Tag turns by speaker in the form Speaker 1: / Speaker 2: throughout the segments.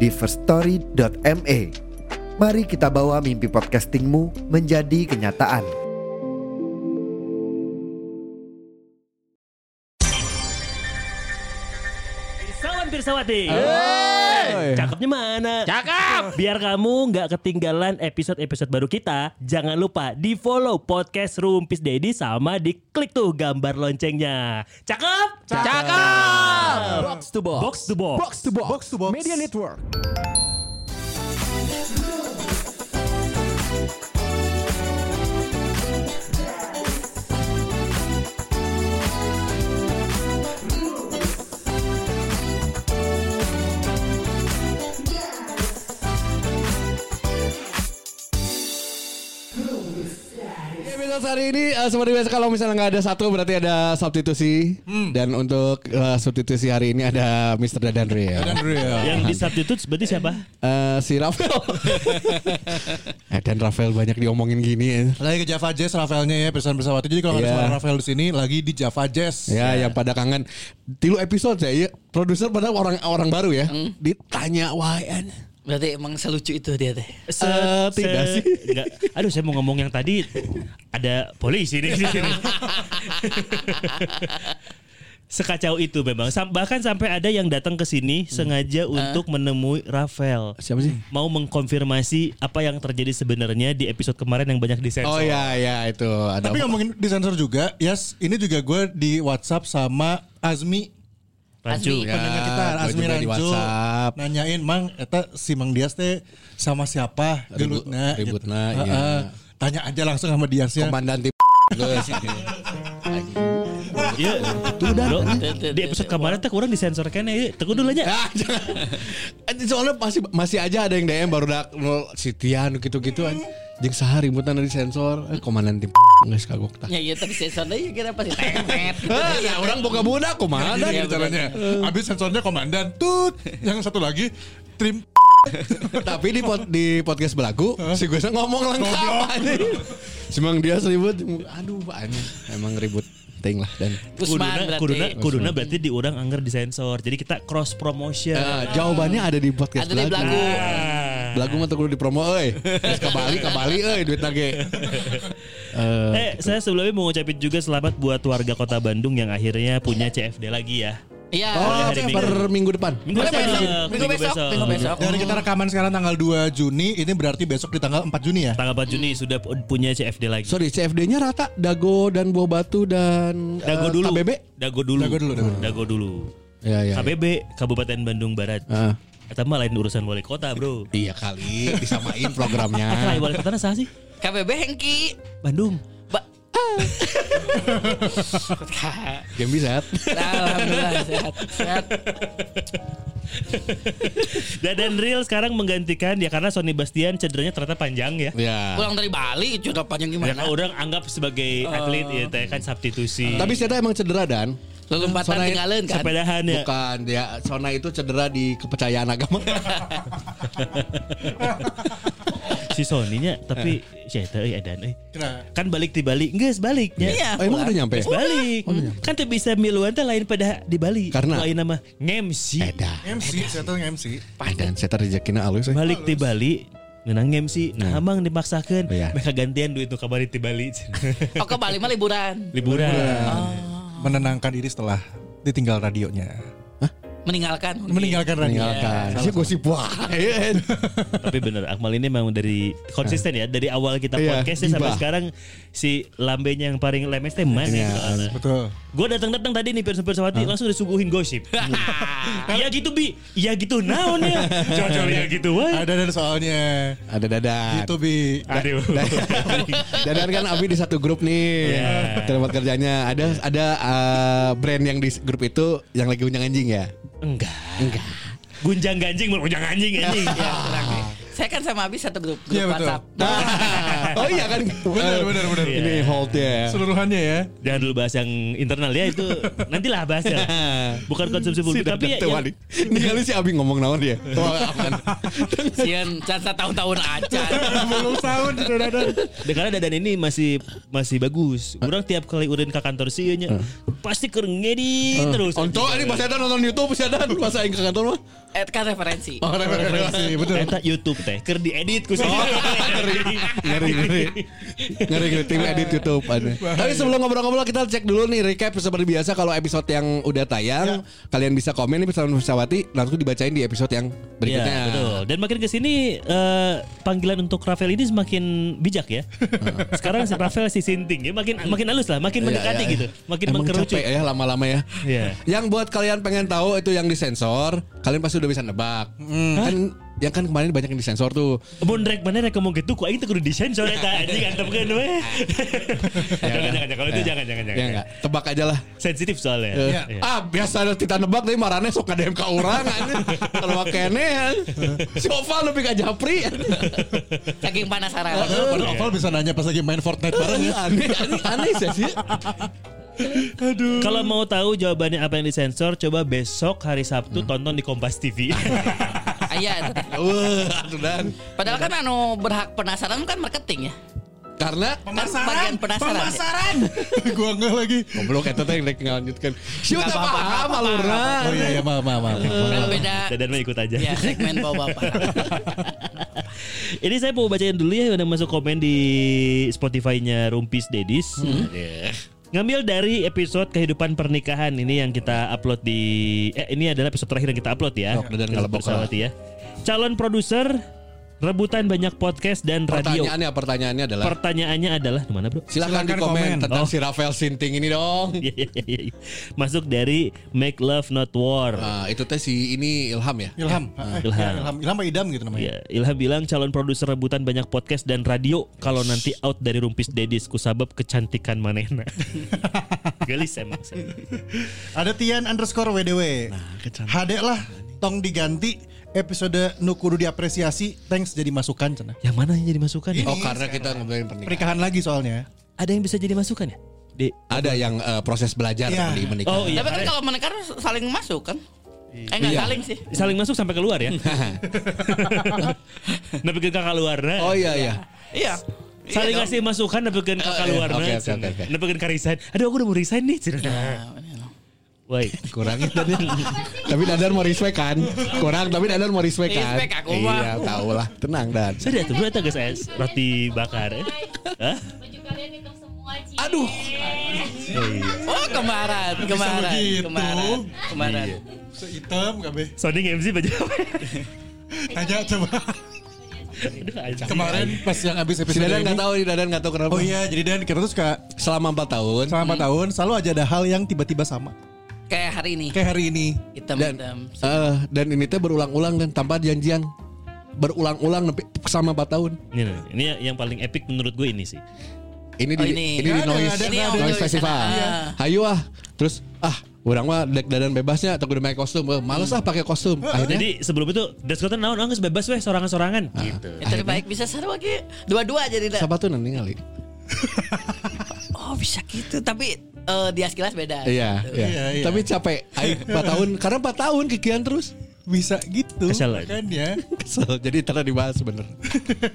Speaker 1: di firststory.me. Mari kita bawa mimpi podcastingmu menjadi kenyataan.
Speaker 2: Pirsawan Pirsawati.
Speaker 3: Hey.
Speaker 2: Cakepnya mana?
Speaker 3: Cakep.
Speaker 2: Biar kamu nggak ketinggalan episode-episode baru kita, jangan lupa di follow podcast Rumpis Dedi sama di klik tuh gambar loncengnya. Cakep?
Speaker 3: Cakep. Box to box.
Speaker 2: Box to box.
Speaker 3: Box to box.
Speaker 4: Box to box.
Speaker 3: Media network. Episode hari ini eh, seperti biasa kalau misalnya nggak ada satu berarti ada substitusi dan untuk eh, substitusi hari ini ada Mr. Dadan Ria.
Speaker 4: Dan real.
Speaker 3: Iya.
Speaker 2: Yang di substitute berarti siapa?
Speaker 3: Eh, si Rafael. eh, dan Rafael banyak diomongin gini ya.
Speaker 4: Lagi ke Java Jazz Rafaelnya ya pesan bersama Jadi kalau ada
Speaker 3: Iya.
Speaker 4: suara Rafael di sini lagi di Java Jazz.
Speaker 3: Ya, yang pada kangen. Tilu episode ya, iya. produser pada orang orang baru ya. Ditanya WN.
Speaker 5: Berarti emang selucu itu dia teh.
Speaker 2: Se-
Speaker 3: Eh, tidak sih.
Speaker 2: Nggak. Aduh, saya mau ngomong yang tadi ada polisi nih di sini. Sekacau itu memang. Sam- Bahkan sampai ada yang datang ke sini sengaja untuk menemui Rafael.
Speaker 3: Siapa sih?
Speaker 2: mau mengkonfirmasi apa yang terjadi sebenarnya di episode kemarin yang banyak disensor.
Speaker 3: Oh ya ya itu ada.
Speaker 4: Tapi ngomongin disensor juga, yes, ini juga gue di WhatsApp sama Azmi
Speaker 2: Rancu.
Speaker 5: Asli.
Speaker 3: Ya,
Speaker 4: pendengar kita
Speaker 3: gua
Speaker 4: Azmi
Speaker 3: juga di
Speaker 4: Rancu
Speaker 3: WhatsApp.
Speaker 4: nanyain Mang eta si Mang Dias teh sama siapa
Speaker 3: Ribut-
Speaker 4: gelutna
Speaker 3: ributna,
Speaker 4: gitu.
Speaker 3: iya.
Speaker 4: Heeh. Tanya aja langsung sama Diasnya.
Speaker 3: Komandan tim.
Speaker 2: Iya. Lo, di episode kemarin teh kurang disensor Iya, kene ieu. Teu kudu lah nya.
Speaker 3: Ah, jangan. Eh, Soalnya masih masih aja ada yang DM baru dak nol Sitian gitu-gitu aja. Jeung saha ributan dari sensor, eh, komandan tim geus kagok tah.
Speaker 5: Ya iya tapi sensor deui kira pasti temet.
Speaker 3: Ah, ya orang boga budak komandan
Speaker 4: Ada
Speaker 5: Iya,
Speaker 4: gitu caranya. Habis sensornya komandan tut. Yang satu lagi trim
Speaker 3: Tapi di pod, di podcast belagu si gue ngomong lengkap
Speaker 4: Goblok.
Speaker 3: anjing. Semang dia ribut. Aduh, anjing. Emang ribut ting lah dan eh,
Speaker 5: Usman
Speaker 2: Kuduna,
Speaker 5: berarti.
Speaker 2: kuduna, kuduna berarti diurang anggar disensor. Jadi kita cross promotion.
Speaker 3: Eh, jawabannya ada di podcast
Speaker 5: Ada di
Speaker 3: belagu.
Speaker 5: belagu.
Speaker 2: Ah.
Speaker 3: Belagu mah teu kudu dipromo euy. Terus ke Bali, ke Bali euy duit nage. Eh,
Speaker 2: Eh, saya sebelumnya mau ngucapin juga selamat buat warga Kota Bandung yang akhirnya punya CFD lagi ya.
Speaker 5: Iya.
Speaker 3: oh,
Speaker 2: hari
Speaker 3: per
Speaker 2: Minggu.
Speaker 3: minggu depan.
Speaker 2: Minggu
Speaker 5: Minggu
Speaker 2: besok,
Speaker 5: besok, minggu besok, minggu besok.
Speaker 4: dari kita rekaman sekarang tanggal 2 Juni, ini berarti besok di tanggal 4 Juni ya.
Speaker 2: Tanggal 4 Juni sudah pu- punya CFD lagi.
Speaker 3: Sorry, CFD-nya rata Dago dan Buah Batu dan eh,
Speaker 2: Dago dulu.
Speaker 3: KBB.
Speaker 2: Dago dulu.
Speaker 4: Dago dulu, dago dulu.
Speaker 2: Dago dulu.
Speaker 3: Ya, Ah. ya.
Speaker 2: KBB Kabupaten Bandung Barat.
Speaker 3: Heeh.
Speaker 2: Eta mah lain urusan wali kota bro.
Speaker 3: Iya kali, disamain programnya.
Speaker 2: Eta lain wali kota sah sih?
Speaker 5: KBB Hengki.
Speaker 2: Bandung.
Speaker 5: Ba Ah.
Speaker 3: Game bisa.
Speaker 5: Alhamdulillah sehat. Sehat.
Speaker 2: Dan Real sekarang menggantikan ya karena Sony Bastian cederanya ternyata panjang ya.
Speaker 3: Ya.
Speaker 5: Pulang dari Bali curhat panjang
Speaker 2: Ya
Speaker 5: gimana?
Speaker 2: kalau orang anggap sebagai atlet
Speaker 5: Oh.
Speaker 2: ya teh kan substitusi.
Speaker 3: Tapi ternyata emang cedera dan
Speaker 5: Lelumpatan
Speaker 3: Soalnya
Speaker 5: tinggalin kan.
Speaker 2: sepedahan ya.
Speaker 3: Bukan, ya Sona itu cedera di kepercayaan agama.
Speaker 2: Si Sony-nya tapi
Speaker 3: Eh.
Speaker 2: si eta euy edan euy.
Speaker 4: Nah,
Speaker 2: Kan balik di Bali, geus baliknya.
Speaker 5: Iya.
Speaker 3: oh, emang udah nyampe?
Speaker 2: Geus balik. Kan tuh bisa miluan teh lain pada di Bali.
Speaker 3: Karena?
Speaker 2: lain nama ngemsi.
Speaker 3: Edan.
Speaker 4: MC, saya tahu MC.
Speaker 3: Edan, saya tadi rezekina alus. eh.
Speaker 2: Balik di Bali ngeunang ngemsi. Nah, amang dipaksakan
Speaker 3: Hmm. Iya.
Speaker 2: mereka gantian duit nu ka Bali di Bali.
Speaker 5: Oh ke Bali mah liburan.
Speaker 2: Liburan.
Speaker 4: Oh. Menenangkan diri setelah ditinggal radionya.
Speaker 5: Meninggalkan. Iya, Hengki.
Speaker 4: Meninggalkan radio.
Speaker 3: Meninggalkan. Sih gosip iya. wae.
Speaker 2: Tapi bener Akmal ini memang dari konsisten ya dari awal kita
Speaker 3: Iya,
Speaker 2: podcast ya sampai
Speaker 3: gibah.
Speaker 2: sekarang si lambenya yang paling lemes teh mana
Speaker 3: Iya.
Speaker 4: Betul.
Speaker 2: Gue datang-datang tadi nih Pirsa Pirsawati langsung disuguhin gosip.
Speaker 3: Nah.
Speaker 2: Iya gitu Bi, iya gitu naon ya. Cocok ya gitu wah.
Speaker 4: Ada dan soalnya.
Speaker 3: Ada dadan.
Speaker 4: Itu bi.
Speaker 2: Aduh.
Speaker 3: Dadan kan Abi di satu grup nih.
Speaker 2: Iya.
Speaker 3: Tempat kerjanya ada ada eh, brand yang di grup itu yang lagi unjang anjing ya.
Speaker 2: Enggak.
Speaker 3: Enggak.
Speaker 2: gunjang ganjing gunjang anjing anjing.
Speaker 5: Iya, kurang ya. Saya kan sama Abi satu grup, grup
Speaker 4: Iya, betul.
Speaker 5: WhatsApp.
Speaker 3: oh iya kan.
Speaker 4: Benar, benar, benar.
Speaker 2: Iya.
Speaker 3: Ini hold ya.
Speaker 4: Seluruhannya ya.
Speaker 2: Jangan dulu bahas yang internal ya itu nantilah bahasnya. Bukan konsumsi publik tapi ya, yang-
Speaker 3: Ini kali si Abi ngomong naon dia. Oh, kan? Wah, apaan?
Speaker 5: Sian, jasa tahun-tahun aja.
Speaker 4: tahun di dadan.
Speaker 2: Dan karena dadan ini masih masih bagus. Orang tiap kali urin ke kantor sih nya pasti keur ngedi terus.
Speaker 3: Onto ini Mas Edan nonton YouTube Mas Edan bahasa Inggris kantor mah.
Speaker 5: Eh, kan referensi.
Speaker 3: Oh, referensi.
Speaker 4: Betul.
Speaker 2: Eta YouTube teh keur diedit ku sih.
Speaker 3: Oh, Ngeri ngeri. Ngeri ngeri tim edit YouTube ada. Tapi sebelum ngobrol-ngobrol kita cek dulu nih recap seperti biasa kalau episode yang udah tayang kalian bisa komen nih pesan Pesawati langsung dibacain di episode yang
Speaker 2: Iya,
Speaker 3: berikutnya.
Speaker 2: betul. Dan makin kesini eh, panggilan untuk Rafael ini semakin bijak ya. Sekarang si Rafael si Sinting ya makin makin halus lah, makin
Speaker 3: Iya,
Speaker 2: mendekati
Speaker 3: iya.
Speaker 2: gitu, makin
Speaker 3: Emang
Speaker 2: mengkerucut.
Speaker 3: capek ya lama-lama ya.
Speaker 2: Iya.
Speaker 3: Yang buat kalian pengen tahu itu yang disensor, kalian pasti udah bisa nebak. Kan yang kan kemarin banyak yang disensor tuh.
Speaker 2: Mun rek mana rek ngomong gitu, kok aing teu kudu disensor eta anjing antepkeun we.
Speaker 3: Iya,
Speaker 2: Jangan jangan kalau itu jangan jangan
Speaker 3: Ya
Speaker 2: jangan.
Speaker 3: enggak, tebak aja lah.
Speaker 2: Sensitif soalnya.
Speaker 3: Eh,
Speaker 2: Iya.
Speaker 3: Ah biasa kita nebak tapi marane sok ada MK orang anjing. Kalau kenean. Sofa lebih ke japri.
Speaker 5: Saking penasaran.
Speaker 2: Oh.
Speaker 4: Baru Oval bisa nanya pas lagi main Fortnite bareng ya.
Speaker 3: aneh aneh aneh sih sih.
Speaker 2: Kalau mau tahu jawabannya apa yang disensor, coba besok hari Sabtu
Speaker 3: Hmm.
Speaker 2: tonton di Kompas TV.
Speaker 5: Ayah,
Speaker 3: Wah, aduh dan.
Speaker 5: Iya, padahal kan anu berhak penasaran kan marketing ya.
Speaker 3: Karena
Speaker 5: Kan bagian penasaran.
Speaker 4: Pemasaran. Gua enggak lagi.
Speaker 3: goblok eta teh yang rek ngalanjutkan.
Speaker 2: Iya,
Speaker 3: Siu tak paham alurna.
Speaker 4: Oh iya iya maaf maaf maaf.
Speaker 5: Kan beda
Speaker 2: Dadan mah ikut aja.
Speaker 5: ya
Speaker 3: Iya.
Speaker 5: segmen bawa bapak.
Speaker 2: Ini saya mau bacain dulu ya yang masuk komen di Spotify-nya Rumpis Dedis. Yeah. Ngambil dari episode kehidupan pernikahan ini yang kita upload di eh ini adalah episode terakhir yang kita upload ya.
Speaker 3: Dok, dan
Speaker 2: Episode
Speaker 3: ngelebok
Speaker 2: Bersawati ya. Calon produser rebutan banyak podcast dan radio.
Speaker 3: Pertanyaannya pertanyaannya adalah
Speaker 2: Pertanyaannya adalah di mana, Bro?
Speaker 3: silakan
Speaker 4: Silakan
Speaker 3: di komen
Speaker 4: komen.
Speaker 3: tentang
Speaker 2: Oh.
Speaker 3: si Rafael Sinting ini dong.
Speaker 2: Iya, iya, iya, iya. Masuk dari Make Love Not War.
Speaker 3: Ah, itu teh si ini Ilham ya.
Speaker 4: Ilham. Eh,
Speaker 2: Ilham.
Speaker 4: ya, Ilham. Ilham apa Idam gitu namanya.
Speaker 2: Ya, Ilham bilang calon produser rebutan banyak podcast dan radio kalau nanti out dari rumpis dedis kusabab kecantikan manehna. Gelis emang. saya.
Speaker 4: Ada Tian underscore WDW. HD lah. Tong diganti episode Nukuru diapresiasi. Thanks jadi masukan cina.
Speaker 2: Yang mana yang jadi masukan? ya?
Speaker 3: Oh, karena kita
Speaker 4: Iya.
Speaker 3: ngobrolin pernikahan.
Speaker 4: Pernikahan lagi soalnya.
Speaker 2: Ada yang bisa jadi masukan ya? Di
Speaker 3: Ada yang eh, proses belajar
Speaker 4: Iya.
Speaker 3: di
Speaker 2: Oh
Speaker 3: menikah.
Speaker 2: iya.
Speaker 5: Tapi kan
Speaker 2: ada-
Speaker 5: kalau menikah harus saling masuk kan? Eh enggak
Speaker 3: Iya.
Speaker 5: saling sih.
Speaker 2: Saling masuk sampai keluar ya. Nepikeun kakak luar. nah.
Speaker 3: Oh iya iya.
Speaker 5: Iya.
Speaker 2: Saling
Speaker 5: Iya dong.
Speaker 2: ngasih masukan nepikeun kakak
Speaker 3: iya.
Speaker 2: luar.
Speaker 3: Oke, oke, oke, Nah. oke.
Speaker 2: Nepikeun ka resign. Aduh aku udah mau resign nih. Woi,
Speaker 3: Kurang itu tadi. tapi Dadar mau respect kan? Kurang tapi Dadar mau respect kan?
Speaker 5: Respect aku mah.
Speaker 3: Iya, tahu lah. Tenang Dan.
Speaker 2: sudah tuh berarti guys es ya, roti bakar. eh. Hah?
Speaker 6: Baju kalian hitam semua, Ci.
Speaker 3: Aduh.
Speaker 2: Oh, iya.
Speaker 5: Oh kemarin, kemarin,
Speaker 4: begitu.
Speaker 5: kemarin, kemarin.
Speaker 2: Iya.
Speaker 4: Seitem kabeh.
Speaker 2: Sounding MC baju apa?
Speaker 4: Tanya coba.
Speaker 2: Aduh, anjing.
Speaker 4: Kemarin pas yang habis
Speaker 3: Si
Speaker 4: episode
Speaker 3: Dadar
Speaker 4: ini.
Speaker 3: nggak tahu, si Dadar nggak tahu kenapa.
Speaker 4: Oh iya, jadi Dan kita tuh suka
Speaker 3: Selama 4 tahun.
Speaker 4: selama 4 tahun selalu aja ada hal yang tiba-tiba sama.
Speaker 5: Kayak hari ini
Speaker 4: Kayak hari ini.
Speaker 3: Dan
Speaker 5: hitam-hitam.
Speaker 3: eh, dan ini teh berulang-ulang dan tanpa janjian. Berulang-ulang nepi- selama 4 tahun.
Speaker 2: Ini, nih, ini yang paling epic menurut gue ini sih.
Speaker 3: Ini
Speaker 5: Oh,
Speaker 3: di
Speaker 5: ini.
Speaker 3: ini, di
Speaker 4: Nggak ada,
Speaker 3: noise,
Speaker 4: ada,
Speaker 5: Ini yang
Speaker 4: ada.
Speaker 5: video
Speaker 3: noise
Speaker 5: di
Speaker 3: festival.
Speaker 5: sana. Iya.
Speaker 3: Hayu ah. Terus ah, orang mah dek dadan bebasnya atau udah pakai kostum. Eh, Males ah pakai kostum.
Speaker 4: Hmm.
Speaker 3: Akhirnya
Speaker 2: Jadi sebelum itu Daskotan naon angges bebas weh sorangan-sorangan gitu.
Speaker 5: Itu lebih baik bisa seru lagi dua-dua jadi dah.
Speaker 3: Sabatunan nanti kali.
Speaker 5: Oh bisa gitu tapi eh, dia sekilas beda.
Speaker 3: Iya, iya.
Speaker 4: Iya, iya.
Speaker 3: Tapi capek. Aing 4 tahun. Karena 4 tahun kegiatan terus.
Speaker 4: Bisa gitu
Speaker 2: Kesel lagi.
Speaker 4: kan ya.
Speaker 3: Kesel. Jadi ntar dibahas bener.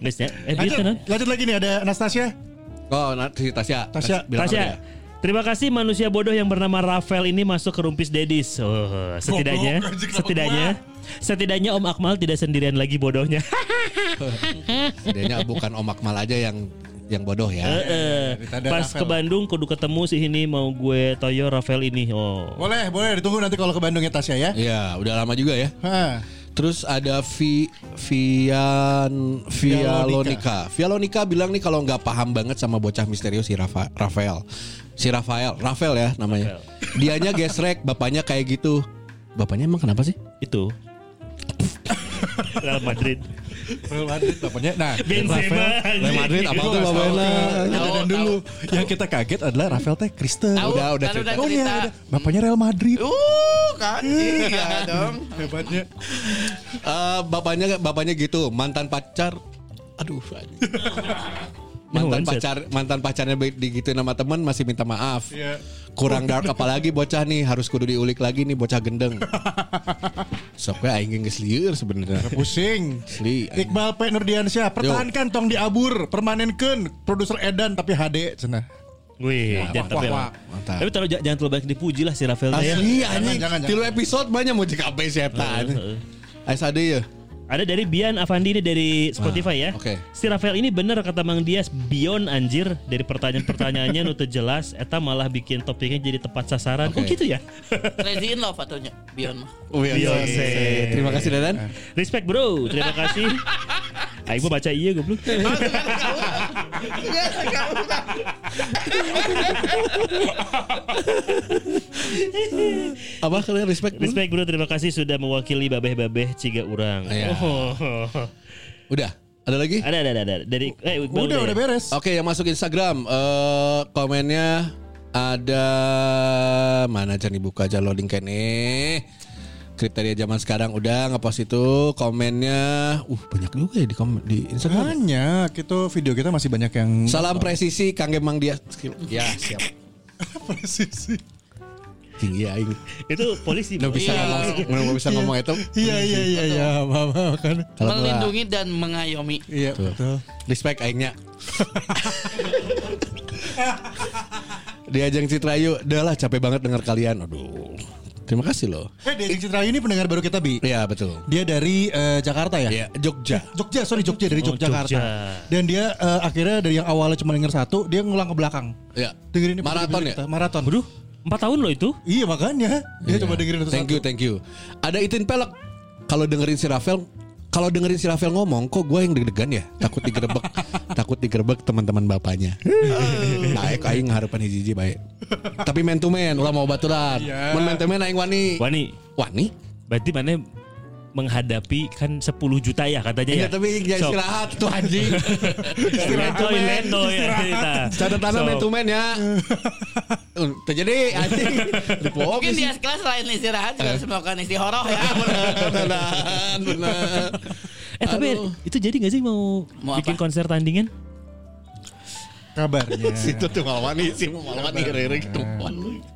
Speaker 2: Guys ya. Eh
Speaker 4: Lanjut,
Speaker 2: gitu kan.
Speaker 4: lanjut lagi nih ada Anastasia.
Speaker 3: Oh, nah, si Tasya.
Speaker 4: Tasya.
Speaker 3: Bilang apa
Speaker 2: Tasya,
Speaker 3: dia?
Speaker 2: terima kasih manusia bodoh yang bernama Rafael ini masuk ke rumpis Dedis. Oh, setidaknya,
Speaker 4: Goblok, anjing, kenapa
Speaker 2: setidaknya, setidaknya Om Akmal tidak sendirian lagi bodohnya.
Speaker 3: Dianya bukan Om Akmal aja yang yang bodoh
Speaker 4: Eh.
Speaker 3: ya.
Speaker 2: Heeh.
Speaker 4: daripada
Speaker 2: Pas
Speaker 4: Rafael.
Speaker 2: ke Bandung kudu ketemu sih ini mau gue toyo Rafael ini. Oh.
Speaker 4: Boleh, boleh ditunggu nanti kalau ke Bandung ya Tasya ya.
Speaker 3: Iya, udah lama juga ya.
Speaker 4: Hah.
Speaker 3: Terus ada Vi, Vian, Vialonika. Vialonika bilang nih kalau nggak paham banget sama bocah misterius si Rafa, Rafael. Si Rafael, Rafael ya namanya. Dianya gesrek, bapaknya kayak gitu. Bapaknya emang kenapa sih?
Speaker 2: Itu. Real Madrid.
Speaker 7: Real Madrid bapaknya. Nah,
Speaker 2: Benzema,
Speaker 7: Rafael, Real
Speaker 2: anjing.
Speaker 7: Madrid apa
Speaker 2: Itu
Speaker 7: tuh
Speaker 3: Babena.
Speaker 7: Kita
Speaker 5: Tahu,
Speaker 7: dan dulu. Yang kita kaget adalah Rafael teh Kristen.
Speaker 5: Tahu,
Speaker 7: Udah, udah
Speaker 5: kan
Speaker 7: cerita.
Speaker 5: udah
Speaker 7: Oh iya,
Speaker 5: cerita.
Speaker 7: udah. Bapaknya Real Madrid.
Speaker 5: Uh, kan iya dong.
Speaker 7: Hebatnya.
Speaker 3: Eh, bapaknya bapaknya gitu mantan pacar aduh aduh. mantan
Speaker 2: No,
Speaker 3: pacar mantan pacarnya be- digituin sama teman masih minta maaf
Speaker 7: Iya.
Speaker 4: Oh.
Speaker 3: kurang dark apalagi bocah nih harus kudu diulik lagi nih bocah gendeng soknya aing geus lieur
Speaker 4: Iya.
Speaker 3: sebenarnya
Speaker 4: Pusing.
Speaker 3: Asli, aing.
Speaker 4: Iqbal P. Nurdiansyah, pertahankan tong diabur, permanenkeun produser Edan tapi HD cenah.
Speaker 2: Wih, jangan tapi
Speaker 4: wah, wah.
Speaker 3: Mantap.
Speaker 2: Tapi terlalu jangan terlalu banyak dipuji lah si Rafael teh ya.
Speaker 3: asli anjing
Speaker 4: jangan, jangan. Iya,
Speaker 3: tilu episode banyak mau JKB setan
Speaker 2: Heeh, heeh.
Speaker 3: Ais ada ya
Speaker 2: Ada dari Bian Avandi ini dari Spotify ya.
Speaker 3: Ah, oke.
Speaker 2: Si Rafael ini bener kata Mang Dias Bion anjir dari pertanyaan-pertanyaannya nu teu jelas eta malah bikin topiknya jadi tepat sasaran. Oh
Speaker 3: Oke.
Speaker 2: gitu ya.
Speaker 5: Crazy in love atunya Beyond mah.
Speaker 7: Oh, iya,
Speaker 2: Beyonce.
Speaker 3: terima
Speaker 4: Iya,
Speaker 3: kasih Dadan
Speaker 2: Respect bro, terima kasih. Aing mau baca iya goblok.
Speaker 3: apa kalian respect bro?
Speaker 2: Respect bro, terima kasih sudah mewakili babeh-babeh ciga urang.
Speaker 3: Iya.
Speaker 2: Oh.
Speaker 3: udah ada lagi
Speaker 2: Ada ada ada, ada. dari eh Iqbal
Speaker 4: Udah,
Speaker 2: ya?
Speaker 4: udah beres.
Speaker 3: Oke, yang masuk Instagram eh komennya ada mana aja nih buka aja loading kene. Kriteria zaman sekarang udah ngepost itu komennya uh banyak juga ya di komen di Instagram.
Speaker 4: Banyak itu video kita masih banyak yang
Speaker 3: Salam presisi Kang Gemang dia. Ya, siap.
Speaker 4: presisi.
Speaker 3: Tinggi aing.
Speaker 2: Itu polisi.
Speaker 3: Nggak bisa
Speaker 5: Iya.
Speaker 3: ngomong, nggak bisa ngomong itu.
Speaker 4: Iya iya iya iya, mama kan.
Speaker 3: Kalau gua
Speaker 5: Melindungi dan mengayomi.
Speaker 4: Iya betul.
Speaker 3: respect aingnya. di ajang Citrayu, udah lah capek banget denger kalian. Aduh. Terima kasih loh.
Speaker 4: Eh, Deddy Citra ini pendengar baru kita bi.
Speaker 3: Iya, betul.
Speaker 4: Dia dari eh, Jakarta ya?
Speaker 7: Iya,
Speaker 3: Ya, Jogja.
Speaker 4: Jogja, sorry Jogja dari
Speaker 2: Oh,
Speaker 4: Jogjakarta.
Speaker 2: Jogja.
Speaker 4: Dan dia eh, akhirnya dari yang awalnya cuma denger satu, dia ngulang ke belakang.
Speaker 3: Ya.
Speaker 4: Dengerin episode
Speaker 3: Maraton
Speaker 4: kita,
Speaker 3: ya?
Speaker 4: Maraton.
Speaker 2: Aduh, 4 tahun loh itu.
Speaker 4: Iya makanya dia
Speaker 3: Iya.
Speaker 4: coba dengerin satu.
Speaker 3: Thank you, thank you. Ada Itin Pelek. Kalau dengerin si Rafael, kalau dengerin si Rafael ngomong, kok gue yang deg-degan ya? Takut digerebek, takut digerebek teman-teman bapaknya. Naik aing harapan hiji-hiji baik. Tapi man to man, ulah mau baturan. Mun man to man aing wani.
Speaker 2: Wani,
Speaker 3: Wani?
Speaker 2: berarti mana menghadapi kan 10 juta ya katanya ya.
Speaker 3: Iya, tapi jangan
Speaker 2: Sok.
Speaker 3: istirahat tuh anjing.
Speaker 2: Istirahat doi, lendo ya cerita.
Speaker 3: Catatannya
Speaker 2: Sok.
Speaker 3: man to man ya. Eh, Terjadi anjing. Dipohon
Speaker 5: Mungkin
Speaker 3: sih.
Speaker 5: dia kelas lain istirahat
Speaker 3: Eh.
Speaker 5: juga melakukan istihoroh ya.
Speaker 3: Beneran, beneran.
Speaker 2: Eh tapi
Speaker 3: Aduh.
Speaker 2: itu jadi gak sih mau,
Speaker 5: Mau
Speaker 2: bikin
Speaker 5: apa?
Speaker 2: konser tandingan?
Speaker 4: Kabarnya.
Speaker 3: situ tuh malwani sih malwani gitu. ririk tuh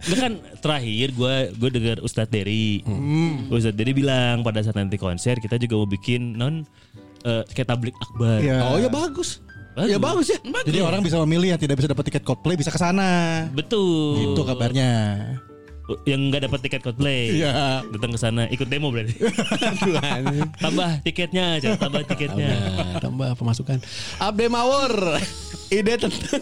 Speaker 2: Enggak kan terakhir gue gue dengar Ustadz Dery. Ustadz Dery bilang pada saat nanti konser kita juga mau bikin non eh, kayak tablik akbar.
Speaker 4: Iya.
Speaker 3: oh ya bagus
Speaker 2: Bagus.
Speaker 3: ya bagus ya
Speaker 4: Jadi orang bisa memilih yang tidak bisa dapat tiket Coldplay bisa ke sana.
Speaker 2: Betul.
Speaker 7: Gitu,
Speaker 4: Itu kabarnya.
Speaker 2: Yang nggak dapat tiket Coldplay.
Speaker 4: Iya.
Speaker 2: Datang ke sana ikut demo berarti. tambah tiketnya aja, tambah tiketnya.
Speaker 3: Nah, tambah pemasukan Abde Mawur ide tentang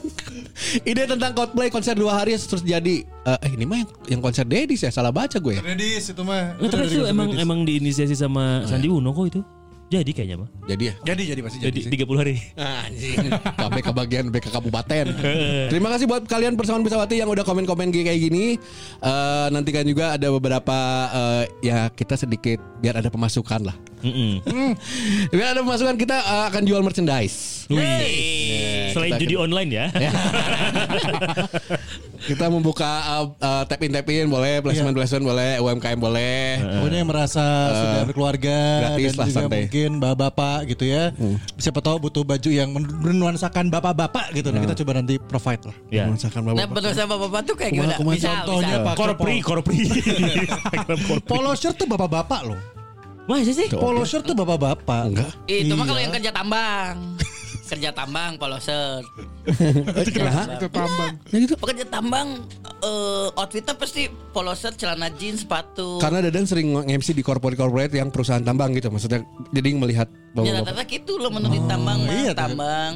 Speaker 3: ide tentang cosplay konser dua hari terus jadi eh eh, ini mah yang, yang konser Dedis ya salah baca gue ya
Speaker 4: Redis itu mah.
Speaker 2: Nggak, Nah, tapi itu emang emang diinisiasi sama Sandi Uno kok itu. Jadi kayaknya mah.
Speaker 3: jadi ya
Speaker 4: Jadi jadi pasti jadi.
Speaker 2: Jadi 30 hari.
Speaker 3: KB kebagian BK Kabupaten. Terima kasih buat kalian persamaan Pisawati yang udah komen-komen kayak gini. Eh, nantikan juga ada beberapa eh, ya kita sedikit biar ada pemasukan lah.
Speaker 2: Mm-mm.
Speaker 3: Biar Hmm. ada pemasukan kita eh, akan jual merchandise.
Speaker 2: Wih. Nah, Selain
Speaker 3: kita-
Speaker 2: judi online ya.
Speaker 3: Kita membuka eh, eh, tap in tap in boleh, placement placement boleh, UMKM boleh.
Speaker 4: Pokoknya yang merasa sudah berkeluarga
Speaker 3: Eh. gratis
Speaker 4: dan
Speaker 3: lah,
Speaker 4: juga
Speaker 3: santai. Hmm.
Speaker 4: mungkin bapak-bapak gitu ya. Siapa tahu butuh baju yang men- menuansakan bapak-bapak gitu.
Speaker 3: Hmm.
Speaker 4: Nah, kita coba nanti provide lah.
Speaker 2: Ya.
Speaker 3: Misalkan
Speaker 5: Nah,
Speaker 3: bapak.
Speaker 5: betul sama bapak tuh kayak gimana?
Speaker 4: Kumaha-kumaha
Speaker 5: Bisa,
Speaker 4: contohnya,
Speaker 5: bisa.
Speaker 4: Pak?
Speaker 2: Korpri, korpri.
Speaker 4: Polo shirt tuh bapak-bapak loh.
Speaker 2: Masa sih?
Speaker 4: Polo shirt tuh bapak-bapak.
Speaker 3: Enggak.
Speaker 5: iya Itu mah
Speaker 4: Iya.
Speaker 5: kalau yang kerja tambang. kerja tambang poloser.
Speaker 3: Eh, Kenapa? Iya, gitu.
Speaker 5: Pekerja tambang eh, outfitnya pasti poloser, celana jeans, sepatu.
Speaker 3: Karena Dadan sering nge-MC di corporate-corporate yang perusahaan tambang gitu. Maksudnya jadi melihat
Speaker 5: Ya
Speaker 3: bapak-bapak.
Speaker 5: rata-rata gitu loh
Speaker 3: Oh,
Speaker 5: menurut tambang mah,
Speaker 4: iya,
Speaker 5: tambang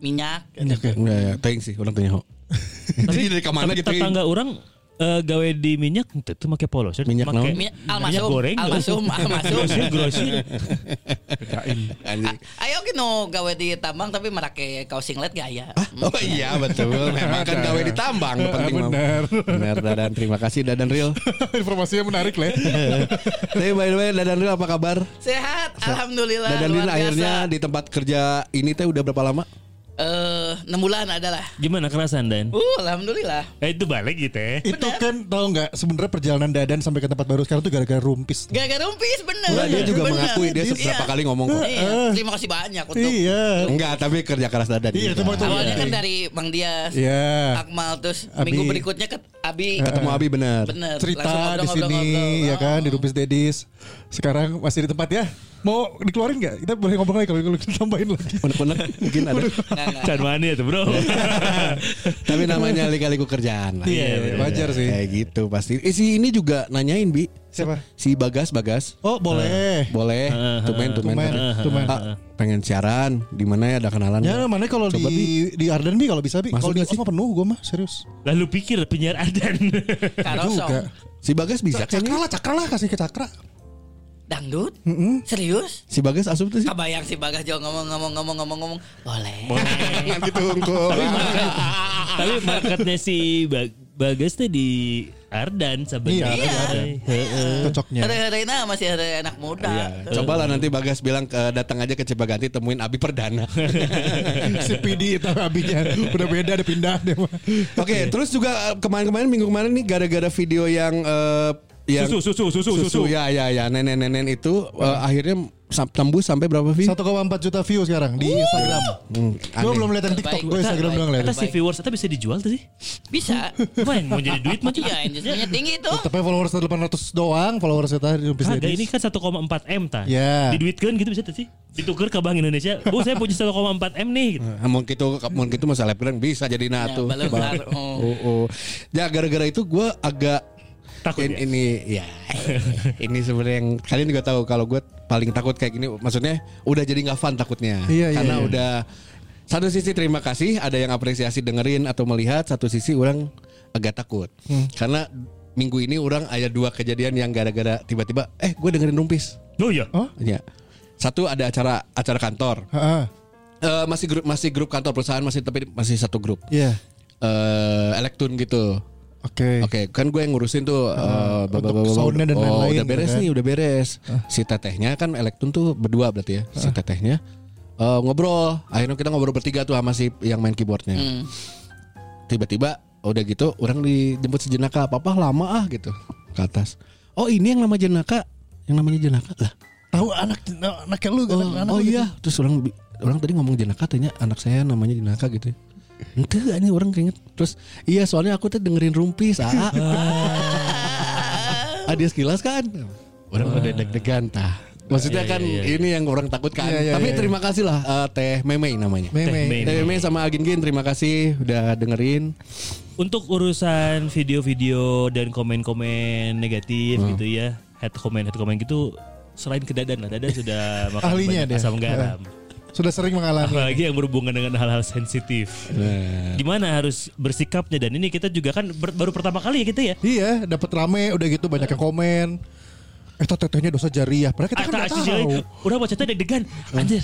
Speaker 5: minyak.
Speaker 4: Oke.
Speaker 3: Iya, Ya, ya, thanks sih orang tanya ho. Jadi dari kemana
Speaker 2: Tapi
Speaker 3: gitu?
Speaker 2: tetangga orang eh, gawe di minyak itu pakai polosan
Speaker 3: Minyak
Speaker 2: make-
Speaker 3: naon?
Speaker 5: Mi-
Speaker 2: minyak
Speaker 5: almasum,
Speaker 2: goreng
Speaker 5: almasum, almasum.
Speaker 2: grosir grosir
Speaker 3: Anjing.
Speaker 5: Ayo kino gawe di tambang tapi merake kaos singlet gak ya?
Speaker 3: Oh iya betul Memang kan gawe ditambang penting Mam.
Speaker 7: Bener.
Speaker 3: Bener Dadan Terima kasih Dadan Real
Speaker 7: Informasinya menarik lah. ya.
Speaker 3: Tapi by the way Dadan Real apa kabar?
Speaker 5: Sehat, alhamdulillah.
Speaker 3: Dadan
Speaker 5: luar
Speaker 3: Real
Speaker 5: biasa.
Speaker 3: akhirnya di tempat kerja ini teh udah berapa lama?
Speaker 5: eh enam bulan adalah.
Speaker 2: gimana kerasan dan
Speaker 5: Uh, alhamdulillah.
Speaker 2: eh, itu balik gitu
Speaker 5: Iya.
Speaker 2: ya
Speaker 7: Itu kan tau nggak sebenarnya perjalanan Dadan sampai ke tempat baru sekarang tuh gara-gara rumpis.
Speaker 5: Gara-gara rumpis bener.
Speaker 3: Enggak, dia juga
Speaker 5: Bener.
Speaker 3: mengakui dia beberapa
Speaker 5: Iya.
Speaker 3: kali ngomong kok.
Speaker 5: Iya, terima kasih banyak untuk
Speaker 7: Iya.
Speaker 3: Enggak, tapi kerja keras Dadan.
Speaker 7: Iya, itu mah-
Speaker 5: awalnya
Speaker 7: Iya.
Speaker 5: kan dari Bang Dias,
Speaker 7: Iya.
Speaker 5: Akmal terus
Speaker 7: Abi.
Speaker 5: minggu berikutnya ke Abi
Speaker 3: Ketemu Abi bener.
Speaker 5: bener langsung Oh.
Speaker 7: cerita di
Speaker 5: ngobrol, ngobrol,
Speaker 7: sini
Speaker 5: ngobrol.
Speaker 7: ya kan di Rumpis Dedis. Sekarang masih di tempat ya. Mau dikeluarin nggak? Kita boleh ngomong lagi kalau kalau ditambahin lagi.
Speaker 3: Unek-unek mungkin ada.
Speaker 5: Nggak, nggak.
Speaker 2: Can mani tuh bro
Speaker 3: tapi namanya lika-liku kerjaan lah.
Speaker 2: Iya, bener.
Speaker 7: Wajar sih.
Speaker 3: Kayak gitu pasti. Eh, si ini juga nanyain Bi.
Speaker 7: Siapa?
Speaker 3: Si Bagas, Bagas.
Speaker 7: Oh boleh.
Speaker 3: Boleh. Tumen, tumen.
Speaker 7: Tumen,
Speaker 3: Ah,
Speaker 7: tumen.
Speaker 3: pengen siaran di mana ya ada kenalan?
Speaker 7: Ya mana kalau di
Speaker 3: Coba, Bi.
Speaker 7: di Arden bi kalau bisa bi.
Speaker 3: Masuk
Speaker 7: Kalau di
Speaker 3: nggak sih?
Speaker 7: Osma penuh gue mah serius.
Speaker 2: lalu pikir penyiar adan
Speaker 5: Karosong.
Speaker 7: Juga.
Speaker 3: Si Bagas bisa kan
Speaker 7: Cakra
Speaker 3: kayaknya.
Speaker 7: lah, cakra lah kasih ke cakra.
Speaker 5: Dangdut? Serius?
Speaker 3: Si Bagas asup tuh sih.
Speaker 5: Kabayang si Bagas jauh ngomong ngomong ngomong ngomong ngomong. Boleh.
Speaker 3: Nanti tunggu.
Speaker 2: tapi marketnya si Bag- Bagas tuh di Ardan sebenarnya
Speaker 7: Iya,
Speaker 2: Heeh.
Speaker 7: Cocoknya.
Speaker 5: Hari-hari nah masih ada anak muda.
Speaker 2: Eh.
Speaker 3: Coba lah nanti Bagas bilang ke datang aja ke Cibaganti temuin Abi Perdana.
Speaker 7: si PD itu abinya udah beda ada pindah deh mah.
Speaker 3: Oke,
Speaker 2: Iya.
Speaker 3: terus juga eh, kemarin-kemarin minggu kemarin nih gara-gara video yang eh, yang
Speaker 2: Susu, susu, susu, susu.
Speaker 3: Ya, ya, ya. Nenek-nenek itu eh, akhirnya sam- tembus sampai berapa view?
Speaker 7: 1,4 juta view sekarang di Instagram. Gue
Speaker 3: aneh.
Speaker 7: belum lihat yang TikTok,
Speaker 5: Terbaik,
Speaker 7: gue Instagram
Speaker 5: terbaik.
Speaker 7: doang
Speaker 2: Kata
Speaker 7: lihat.
Speaker 2: si viewers atau bisa dijual tuh sih?
Speaker 5: Bisa.
Speaker 2: Main mau jadi duit mah cuy.
Speaker 5: Iya, industrinya tinggi tuh.
Speaker 7: Tapi followers 800 doang, followers kita di Rumpis
Speaker 2: Harga
Speaker 7: Dedis.
Speaker 2: ini kan 1,4 M ta.
Speaker 7: Ya.
Speaker 2: Diduitkan gitu bisa tuh sih. Ditukar ke Bank Indonesia. Bu saya punya 1,4 M nih. Gitu.
Speaker 3: Nah, mungkin itu mungkin itu masalah bilang bisa jadi
Speaker 5: Ya,
Speaker 3: natu.
Speaker 5: belum
Speaker 3: Bang.
Speaker 5: taruh. Oh.
Speaker 3: oh, oh. Ya gara-gara itu gue agak
Speaker 2: Takut ya?
Speaker 3: in- ini ya ini sebenarnya yang kalian juga tahu kalau gue paling takut kayak gini maksudnya udah jadi nggak fun takutnya
Speaker 7: Iya, iya,
Speaker 3: karena
Speaker 7: iya.
Speaker 3: udah satu sisi terima kasih ada yang apresiasi dengerin atau melihat satu sisi orang agak takut
Speaker 7: Hmm.
Speaker 3: karena minggu ini orang ada dua kejadian yang gara-gara tiba-tiba eh gue dengerin rumpis
Speaker 2: Oh iya.
Speaker 7: Oh.
Speaker 3: ya satu ada acara acara kantor
Speaker 7: Heeh.
Speaker 3: Eh, masih grup masih grup kantor perusahaan masih tapi masih satu grup
Speaker 7: Iya.
Speaker 3: eh elektron gitu.
Speaker 7: Oke. Ah,
Speaker 3: Oke, kan gue yang ngurusin tuh eh,
Speaker 7: untuk
Speaker 3: babak- babak-
Speaker 7: soundnya dan
Speaker 3: oh,
Speaker 7: lain-lain
Speaker 3: udah beres
Speaker 7: gitu kan.
Speaker 3: nih, udah beres. Si tetehnya kan elektron tuh berdua berarti ya. Si
Speaker 7: Ah.
Speaker 3: tetehnya eh, ngobrol. Akhirnya kita ngobrol bertiga tuh sama si yang main keyboardnya. Tiba-tiba udah gitu orang dijemput si jenaka, "Papa lama ah" gitu ke atas. "Oh, ini yang nama jenaka." Yang namanya jenaka lah.
Speaker 7: Tahu anak anaknya lu
Speaker 3: Oh,
Speaker 7: anak
Speaker 3: oh
Speaker 7: lu gitu.
Speaker 3: iya, terus orang bi- orang tadi ngomong jenaka tanya anak saya namanya jenaka gitu. ya. Ente ini orang keinget Terus iya soalnya aku tuh dengerin rumpis ah. ah dia sekilas kan. Orang udah deg-degan tah. Maksudnya kan ini yang orang takutkan.
Speaker 7: Iya, iya,
Speaker 3: Tapi
Speaker 7: iya, iya.
Speaker 3: terima kasih lah eh, Teh Memei namanya.
Speaker 7: Meme.
Speaker 2: Meme.
Speaker 3: Teh Memei sama Agin Gin terima kasih udah dengerin.
Speaker 2: Untuk urusan video-video dan komen-komen negatif
Speaker 7: Hmm.
Speaker 2: gitu ya. Head comment head comment gitu selain ke Dadan lah. Dadan sudah makan
Speaker 7: Ahlinya
Speaker 2: banyak
Speaker 7: dia.
Speaker 2: asam garam.
Speaker 7: Sudah sering mengalami.
Speaker 2: Apalagi yang berhubungan dengan hal-hal sensitif.
Speaker 7: Iya.
Speaker 2: Gimana harus bersikapnya dan ini kita juga kan ber- baru pertama kali ya kita ya.
Speaker 7: Iya, dapat rame udah gitu banyak yang komen. Eh tetehnya dosa jariah. Padahal kita kan
Speaker 2: Atau
Speaker 7: nggak
Speaker 2: asyik
Speaker 7: tahu. Hmm.
Speaker 2: jelek. Udah bacotnya deg-degan. Anjir.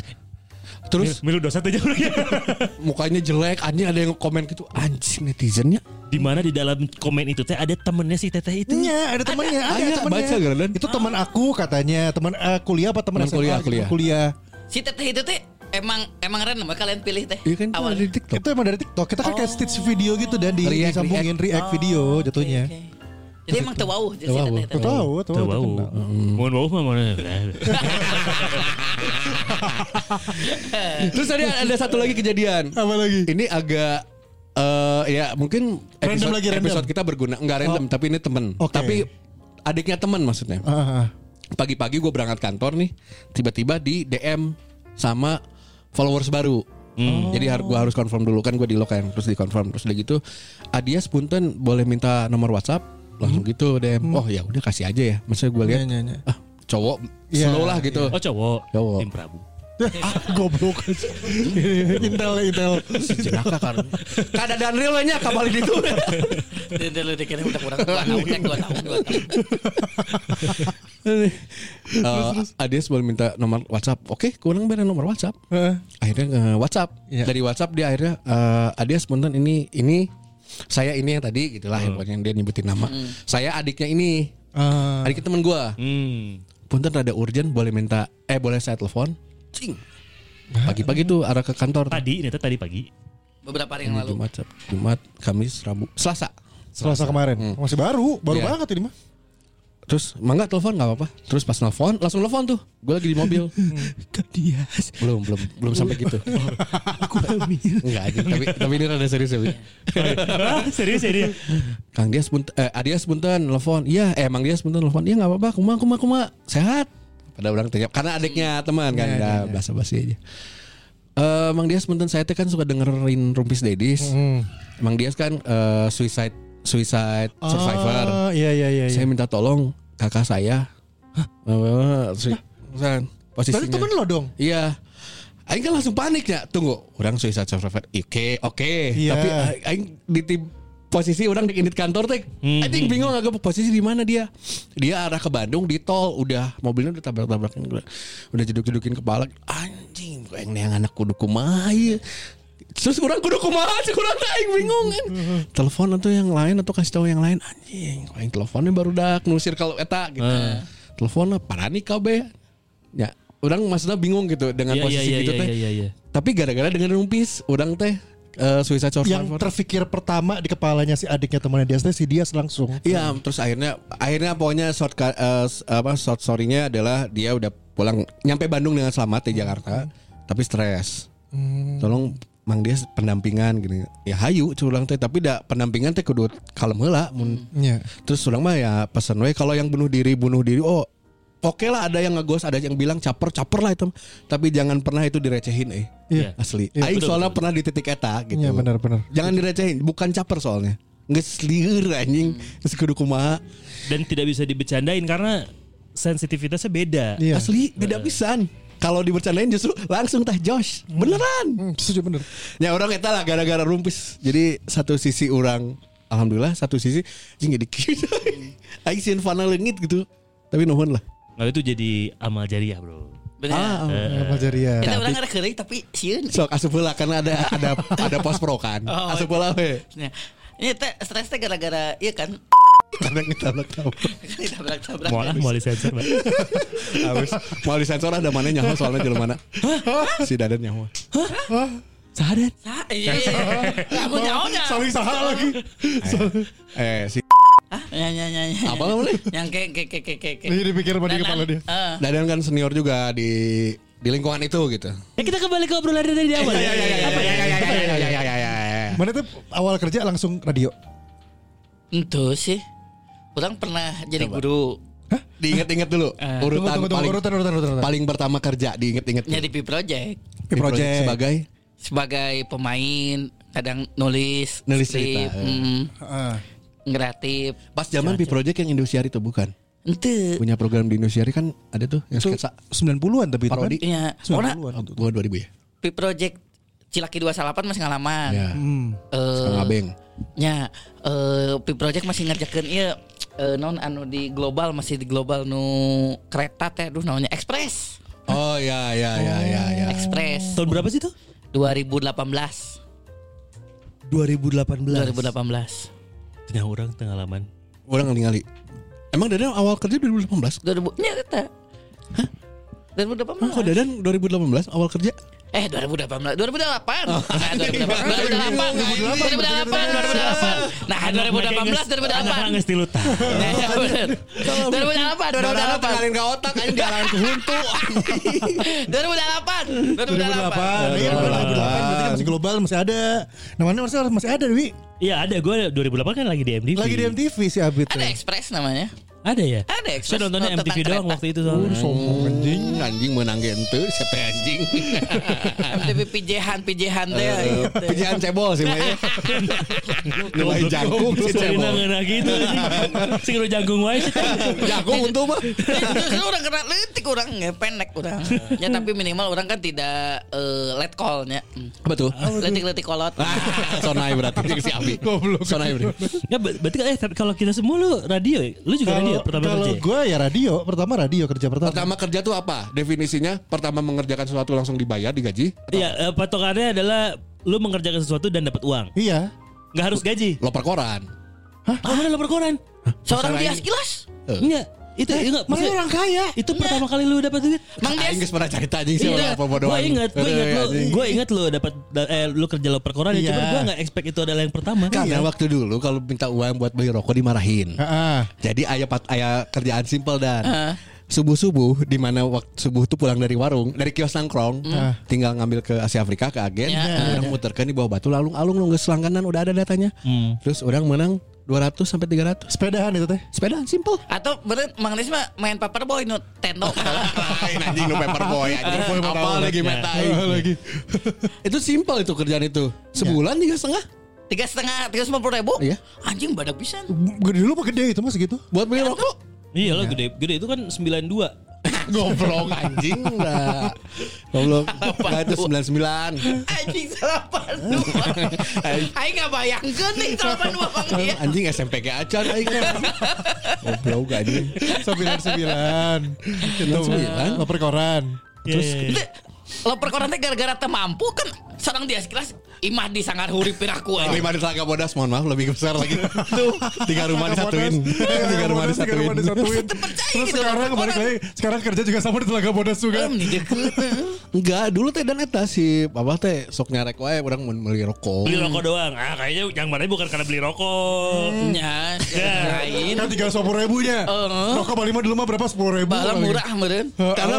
Speaker 3: Terus
Speaker 2: Milu dosa tuh jauh
Speaker 3: mukanya jelek, anjing ada yang komen gitu, anjing netizennya.
Speaker 2: di mana di dalam komen itu teh ada temennya si teteh itu
Speaker 7: Iya, ada temannya, ada,
Speaker 3: ada,
Speaker 7: temannya.
Speaker 3: baca nggak, Dan?
Speaker 7: Itu teman aku katanya, teman eh, kuliah apa teman
Speaker 3: Teman
Speaker 7: SMA?
Speaker 3: kuliah,
Speaker 7: Teman
Speaker 3: kuliah.
Speaker 5: Si teteh itu teh emang emang random ya kalian pilih teh.
Speaker 3: Iya kan itu ada
Speaker 5: Awalnya.
Speaker 3: di TikTok.
Speaker 7: Itu emang dari TikTok. Kita kan kayak stitch video gitu dan di,
Speaker 3: Oh. React, Oh,
Speaker 7: disambungin react, video jatuhnya.
Speaker 5: Oke. Jadi emang tuh wow jadi si
Speaker 7: Tahu,
Speaker 5: teteh itu.
Speaker 7: tahu, tahu.
Speaker 2: Tuh bau. Mohon bau mah mana.
Speaker 3: Terus tadi ada satu lagi kejadian.
Speaker 7: Apa lagi?
Speaker 3: Ini agak eh ya mungkin
Speaker 7: Hmm. Random
Speaker 3: episode,
Speaker 7: lagi, random. Oh.
Speaker 3: episode kita berguna nggak random tapi ini temen
Speaker 7: Oke.
Speaker 3: tapi adiknya temen maksudnya
Speaker 7: Ah, ah.
Speaker 3: pagi-pagi gue berangkat kantor nih tiba-tiba di DM sama followers baru
Speaker 7: Hmm.
Speaker 3: Hmm. jadi har gue harus confirm dulu kan gue di lock kan terus di confirm terus udah gitu Adia punten boleh minta nomor WhatsApp langsung
Speaker 7: Hmm.
Speaker 3: gitu DM oh ya udah kasih aja ya maksudnya gue lihat
Speaker 7: Iya, iya, iya.
Speaker 3: ah cowok
Speaker 7: Iya,
Speaker 3: slow lah gitu
Speaker 2: Oh cowok.
Speaker 3: Cowok.
Speaker 2: Tim Prabu.
Speaker 7: ah goblok intel intel
Speaker 3: jenaka kan kada dan real nya kabali itu
Speaker 5: Dia dulu dikirim udah kurang dua tahun, cek dua tahun, dua tahun.
Speaker 3: ada sebelum Eh, minta nomor WhatsApp oke kurang beda nomor WhatsApp
Speaker 7: Heeh.
Speaker 3: akhirnya nge WhatsApp
Speaker 7: Iya.
Speaker 3: dari WhatsApp dia akhirnya eh Adia spontan ini ini saya ini yang tadi gitulah ya pokoknya dia nyebutin nama saya adiknya ini
Speaker 7: Ah,
Speaker 3: adik temen gua
Speaker 2: Hmm.
Speaker 3: punten rada urgent boleh minta eh boleh saya telepon
Speaker 5: Cing.
Speaker 3: pagi-pagi tuh arah ke kantor
Speaker 2: Tadi, ini tadi pagi.
Speaker 5: Beberapa hari yang lalu.
Speaker 3: Jumat Sabtu, Jumat Kamis Rabu Selasa Hmm.
Speaker 7: Selasa kemarin masih baru baru
Speaker 3: Iya.
Speaker 7: banget ini mah
Speaker 3: terus mangga telepon nggak apa-apa terus pas nelfon langsung nelfon tuh gue lagi di mobil belum belum belum sampai gitu
Speaker 8: aku hamil.
Speaker 3: Enggak aja tapi tapi ini rada serius ya Bi.
Speaker 2: Ah, serius ya dia?
Speaker 3: Kang Dias punten eh Adias punten nelfon. Iya, eh Mang Dias punten nelfon. Iya enggak apa-apa, kumaha kumaha kumaha. Sehat. Pada orang tanya karena
Speaker 7: Iya.
Speaker 3: adiknya teman kan udah basa-basi aja. Eh Mang Dias punten saya teh kan suka dengerin Rumpis Dedis. Mang Dias kan eh, suicide suicide survivor.
Speaker 7: Ah, iya iya iya iya.
Speaker 3: Saya minta tolong kakak saya. Eh, Hah?
Speaker 7: berarti
Speaker 3: posisinya.
Speaker 7: temen lo dong
Speaker 3: Iya. Aing kan langsung panik ya. Tunggu, orang suicide survivor. Oke, oke.
Speaker 7: Iya.
Speaker 3: Tapi a- aing di tim posisi orang di indit kantor teh.
Speaker 2: Hmm.
Speaker 3: Aing bingung agak posisi di mana dia. Dia arah ke Bandung di tol udah mobilnya udah tabrak-tabrakan udah, udah jeduk-jedukin kepala. Anjing, aing neang anak kudu kumaha ieu? Terus kurang kudu kumaha sih kurang teh aing bingung kan. Telepon atau yang lain atau kasih tahu yang lain anjing. Aing teleponnya baru dak nusir kalau eta gitu.
Speaker 2: Hmm.
Speaker 3: Teleponnya parani kabeh. Ya, orang maksudnya bingung gitu dengan
Speaker 2: Iya,
Speaker 3: posisi
Speaker 2: iya,
Speaker 3: gitu
Speaker 2: iya,
Speaker 3: teh.
Speaker 2: iya, iya, iya.
Speaker 3: Tapi gara-gara dengan rumpis, orang teh eh suicide
Speaker 7: yang
Speaker 3: survivor.
Speaker 7: terfikir pertama di kepalanya si adiknya temannya dia si dia langsung
Speaker 3: Iya, terus akhirnya akhirnya pokoknya short ka- eh, s- apa short story-nya adalah dia udah pulang nyampe Bandung dengan selamat di Jakarta, tapi stres. Tolong Mang dia pendampingan gini. Ya hayu curang teh tapi da pendampingan teh kudu kalem heula mun
Speaker 7: Iya.
Speaker 3: Terus orang mah ya pesan we kalau yang bunuh diri bunuh diri oh oke lah ada yang ngegos ada yang bilang caper caper lah itu tapi jangan pernah itu direcehin eh
Speaker 2: Iya.
Speaker 3: asli aing soalnya pernah di titik eta gitu
Speaker 7: Iya, benar, benar.
Speaker 3: jangan direcehin bukan caper soalnya Nges liur anjing Nges kudu kumaha
Speaker 2: Dan tidak bisa dibecandain karena sensitivitasnya beda.
Speaker 7: Iya.
Speaker 3: Asli beda pisan Kalau dibercandain justru langsung tah Josh Beneran
Speaker 7: Hmm, setuju bener
Speaker 3: Ya orang eta lah gara-gara rumpis Jadi satu sisi orang Alhamdulillah satu sisi Jing jadi cute Aing sieun fana leungit gitu Tapi nuhun lah
Speaker 2: Nah,
Speaker 3: Ah,
Speaker 2: itu jadi amal jariah, Bro.
Speaker 5: Bener.
Speaker 7: apa jaria
Speaker 5: Kita orang ada kering tapi siun.
Speaker 3: Sok asup heula karena ada ada ada pos pro kan.
Speaker 5: Oh.
Speaker 3: Asup heula we.
Speaker 5: Ini teh stres teh gara-gara iya kan
Speaker 3: Karena kita belum tahu.
Speaker 5: ditabrak-tabrak.
Speaker 2: Mau lah, mau disensor. Bang.
Speaker 3: Habis mau disensor ada mana nyaho soalnya jelema mana. Si Dadan nyaho.
Speaker 2: Sahadat.
Speaker 5: Sah, iya. iya. Aku nyaona.
Speaker 7: saling salah lagi
Speaker 3: Eh si
Speaker 5: Hah? Ya ya ya. ya.
Speaker 3: apa namanya?
Speaker 5: Yang ke ke ke ke ke. ke.
Speaker 7: Ini dipikir sama di
Speaker 5: Dan-
Speaker 7: kepala dia.
Speaker 5: Eh,
Speaker 3: Dadan kan senior juga di di lingkungan itu gitu.
Speaker 2: Ya kita kembali ke obrolan dari di awal. Apa ya? Apa ya?
Speaker 3: ya ya ya.
Speaker 7: Mana tuh awal kerja langsung radio.
Speaker 5: Itu sih. Orang pernah jadi guru
Speaker 3: Diinget-inget dulu urutan
Speaker 7: tunggu, tunggu,
Speaker 3: paling
Speaker 7: urutan, urutan, urutan, urutan.
Speaker 3: paling pertama kerja diinget-inget.
Speaker 5: jadi P project
Speaker 3: Di project sebagai
Speaker 5: sebagai pemain, kadang nulis,
Speaker 3: Nulis
Speaker 5: skrip,
Speaker 3: cerita, ya.
Speaker 5: mm,
Speaker 7: Heeh.
Speaker 5: ngeratip.
Speaker 3: pas zaman P project yang Indosiar itu bukan.
Speaker 5: Ente.
Speaker 3: Punya program di Indosiar kan ada Eh. tuh Iya. yang sketsa.
Speaker 7: 90-an tapi itu
Speaker 3: Parodi.
Speaker 5: Ya, orang
Speaker 7: 90-an.
Speaker 3: Oh, Gua 2000 ya.
Speaker 5: P project Cilaki 28 masih ngalaman.
Speaker 3: Ya.
Speaker 5: Eh,
Speaker 3: Kang Abeng.
Speaker 5: nya eh P project masih ngerjakeun ieu eh, non anu di global masih di global nu kereta teh aduh namanya express.
Speaker 3: Oh ya ya ya ya ya.
Speaker 5: Express
Speaker 2: Tahun berapa sih itu?
Speaker 5: 2018.
Speaker 2: 2018.
Speaker 5: 2018.
Speaker 2: Tengah orang tengah laman.
Speaker 3: Orang ngali-ngali. Emang Dadan awal kerja 2018?
Speaker 5: 2000 nya eta. Hah?
Speaker 3: Emang kok
Speaker 5: 2018.
Speaker 3: Dadan 2018 awal kerja?
Speaker 5: Eh 2018 2008
Speaker 3: Ah.
Speaker 5: Nah 2008 2008 2008 Nah 2018
Speaker 2: Anak
Speaker 5: 2008
Speaker 2: nangis tilu tah.
Speaker 5: Nah, iya, bener. 2008 2008
Speaker 3: ke otak anjing jalan ke huntu.
Speaker 7: 2008.
Speaker 5: 2008 2008
Speaker 7: Iya, 2008 berarti kan masih global masih ada. Namanya masih masih ada Dewi.
Speaker 2: Iya ada gue 2008 kan lagi di MTV.
Speaker 7: Lagi di MTV si Abid.
Speaker 5: Ada Express namanya
Speaker 2: Ada ya?
Speaker 5: Ada Express.
Speaker 2: Saya nontonnya
Speaker 5: Tentang
Speaker 2: MTV doang
Speaker 5: kereta.
Speaker 2: waktu itu soalnya.
Speaker 3: Sombong Oh. anjing, anjing menang ente, siapa anjing?
Speaker 5: MTV pijehan pijehan teh
Speaker 3: Eh,
Speaker 5: gitu.
Speaker 3: Pijian cebol sih mah ya. Lumayan jangkung sih
Speaker 2: Kulina
Speaker 3: cebol.
Speaker 2: ngeunah gitu anjing. Sing nu jangkung wae.
Speaker 3: Jangkung untung mah.
Speaker 5: Justru orang kena letik orang ya, pendek orang. Ya tapi minimal orang kan tidak eh, let callnya.
Speaker 3: Apa tuh? Ah,
Speaker 5: Letik-letik kolot.
Speaker 3: Sonai berarti jeung si Abi.
Speaker 7: Goblok.
Speaker 3: Sonai berarti.
Speaker 2: Ya ber- berarti kan eh tapi kalau kita semua lu radio, ya? lu juga radio
Speaker 4: Kalau
Speaker 2: pertama
Speaker 4: kalau
Speaker 2: kerja. ya?
Speaker 4: gue ya radio, pertama radio kerja pertama.
Speaker 3: Pertama kerja tuh apa? Definisinya pertama mengerjakan sesuatu langsung dibayar, digaji.
Speaker 2: Iya, eh, patokannya adalah lu mengerjakan sesuatu dan dapat uang.
Speaker 4: Iya.
Speaker 2: Enggak harus gaji.
Speaker 3: Loper koran.
Speaker 2: Ah, mana lapor koran?
Speaker 5: Seorang
Speaker 3: Masalah
Speaker 5: dia
Speaker 3: ini.
Speaker 5: sekilas.
Speaker 2: Enggak. Itu enggak.
Speaker 7: Mana
Speaker 2: maksudnya-
Speaker 7: orang kaya?
Speaker 2: Itu pertama kali lu dapat duit.
Speaker 5: Mang
Speaker 3: Aing
Speaker 5: dia
Speaker 3: geus Ah, pernah cerita anjing sih
Speaker 2: Iya,
Speaker 3: orang pembodohan.
Speaker 2: gue inget, gue inget
Speaker 3: Aduh, iya,
Speaker 2: lu,
Speaker 3: anjing.
Speaker 2: gue inget lu dapat da- eh, lu kerja lo perkoran, ya
Speaker 4: Iya.
Speaker 2: cuman gue nggak expect itu adalah yang pertama. Iya.
Speaker 3: Karena waktu dulu kalau minta uang buat beli rokok dimarahin.
Speaker 7: Ah,
Speaker 4: Heeh.
Speaker 3: Jadi ayah pat, ayah kerjaan simpel dan subuh subuh di mana waktu subuh tuh pulang dari warung dari kios nangkrong tinggal ngambil ke Asia Afrika ke agen
Speaker 5: Ya.
Speaker 3: orang muterkan di bawah batu lalu alung nunggu selangganan udah ada datanya
Speaker 2: Hmm.
Speaker 3: terus orang menang 200 sampai 300
Speaker 4: Sepedahan itu teh.
Speaker 3: sepeda simple
Speaker 5: atau bener Mang Des mah main paperboy nu tendo.
Speaker 3: lain anjing lu paperboy anjing apa lagi metai lagi Iya. itu simple itu kerjaan itu sebulan tiga setengah
Speaker 5: Tiga setengah, tiga ratus lima puluh ribu.
Speaker 3: Iya.
Speaker 5: Anjing badak pisan.
Speaker 4: Gede dulu apa gede itu mas segitu?
Speaker 3: buat beli rokok
Speaker 2: Iya lo gede, gede itu kan 92
Speaker 3: goblok anjing lah goblok nah itu 99
Speaker 5: Anjing salapan dua. Aing nggak bayangkan nih salapan dua Mang dia.
Speaker 3: anjing SMPG acan aing goblok anjing
Speaker 7: Sembilan sembilan.
Speaker 3: Sembilan?
Speaker 7: Loper koran.
Speaker 2: Terus
Speaker 5: Itu Loper koran teh gara-gara teu mampu kan sarang dia sekilas imah di sangar hurip piraku aja.
Speaker 3: lima di Telaga Bodas mohon maaf lebih besar lagi tiga rumah disatuin tiga rumah
Speaker 7: Iya, Tiga rumah
Speaker 3: disatuin
Speaker 7: disatuin.
Speaker 5: Terpercaya
Speaker 7: Terus
Speaker 5: gitu,
Speaker 7: sekarang
Speaker 5: loper
Speaker 7: balik
Speaker 5: koran.
Speaker 7: lagi. Sekarang kerja juga sama di telaga bodas juga.
Speaker 5: Em, nih, deukeut.
Speaker 3: enggak dulu teh dan eta si papa teh sok nyarek wae orang mau beli rokok
Speaker 2: beli rokok doang. Ah kayaknya yang mana bukan karena beli rokok.
Speaker 5: Ya, lain.
Speaker 7: Kan tiga ratus ribunya.
Speaker 5: Heeh.
Speaker 7: Rokok Bali mah dulu mah berapa sepuluh ribu?
Speaker 5: Bala
Speaker 7: kali.
Speaker 5: murah meren.
Speaker 7: Heeh.
Speaker 3: Karena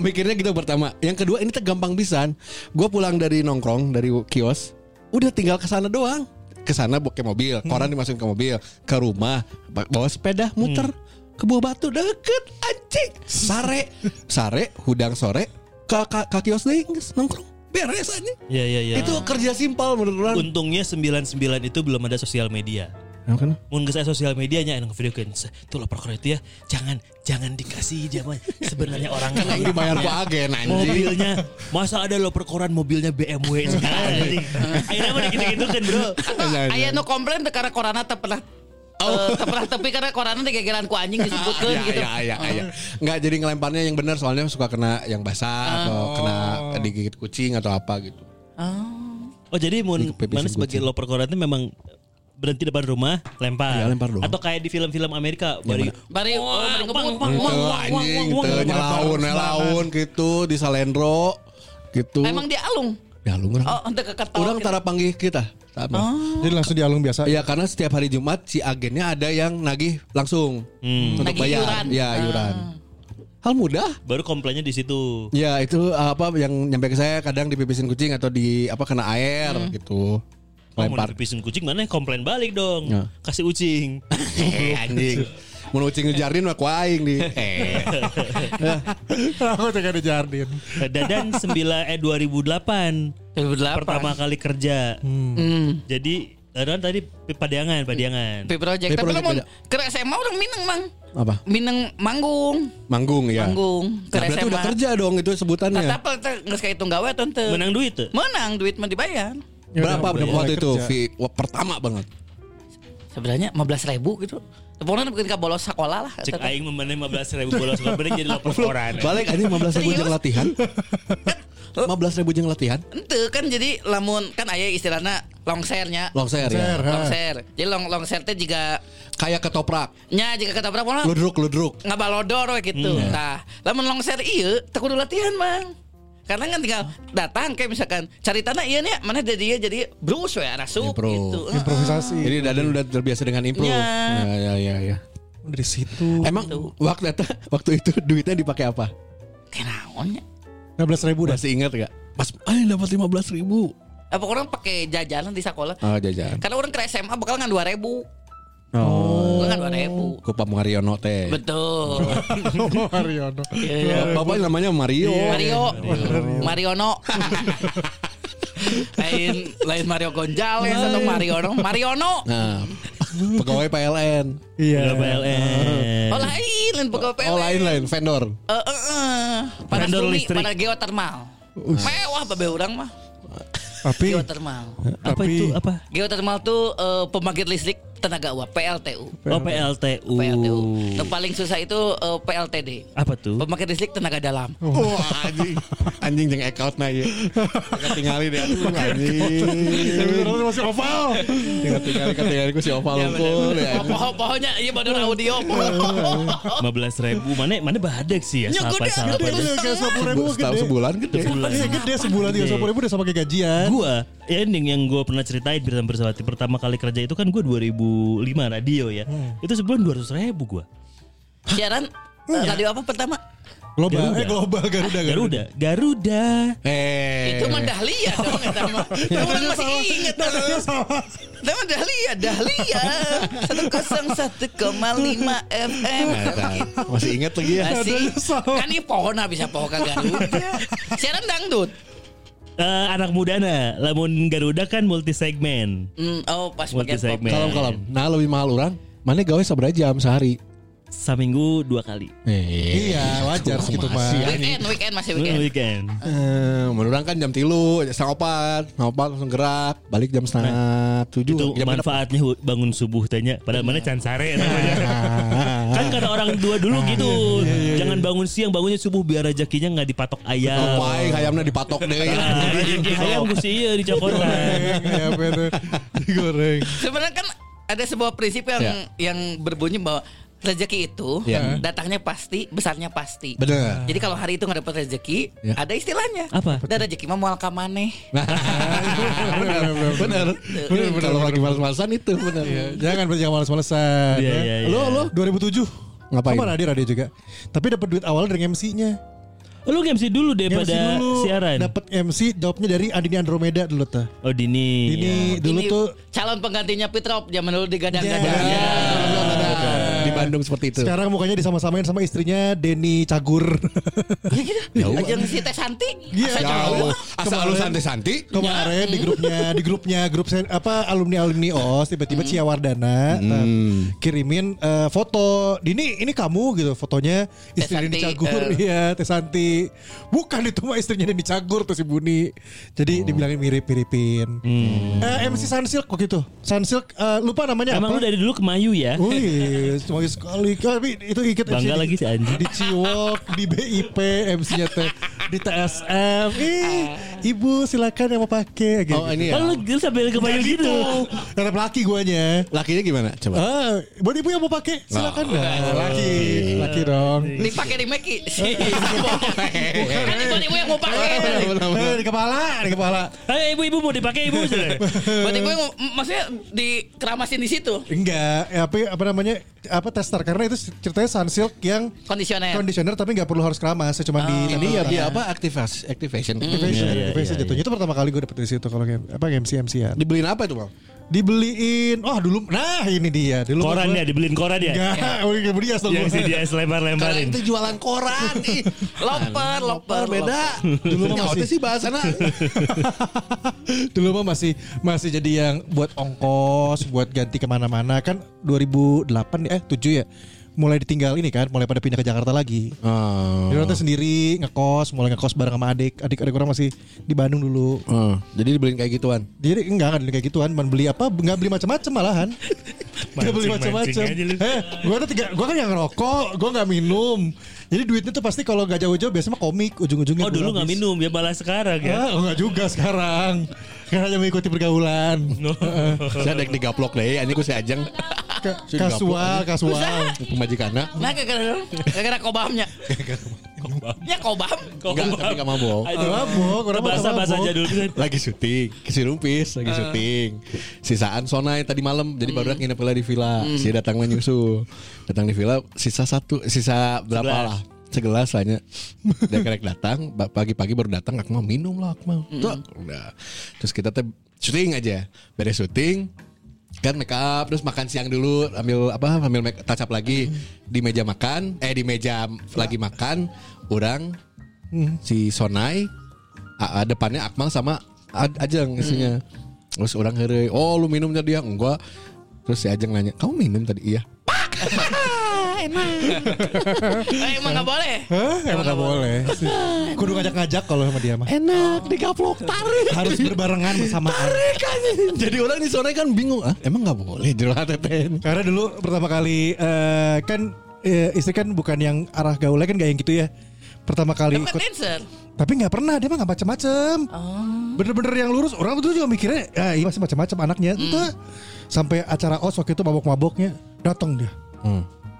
Speaker 3: mikirnya gitu pertama. Yang kedua ini teh gampang pisan. Gue pulang dari nongkrong dari kios, udah tinggal ke sana doang. Ke sana pakai mobil, koran dimasukin ke mobil, ke rumah, ba- bawa sepeda muter ke bawah batu deket anjing. Sare, sare, hudang sore ke ke, ke kios deh geus nongkrong. Beres aja.
Speaker 2: Iya iya iya.
Speaker 3: Itu kerja simpel menurut orang.
Speaker 2: Untungnya 99 itu belum ada sosial media. Mun geus aya sosial medianya anu videokeun. Tuh loper koran itu ya, jangan jangan dikasih jaman. Sebenarnya orang
Speaker 3: Yang
Speaker 2: kaya.
Speaker 3: dibayar ku agen anjing.
Speaker 2: mobilnya masa ada loper koran mobilnya BMW sekarang anjing. Akhirnya mah gitu-gitu kan bro.
Speaker 5: Aya nu komplain teh karena korana teh pernah eh, teu pernah tepi karena korana teh gegeran ku anjing disebutkeun
Speaker 3: Ya,
Speaker 5: gitu.
Speaker 3: ya, ya, ya. Nggak jadi ngelemparnya yang benar soalnya suka kena yang basah atau kena digigit kucing atau apa gitu.
Speaker 5: Oh.
Speaker 2: Oh jadi mun
Speaker 3: Ini kepepisan
Speaker 2: mana sebagai
Speaker 3: kucing.
Speaker 2: loper koran itu memang berhenti depan rumah lempar.
Speaker 3: Iya, lempar doang.
Speaker 2: Atau kayak di film-film Amerika bari
Speaker 5: Bari oh, bari
Speaker 2: pang,
Speaker 5: ngebut.
Speaker 2: pang,
Speaker 5: Wah,
Speaker 3: Teu,
Speaker 5: wah, wah,
Speaker 3: Gitu, anjing,
Speaker 5: wah,
Speaker 3: teu
Speaker 5: wah.
Speaker 3: nyelaun, nyelaun gitu di Salendro gitu.
Speaker 5: Emang dia alung.
Speaker 3: ya lu
Speaker 5: Oh,
Speaker 3: ngerang.
Speaker 5: untuk gitu. keketok.
Speaker 3: Orang tara panggil kita. Sama.
Speaker 7: Jadi langsung di alung biasa.
Speaker 3: Ya karena setiap hari Jumat si agennya ada yang nagih langsung untuk
Speaker 5: Hmm. Nagih
Speaker 3: bayar.
Speaker 5: iuran. Ah.
Speaker 3: Ya iuran. Hal mudah.
Speaker 2: baru komplainnya di situ.
Speaker 3: Ya itu apa yang nyampe ke saya kadang dipipisin kucing atau di apa kena air
Speaker 5: Hmm.
Speaker 3: gitu.
Speaker 2: Oh, mau
Speaker 3: Lempar.
Speaker 2: dipisin kucing mana komplain balik dong.
Speaker 3: Ya.
Speaker 2: Kasih ucing.
Speaker 3: Eh, anjing. Mau kucing jardin mah ku aing di. Eh.
Speaker 7: Aku cek ada jardin.
Speaker 2: Uh-uh. Dadan 9 eh 2008
Speaker 5: 2008.
Speaker 2: pertama kali kerja.
Speaker 5: Hmm.
Speaker 2: Jadi Dadan tadi padiangan, padiangan.
Speaker 5: P project.
Speaker 3: P
Speaker 5: Tapi
Speaker 3: Project
Speaker 5: lamun
Speaker 3: beda.
Speaker 5: ke SMA orang Mineng, Mang.
Speaker 3: Apa?
Speaker 5: Mineng manggung,
Speaker 3: Manggung ya.
Speaker 5: manggung ke
Speaker 3: Nah, berarti
Speaker 5: SMA.
Speaker 3: udah kerja dong itu sebutannya.
Speaker 5: Tatapel teh geus kahitung gawe tuh teu.
Speaker 2: Menang duit tuh.
Speaker 5: Menang duit mah dibayar.
Speaker 3: Berapa
Speaker 7: udah mulai
Speaker 3: waktu itu?
Speaker 7: kerja.
Speaker 3: Fi? Wah, pertama banget.
Speaker 5: Sebenarnya 15 ribu gitu. Pokoknya bikin bolos sekolah lah.
Speaker 2: Cek aing memana 15 ribu bolos bener jadi lapor koran.
Speaker 3: Balik aja 15 ribu
Speaker 5: Serius?
Speaker 3: jeng latihan. 15 ribu jeng latihan.
Speaker 5: Ente kan jadi lamun kan ayah istilahnya longsernya.
Speaker 3: Longser
Speaker 7: Longser.
Speaker 3: ya.
Speaker 5: Longser. Jadi long longser teh juga
Speaker 3: Kayak ketoprak.
Speaker 5: nya jika kata berapa lah
Speaker 3: Ludruk, ludruk.
Speaker 5: ngabalodor we gitu. Tah, lamun longser iya teu kudu latihan, Mang. Karena kan tinggal datang kayak misalkan cari tanah iya nya mana jadi jadi brus we rasuk
Speaker 3: Impro.
Speaker 5: gitu.
Speaker 7: Improvisasi.
Speaker 3: Jadi Dadan udah terbiasa dengan improve.
Speaker 5: Ya. Gitu.
Speaker 3: Ya, ya, ya, ya.
Speaker 7: Dari situ.
Speaker 3: Emang waktu itu, waktu itu duitnya dipakai apa?
Speaker 5: Kenaonnya.
Speaker 7: 16 ribu dah.
Speaker 3: Masih ingat gak? Mas, eh dapat 15 ribu.
Speaker 5: Eh, Apa orang pakai jajanan di sekolah?
Speaker 3: Oh, jajan.
Speaker 5: Karena orang ke SMA bakal ngan 2000.
Speaker 3: Oh.
Speaker 5: Gue kan 2000
Speaker 3: Ku Pak Mariono teh.
Speaker 5: Betul
Speaker 7: Mariono.
Speaker 5: Iya, iya.
Speaker 3: Bapaknya namanya Mario.
Speaker 5: Mario Mariono lain lain Mario Gonzales atau Mariono Mariono
Speaker 3: Nah, pegawai PLN.
Speaker 2: Iya. PLN.
Speaker 5: oh lain lain pegawai PLN
Speaker 3: Oh, lain-lain vendor.
Speaker 5: Eh, eh, eh. panas
Speaker 2: Vendor
Speaker 5: bumi
Speaker 2: listrik.
Speaker 5: panas geotermal mewah babe orang mah
Speaker 7: Tapi
Speaker 5: Iya, geotermal
Speaker 2: Apa
Speaker 7: Tapi-
Speaker 2: itu apa?
Speaker 5: geotermal tuh eh, pembangkit listrik tenaga uap PLTU
Speaker 2: Oh PLTU.
Speaker 5: PLTU yang paling susah itu eh, PLTD
Speaker 2: Apa tuh?
Speaker 5: pembangkit listrik tenaga dalam
Speaker 3: Wah, anjing. Anjing jeung account na ieu. Ketingali deh atuh anjing.
Speaker 7: masih oval.
Speaker 3: Ketingali ketingali ku si Opal
Speaker 5: Ya,
Speaker 3: unggul
Speaker 5: bener.
Speaker 3: ya. anjing.
Speaker 5: Poho- pohonnya iya badan audio
Speaker 2: lima belas ribu mana mana badek sih ya
Speaker 5: Ya,
Speaker 2: sahabat
Speaker 5: gede,
Speaker 2: sahabat
Speaker 5: gede.
Speaker 7: Kayak sepuluh ribu
Speaker 3: Sebu- Setahun
Speaker 7: gede.
Speaker 3: sebulan gede.
Speaker 2: Sebulan.
Speaker 7: Iya gede sebulan tiga ribu udah sama kayak gajian.
Speaker 2: gua ending yang gua pernah ceritain bersama bersawati pertama kali kerja itu kan gua 2005 radio ya itu sebulan dua ratus ribu gua
Speaker 5: siaran eh, radio apa pertama
Speaker 7: Global,
Speaker 2: Garuda.
Speaker 7: eh global Garuda Garuda.
Speaker 2: Garuda Garuda
Speaker 3: Eh.
Speaker 5: Itu mah Dahlia dong eta mah. Itu orang masih inget
Speaker 7: Dasarnya sama.
Speaker 5: Itu mah Dahlia, Dahlia. 101,5 FM.
Speaker 3: Masih ingat lagi ya.
Speaker 5: Asik. Kan ini pohon bisa pohon kagak Siaran dangdut.
Speaker 2: Eh, anak mudana lamun Garuda kan multi segmen
Speaker 5: Hmm, oh pas
Speaker 2: multi
Speaker 5: bagian pop.
Speaker 2: segmen
Speaker 3: Kalem kalem. Nah, lebih mahal orang. Mana gawe seberapa jam sehari?
Speaker 2: saminggu dua kali
Speaker 3: Eh,
Speaker 7: Iya wajar segitu mah.
Speaker 3: masih
Speaker 5: Weekend, weekend masih
Speaker 2: weekend,
Speaker 5: weekend.
Speaker 3: Eh, menurang kan jam tilu, setengah opat, setengah opat langsung gerak, balik jam setengah tujuh. Ya,
Speaker 2: itu
Speaker 3: jam
Speaker 2: manfaatnya hu- bangun subuh tanya padahal mana cansare namanya kan kata orang dua dulu gitu jangan bangun siang bangunnya subuh biar rezekinya nggak dipatok ayam
Speaker 3: Ngapain Oh, ayamnya dipatok deh.
Speaker 2: Nah, rezeki ayam gusi iya di cokotan
Speaker 7: Ya
Speaker 3: Gitu.
Speaker 7: bener digoreng.
Speaker 5: Sebenarnya kan ada sebuah prinsip
Speaker 2: Ya.
Speaker 5: yang yang berbunyi bahwa rezeki itu
Speaker 3: Ya.
Speaker 5: datangnya pasti, besarnya pasti.
Speaker 3: Bener.
Speaker 5: Jadi kalau hari itu nggak dapat rezeki,
Speaker 3: Ya.
Speaker 5: ada istilahnya.
Speaker 2: Apa?
Speaker 5: Dan rezeki mah mual kamaneh.
Speaker 3: Nah, bener, bener, bener, bener, Kalau lagi Iya. males-malesan itu bener.
Speaker 7: Jangan berarti jangan males-malesan.
Speaker 2: Iya,
Speaker 7: ya.
Speaker 2: iya,
Speaker 7: Lo
Speaker 2: iya.
Speaker 7: lo 2007
Speaker 3: Ngapain?
Speaker 7: Sama radio radio juga. Tapi dapat duit awal dari MC-nya.
Speaker 2: lu MC dulu deh
Speaker 7: MC
Speaker 2: pada
Speaker 7: dulu
Speaker 2: siaran
Speaker 7: Dapat MC jawabnya dari Andini Andromeda dulu tuh.
Speaker 2: oh dini
Speaker 7: Ini dulu
Speaker 5: Ini
Speaker 7: tuh
Speaker 5: calon penggantinya Pitrop zaman dulu digadang-gadang.
Speaker 2: Iya.
Speaker 7: Ya.
Speaker 3: Di Bandung seperti itu.
Speaker 7: sekarang mukanya disama-samain sama istrinya Denny Cagur.
Speaker 5: Ya, Ajeng si Teh Santi.
Speaker 7: Iya.
Speaker 5: Asal
Speaker 3: Jauh.
Speaker 5: jauh.
Speaker 3: Ya, Asal lu santai-santai.
Speaker 5: Iya,
Speaker 7: Kemarin
Speaker 5: eh.
Speaker 7: di grupnya di grupnya grup sen- apa alumni alumni OS tiba-tiba
Speaker 5: Hmm.
Speaker 7: Cia Wardana eh, kirimin eh, foto Dini ini kamu gitu fotonya istri Denny
Speaker 5: Santi,
Speaker 7: Cagur
Speaker 5: eh.
Speaker 7: iya Teh Santi bukan itu mah istrinya Denny Cagur tuh si Buni jadi
Speaker 5: Oh.
Speaker 7: dibilangin mirip-miripin
Speaker 5: Hmm.
Speaker 7: Eh, MC Sunsilk kok gitu Sunsilk eh, lupa namanya
Speaker 2: emang
Speaker 7: apa Oh,
Speaker 2: lu dari dulu kemayu ya
Speaker 7: Wih, semua sekali tapi itu ikut
Speaker 2: Bangga
Speaker 7: di-
Speaker 2: lagi si anjing.
Speaker 7: Di Ciwok, di BIP, MC-nya teh di TSM. Ih, ibu silakan yang mau pakai gitu.
Speaker 3: Oh ini ya.
Speaker 2: Oh, lu gila sampai kemayu gitu.
Speaker 7: Tetap laki guanya.
Speaker 3: Lakinya gimana? Coba.
Speaker 7: Ah, buat ibu yang mau pakai silakan dah. Laki, laki dong. Eh,
Speaker 5: Dipakai di Meki.
Speaker 3: Iya.
Speaker 5: Bukan Kan itu ibu yang mau pakai.
Speaker 7: Eh, di kepala, di kepala.
Speaker 2: Ayo ibu-ibu mau dipakai ibu.
Speaker 5: Buat ibu yang mau- maksudnya dikeramasin di situ.
Speaker 7: Enggak, eh, apa apa namanya? Apa tester karena itu ceritanya sunsilk yang
Speaker 5: Kondisioner.
Speaker 7: conditioner tapi nggak perlu harus keramas, cuma di
Speaker 3: Ini ya dia apa Hmm. aktivasi activation.
Speaker 7: Activation,
Speaker 2: Iya, iya,
Speaker 7: activation
Speaker 2: iya,
Speaker 7: jatuhnya itu pertama kali gue dapet dari situ kalau game apa MC MC ya.
Speaker 3: Dibeliin apa itu, Bang?
Speaker 7: Dibeliin, wah dulu, nah ini dia dulu.
Speaker 2: Koran ya
Speaker 7: dia,
Speaker 2: dibeliin koran ya.
Speaker 7: Enggak, oh iya, berias dong.
Speaker 2: Yang si dia lebar-lemparin.
Speaker 3: Itu jualan koran ih.
Speaker 5: Loper, loper,
Speaker 3: Beda.
Speaker 7: Dulu mah
Speaker 3: Nyawa
Speaker 7: masih-
Speaker 3: sih bahasana.
Speaker 7: dulu mah masih masih jadi yang buat ongkos, buat ganti kemana-mana kan 2008 eh 7 ya mulai ditinggal ini kan, mulai pada pindah ke Jakarta lagi.
Speaker 3: Oh.
Speaker 7: Dia orang sendiri ngekos, mulai ngekos bareng sama adik, adik-adik orang masih di Bandung dulu.
Speaker 3: Oh, jadi dibeliin kayak gituan.
Speaker 7: Jadi enggak kan kayak gituan, man beli apa? Enggak beli macam-macam malahan. Enggak beli
Speaker 2: Mancing-mancing
Speaker 7: macam-macam.
Speaker 2: aja lu.
Speaker 7: Eh, gua tuh tiga, gua kan yang rokok, gua nggak minum. Jadi duitnya tuh pasti kalau nggak jauh-jauh biasanya mah komik ujung-ujungnya.
Speaker 2: Oh
Speaker 7: gua
Speaker 2: dulu nggak
Speaker 7: habis.
Speaker 2: minum ya malah sekarang ya.
Speaker 7: Ah, oh, nggak juga sekarang. Sekarang hanya mengikuti pergaulan.
Speaker 3: Saya dek digaplok deh, ini gue si Ajeng
Speaker 7: Ka-
Speaker 3: Sudah
Speaker 7: kasual, kasual.
Speaker 3: pemajikannya.
Speaker 5: Nah, gara-gara gara-gara kobamnya. Ya kobam.
Speaker 3: Enggak, tapi enggak mabok.
Speaker 2: Aduh,
Speaker 7: mabok, orang mah
Speaker 2: bahasa bahasa
Speaker 7: mabok.
Speaker 2: jadul Ah. pisan.
Speaker 3: Lagi syuting, si Rumpis lagi syuting. Sisaan Sonai tadi malam, jadi
Speaker 2: Hmm.
Speaker 3: baru nginep lah di villa. Si datang menyusul. Datang di villa sisa satu, sisa berapa
Speaker 2: Segelas.
Speaker 3: lah? segelas hanya dia kerek datang ba- pagi-pagi baru datang Akmal
Speaker 2: Hmm.
Speaker 3: minum lah Akmal Tuh, udah terus kita teh syuting aja beres syuting kan make up terus makan siang dulu ambil apa ambil make touch up lagi di meja makan eh di meja lagi makan orang si Sonai a- a- depannya Akmal sama A- Ajeng isinya terus orang heureuy oh lu minum tadi ya enggak terus si Ajeng nanya kamu minum tadi iya
Speaker 5: Eh, emang nggak boleh.
Speaker 7: Hah? Emang gak boleh sih. Kudu ngajak-ngajak kalau sama dia mah
Speaker 3: enak digaplok tarik
Speaker 7: Harus berbarengan bersamaan
Speaker 3: jadi orang di Sonai kan bingung ah emang nggak boleh jelas TTN
Speaker 7: Karena dulu pertama kali eh, Kan eh, istri kan bukan yang arah gaulnya kan gak yang gitu ya Pertama kali
Speaker 5: Bukan
Speaker 7: ikut
Speaker 5: dancer.
Speaker 7: Tapi nggak pernah dia mah nggak macem-macem.
Speaker 5: Oh.
Speaker 7: Bener-bener yang lurus orang tuh juga mikirnya ah, ini masih macem-macem anaknya.
Speaker 5: Hmm.
Speaker 7: Entah. Sampai acara os waktu itu mabok-maboknya datang dia.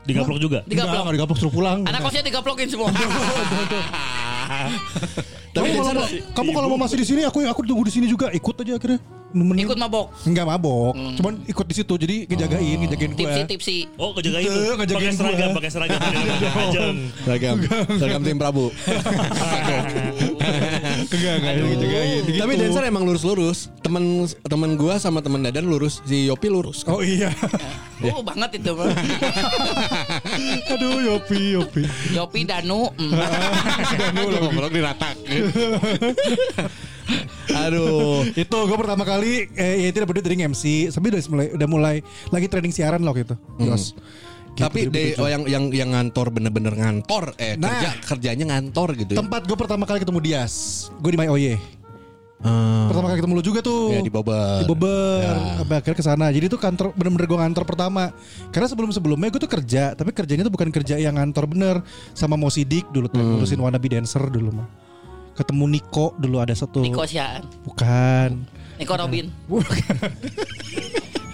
Speaker 2: Digaplok juga.
Speaker 5: Digaplok.
Speaker 7: Enggak, enggak digaplok suruh pulang.
Speaker 5: Anak kosnya digaplokin semua. Oh,
Speaker 7: Kamu
Speaker 5: iya,
Speaker 7: kalau mau, kamu kalau mau masuk di sini aku aku tunggu di sini juga ikut aja akhirnya. Nemenin.
Speaker 5: Ikut mabok. Hmm. Oh.
Speaker 7: Enggak mabok, cuman ikut di situ jadi ngejagain, ngejagain gue.
Speaker 5: Tipsi tipsi.
Speaker 2: Oh ngejagain
Speaker 7: Tuh,
Speaker 2: lu pakai
Speaker 7: ngejagain
Speaker 2: seragam,
Speaker 7: gua.
Speaker 2: pakai seragam. Ajeng.
Speaker 3: seragam seragam tim Prabu
Speaker 7: Enggak, enggak ngejagain. gitu.
Speaker 3: Tapi dancer emang lurus-lurus. Temen temen gua sama temen Dadan lurus, si Yopi lurus.
Speaker 7: Oh iya.
Speaker 5: Oh banget itu mah.
Speaker 7: Aduh, Yopi, Yopi.
Speaker 5: Yopi Danu. mm.
Speaker 3: goblok diratak. Aduh.
Speaker 7: itu gue pertama kali eh, ya tidak peduli dari MC tapi udah mulai udah mulai lagi training siaran loh gitu
Speaker 5: Hmm.
Speaker 7: Yos. Gitu,
Speaker 3: Tapi
Speaker 7: jadi
Speaker 3: de,
Speaker 7: begitu.
Speaker 3: oh, yang yang yang ngantor bener-bener ngantor eh
Speaker 7: Nah.
Speaker 3: kerja kerjanya ngantor gitu. ya.
Speaker 7: tempat gue pertama kali ketemu Dias gue di My Oye
Speaker 3: Eh,
Speaker 7: pertama kali ketemu lu juga tuh
Speaker 3: ya, di Bobber.
Speaker 7: di Bobber
Speaker 3: Ya.
Speaker 7: Sampai akhirnya kesana jadi tuh kantor bener-bener gue ngantor pertama karena sebelum sebelumnya gue tuh kerja tapi kerjanya tuh bukan kerja yang ngantor bener sama Mo Sidik dulu tuh
Speaker 3: Hmm.
Speaker 7: ngurusin wannabe dancer dulu mah ketemu Niko dulu ada satu
Speaker 5: Niko Siaan.
Speaker 7: bukan
Speaker 5: Niko Robin.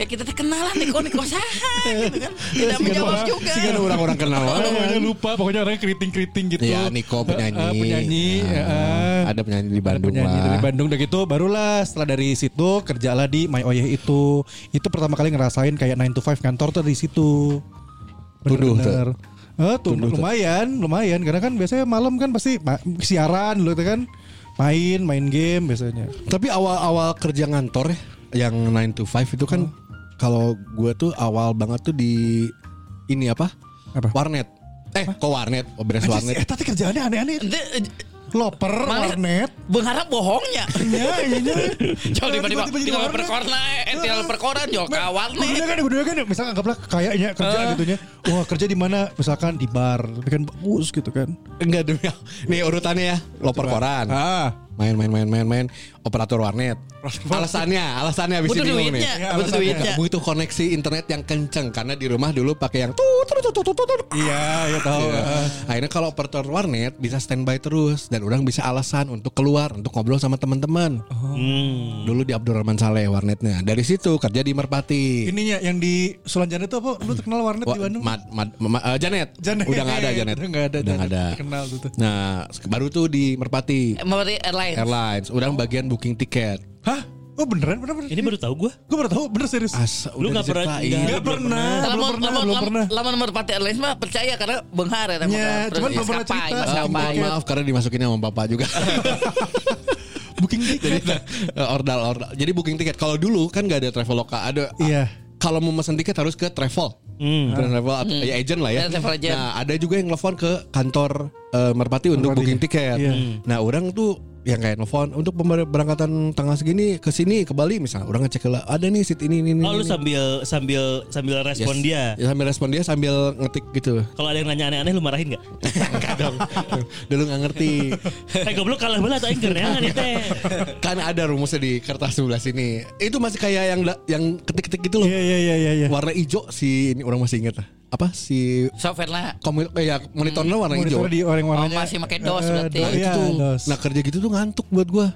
Speaker 5: Ya kita teh kenalan Niko Niko Siaan. gitu kan.
Speaker 7: Iya,
Speaker 5: Tidak menjawab juga.
Speaker 3: Sih kan orang-orang kenal
Speaker 7: Pokoknya
Speaker 3: orang.
Speaker 7: lupa pokoknya orang keriting-keriting gitu
Speaker 3: Ya Niko penyanyi.
Speaker 7: Eh, eh, penyanyi
Speaker 3: Ya,
Speaker 7: eh, eh.
Speaker 3: ada penyanyi di
Speaker 7: Ada
Speaker 3: Bandung
Speaker 7: penyanyi dari
Speaker 3: lah.
Speaker 7: Bandung udah gitu barulah setelah dari situ kerjalah di My Oye itu itu pertama kali ngerasain kayak 9 to 5 kantor tuh di situ
Speaker 3: Tuduh tuh.
Speaker 7: Bener-bener. Eh, tuh
Speaker 3: Tuduh tuh.
Speaker 7: lumayan lumayan karena kan biasanya malam kan pasti ma- siaran dulu tuh kan main main game biasanya
Speaker 3: Tapi awal-awal kerja ngantor ya, yang 9 to 5 itu
Speaker 7: Hmm.
Speaker 3: kan kalau gue tuh awal banget tuh di ini apa?
Speaker 7: Apa?
Speaker 3: Warnet. Eh, kok warnet? Oh, beres
Speaker 7: Anjir,
Speaker 3: warnet.
Speaker 7: eh, tapi kerjaannya aneh-aneh
Speaker 5: Ente, eh,
Speaker 7: loper
Speaker 5: Mana-
Speaker 7: warnet
Speaker 5: Mengharap bohongnya.
Speaker 7: ya iya iya.
Speaker 5: Jauh tiba-tiba
Speaker 7: Tiba-tiba jadi
Speaker 5: tinggal
Speaker 7: warnet.
Speaker 5: perkorna, eh tinggal perkoran, jauh ke warnet.
Speaker 7: Kudunya kan, kudunya kan, misalkan anggaplah kayaknya kerja gitunya. Wah kerja di mana? Misalkan di bar, tapi kan bagus gitu kan.
Speaker 3: Enggak demi. Nih urutannya ya, loper koran.
Speaker 7: Ah,
Speaker 3: Main main main main main operator warnet. Alasannya, alasannya habis
Speaker 5: Butuh
Speaker 3: ini bingung
Speaker 5: duitnya,
Speaker 3: nih.
Speaker 5: butuh duitnya.
Speaker 3: Butuh koneksi internet yang kenceng karena di rumah dulu pakai yang tut, tut, tut, tut, tut, tut.
Speaker 7: Iya, ya tahu.
Speaker 3: Iya. Akhirnya kalau operator warnet bisa standby terus dan orang bisa alasan untuk keluar untuk ngobrol sama teman-teman.
Speaker 2: Hmm.
Speaker 3: Dulu di Abdurrahman Saleh warnetnya. Dari situ kerja di Merpati.
Speaker 7: Ininya yang di Sulanjana itu apa? Lu terkenal warnet
Speaker 3: Iya. Wah,
Speaker 7: di Bandung?
Speaker 3: Mad- Mad- Ma- eh, Janet.
Speaker 7: Janet.
Speaker 3: Udah nggak ada Janet.
Speaker 7: Udah nggak ada,
Speaker 3: Udah nggak
Speaker 7: Janet.
Speaker 3: ada.
Speaker 7: Terkenal tuh tuh.
Speaker 3: Nah, baru tuh di Merpati
Speaker 5: Memberi airline.
Speaker 3: Airlines. Udah bagian booking tiket.
Speaker 7: Hah? Oh beneran, bener bener.
Speaker 2: Ini baru tahu gue.
Speaker 7: gue baru tahu, bener serius.
Speaker 3: As,
Speaker 2: Lu
Speaker 3: udah
Speaker 2: nggak pernah-
Speaker 3: diceritain.
Speaker 2: nggak-
Speaker 7: Gak pernah,
Speaker 5: Lama,
Speaker 7: belum pernah,
Speaker 5: lama,
Speaker 7: belum
Speaker 5: lama,
Speaker 7: pernah.
Speaker 5: lama nomor Pati Airlines mah percaya karena benghar ya.
Speaker 7: Ya, cuman belum pernah cerita.
Speaker 3: Ah, maaf, maaf karena dimasukinnya sama bapak juga.
Speaker 7: Booking tiket.
Speaker 2: nah,
Speaker 3: Eh, ordal ordal. Jadi booking tiket. Kalau dulu kan nggak ada traveloka, ada
Speaker 7: Iya.
Speaker 3: Kalau mau pesan tiket harus ke travel.
Speaker 2: Hmm.
Speaker 3: Brand travel atau- ya agent lah ya.
Speaker 5: Brand Hmm. travel agent.
Speaker 3: Nah, ada juga yang nelfon ke kantor eh, Merpati untuk
Speaker 7: Merpati.
Speaker 3: booking tiket.
Speaker 7: Iya.
Speaker 5: Hmm.
Speaker 3: Nah, orang tuh yang kayak nelfon untuk pemberangkatan tanggal segini ke sini ke Bali misalnya orang ngecek lah ada nih seat ini ini ini.
Speaker 2: Oh lu
Speaker 3: ini.
Speaker 2: sambil sambil sambil
Speaker 3: Yes.
Speaker 2: respon dia.
Speaker 3: Ya, sambil respon dia sambil ngetik gitu.
Speaker 2: Kalau ada yang nanya aneh-aneh lu marahin gak? Enggak dong.
Speaker 3: Dulu nggak ngerti.
Speaker 2: Eh goblok kalah bala tuh aing kerenangan ya teh.
Speaker 3: kan ada rumusnya di kertas sebelah sini. Itu masih kayak yang yang ketik-ketik gitu loh.
Speaker 7: Iya, iya, iya, iya. iya.
Speaker 3: Warna hijau si ini orang masih ingat lah. Apa si
Speaker 5: Soferna.
Speaker 3: komu, eh, ya, monitornya warna hijau.
Speaker 7: Hmm, Monitor di orang
Speaker 5: Oh,
Speaker 7: warnanya.
Speaker 5: masih pakai dos
Speaker 7: Eh,
Speaker 5: berarti.
Speaker 7: dos.
Speaker 3: Nah, itu
Speaker 7: Iya,
Speaker 3: tuh.
Speaker 7: dos.
Speaker 3: Nah, kerja gitu tuh ngantuk buat gua.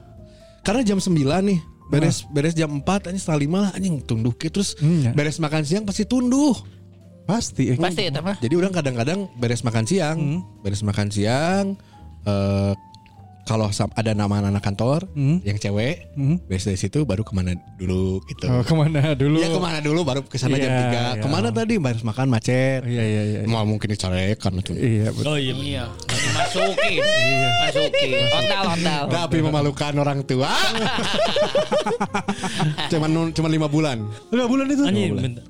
Speaker 3: Karena jam 9 nih. Beres beres jam 4 anjing setengah 5 lah anjing tunduk ke terus
Speaker 7: Nah. Hmm, ya.
Speaker 3: beres makan siang pasti tunduh.
Speaker 7: Pasti. eh.
Speaker 5: Pasti ya, mah.
Speaker 3: Jadi orang kadang-kadang beres makan siang,
Speaker 7: Hmm.
Speaker 3: beres makan siang eh kalau sam- ada nama anak kantor
Speaker 7: Hmm.
Speaker 3: yang cewek, beres dari situ baru kemana dulu gitu.
Speaker 7: Oh, kemana dulu?
Speaker 3: Ya kemana dulu baru ke sana jam
Speaker 7: Iya, iya.
Speaker 3: 3. Kemana tadi? Baris makan macet.
Speaker 7: Iya, iya, iya.
Speaker 3: kan Mau mungkin dicarekan tuh.
Speaker 7: Iya, betul.
Speaker 2: Oh iya.
Speaker 5: Iya. masukin
Speaker 7: Iya.
Speaker 5: masukin ontal ontal
Speaker 3: Tapi memalukan orang tua. cuman cuman lima bulan.
Speaker 7: Udah bulan itu.
Speaker 2: Anjing, bentar.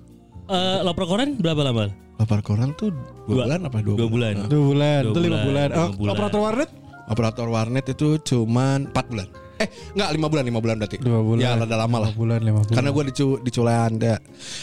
Speaker 2: Eh, lapor koran berapa lama?
Speaker 3: Lapor koran tuh dua, bulan apa dua,
Speaker 2: Dua bulan.
Speaker 7: Dua bulan, Nah.
Speaker 2: Dua
Speaker 7: itu lima
Speaker 2: bulan,
Speaker 7: bulan. Oh,
Speaker 2: lima bulan.
Speaker 7: operator warnet?
Speaker 3: Operator warnet itu cuman empat bulan. Eh enggak lima bulan lima bulan berarti.
Speaker 7: Dua bulan.
Speaker 3: Ya rada lama lah.
Speaker 7: Dua bulan, lima bulan.
Speaker 3: Karena gue dicu diculai anda.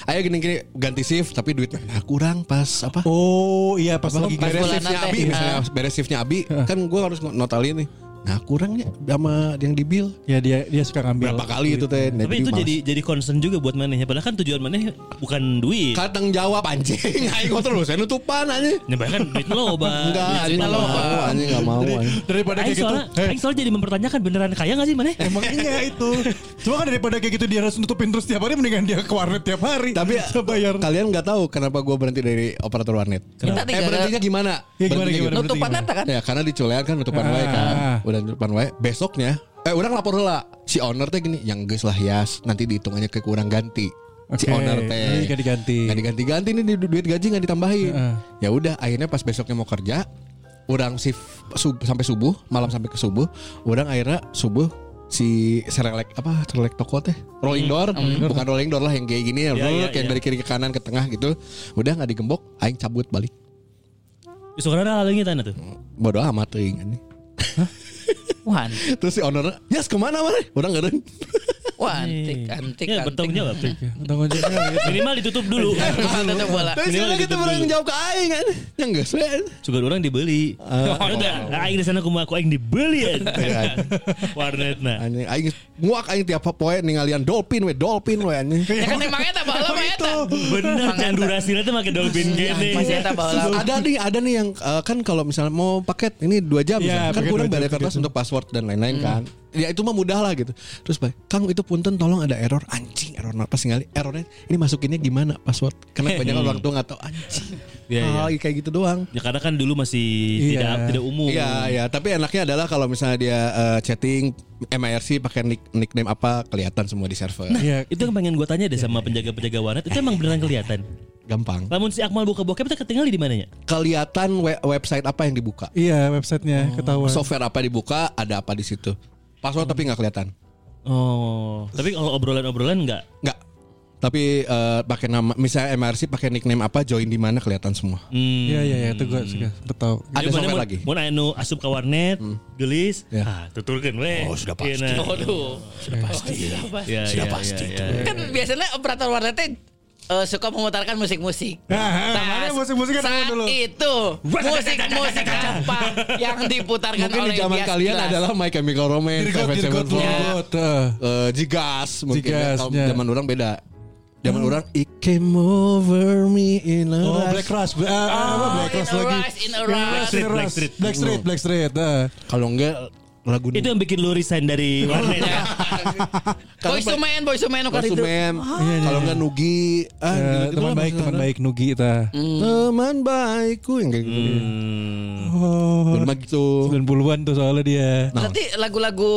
Speaker 3: Ayo gini-gini ganti shift tapi duitnya nah, kurang pas apa?
Speaker 7: Oh iya pas
Speaker 3: Apa?
Speaker 7: lagi
Speaker 5: Pas
Speaker 3: beres
Speaker 5: bulanan
Speaker 3: shiftnya
Speaker 5: teh.
Speaker 3: Abi
Speaker 5: Ah.
Speaker 3: misalnya beres shiftnya Abi kan gue harus notalin nih. Nah kurangnya sama yang di bill
Speaker 7: Ya dia dia suka ngambil.
Speaker 3: berapa kali itu teh? Nah,
Speaker 2: Tapi itu
Speaker 3: malas.
Speaker 2: jadi jadi concern juga buat manehnya. Padahal kan tujuan maneh bukan duit.
Speaker 3: kadang jawab anjing. Ayo terus saya nutupan anjing.
Speaker 2: Ya bahkan duit lo, Bang.
Speaker 3: Enggak,
Speaker 2: Duit
Speaker 3: anjing
Speaker 2: Ah, iya, lo,
Speaker 3: enggak
Speaker 2: Bang.
Speaker 3: mau, anjing enggak mau. anjing.
Speaker 7: Daripada
Speaker 2: Aing
Speaker 7: kayak gitu.
Speaker 2: soalnya, Aing soalnya jadi mempertanyakan beneran kaya gak sih maneh?
Speaker 7: Emang iya itu. Cuma kan daripada kayak gitu dia harus nutupin terus tiap hari mendingan dia ke warnet tiap hari.
Speaker 3: Tapi
Speaker 5: ya,
Speaker 7: Bisa bayar.
Speaker 3: kalian nggak tahu kenapa gue berhenti dari operator warnet.
Speaker 5: Kenapa?
Speaker 3: Eh berhentinya gimana?
Speaker 7: Ya, gimana,
Speaker 3: Berhentinya
Speaker 7: gimana?
Speaker 5: nutupan nata kan
Speaker 3: Ya karena diculean kan nutupan
Speaker 7: Ah.
Speaker 3: wae kan. Udah nutupan wae. Besoknya eh orang lapor lah si owner teh gini yang geus lah yas nanti dihitungannya ke kurang ganti. Si
Speaker 7: Oke.
Speaker 3: owner teh.
Speaker 7: Jadi nggak diganti. Ah.
Speaker 3: Nggak diganti-ganti nih du- duit gaji nggak ditambahin.
Speaker 7: Heeh.
Speaker 3: Ya udah akhirnya pas besoknya mau kerja orang shift sub, sampai subuh, malam sampai ke subuh, orang akhirnya subuh si serelek apa serelek toko teh Hmm. rolling door bukan rolling door lah yang kayak gini ya,
Speaker 2: Ya, ya, ya.
Speaker 3: kayak dari kiri ke kanan ke tengah gitu udah nggak digembok aing cabut balik
Speaker 2: Besok ada hal lagi tanya tuh.
Speaker 3: bodoh amat teuing anjing.
Speaker 5: wantik
Speaker 3: Terus si owner, yes kemana mana? Orang ngeren.
Speaker 7: Iya.
Speaker 5: wantik antik
Speaker 2: Ya bertanggung jawab tuh.
Speaker 3: Gitu.
Speaker 7: Tanggung jawab.
Speaker 2: Minimal ditutup dulu.
Speaker 5: Mana bola
Speaker 3: Terus
Speaker 2: Minimal
Speaker 3: dia kita
Speaker 7: gitu
Speaker 2: ditutup
Speaker 3: orang
Speaker 2: dulu.
Speaker 3: jawab ke aing kan. Yang enggak sweat.
Speaker 2: Juga orang dibeli. Ya Udah, Nah, aing di sana kumaha aku aing dibeli ya. Warnetna.
Speaker 3: Anjing aing nguak aing tiap poe ningalian dolphin we dolphin we anjing.
Speaker 5: ya kan emangnya tak bala mah eta
Speaker 2: Bener can durasinya tuh make dolphin gini.
Speaker 5: masih eta bala
Speaker 3: Terus ya, ada nih ada nih yang eh, kan kalau misalnya mau paket ini dua jam
Speaker 7: Iya,
Speaker 3: misalnya. kan
Speaker 7: paket
Speaker 3: kurang
Speaker 7: dua jam, Hmm.
Speaker 3: bayar kertas
Speaker 7: gitu.
Speaker 3: untuk password dan lain-lain kan ya itu mah mudah lah gitu terus baik Kang itu punten tolong ada error anjing error apa sih ngali errornya ini masukinnya gimana password karena banyak orang tua nggak tahu anjing
Speaker 2: Iya, iya.
Speaker 3: hal kayak gitu doang
Speaker 2: Ya karena kan dulu masih tidak
Speaker 7: Iya.
Speaker 2: tidak umum.
Speaker 3: Iya, iya. Tapi enaknya adalah kalau misalnya dia eh, chatting MIRC pakai nick- nickname apa kelihatan semua di server.
Speaker 7: Iya.
Speaker 2: Itu yang pengen gue tanya deh sama penjaga-penjaga warnet Itu emang beneran kelihatan
Speaker 3: Gampang.
Speaker 2: Namun si Akmal buka bokep itu ketinggalan di mananya
Speaker 3: Kelihatan we- website apa yang dibuka,
Speaker 7: Iya websitenya
Speaker 5: Oh,
Speaker 7: ketahuan.
Speaker 3: software apa dibuka, ada apa di situ. Password tapi nggak kelihatan.
Speaker 2: Oh Tapi kalau obrolan-obrolan nggak
Speaker 3: Nggak. Tapi eh, pakai nama, misalnya MIRC pakai nickname apa, join di mana kelihatan semua.
Speaker 2: Hmm.
Speaker 7: Iya iya iya itu gue suka sempet tahu.
Speaker 3: Ada
Speaker 5: Nah,
Speaker 2: Jadi mana
Speaker 3: software
Speaker 2: mun-
Speaker 3: lagi.
Speaker 2: Mun anu asup ke warnet, gelis,
Speaker 3: Ya.
Speaker 2: ah tuturkeun we.
Speaker 3: Oh, sudah pasti.
Speaker 2: Iya, nah.
Speaker 5: waduh sudah pasti sudah pasti
Speaker 2: Ya,
Speaker 3: Sudah
Speaker 2: ya,
Speaker 3: pasti
Speaker 2: ya,
Speaker 3: itu.
Speaker 2: ya.
Speaker 5: kan biasanya operator warnet teh eh, suka memutarkan musik-musik.
Speaker 7: Ah, ah,
Speaker 5: nah,
Speaker 7: makanya musik-musik kan
Speaker 5: saat
Speaker 7: dulu.
Speaker 5: itu musik-musik apa yang diputarkan
Speaker 3: Mungkin
Speaker 5: oleh
Speaker 3: di zaman
Speaker 5: Bias
Speaker 3: kalian
Speaker 5: Gilas?
Speaker 3: adalah My Chemical Romance,
Speaker 7: Dirgot
Speaker 3: Seven
Speaker 5: Iya.
Speaker 7: dirgot
Speaker 3: Sevenfold.
Speaker 7: dirgot. eh.
Speaker 3: Eh, jigas mungkin ya.
Speaker 7: Jigas,
Speaker 3: Kalau
Speaker 7: ya.
Speaker 3: zaman orang beda. Zaman orang it came over me in a
Speaker 7: Oh
Speaker 3: rush.
Speaker 7: Black Rush, Eh, eh, apa Black
Speaker 5: Ah, in
Speaker 7: Rush
Speaker 5: a
Speaker 7: lagi.
Speaker 5: rush, in a rush.
Speaker 7: Black Street, Black Street, Black Street. eh.
Speaker 3: Kalau enggak lagu
Speaker 2: Itu yang bikin lu resign dari warnet
Speaker 3: Iya.
Speaker 2: ya.
Speaker 5: Boys to men, boys to men waktu itu. Ah.
Speaker 3: konsumen.
Speaker 7: Iya,
Speaker 3: Kalau enggak Nugi, ah,
Speaker 7: Eh,
Speaker 3: gitu-gitu
Speaker 7: teman
Speaker 3: lah
Speaker 7: baik, teman
Speaker 3: maksudnya.
Speaker 7: baik Nugi kita.
Speaker 5: Mm.
Speaker 3: Teman baikku yang kayak gitu.
Speaker 7: Hmm.
Speaker 2: Hmm.
Speaker 7: Oh,
Speaker 3: Bener gitu.
Speaker 7: 90-an tuh soalnya dia.
Speaker 3: Nah.
Speaker 5: Berarti lagu-lagu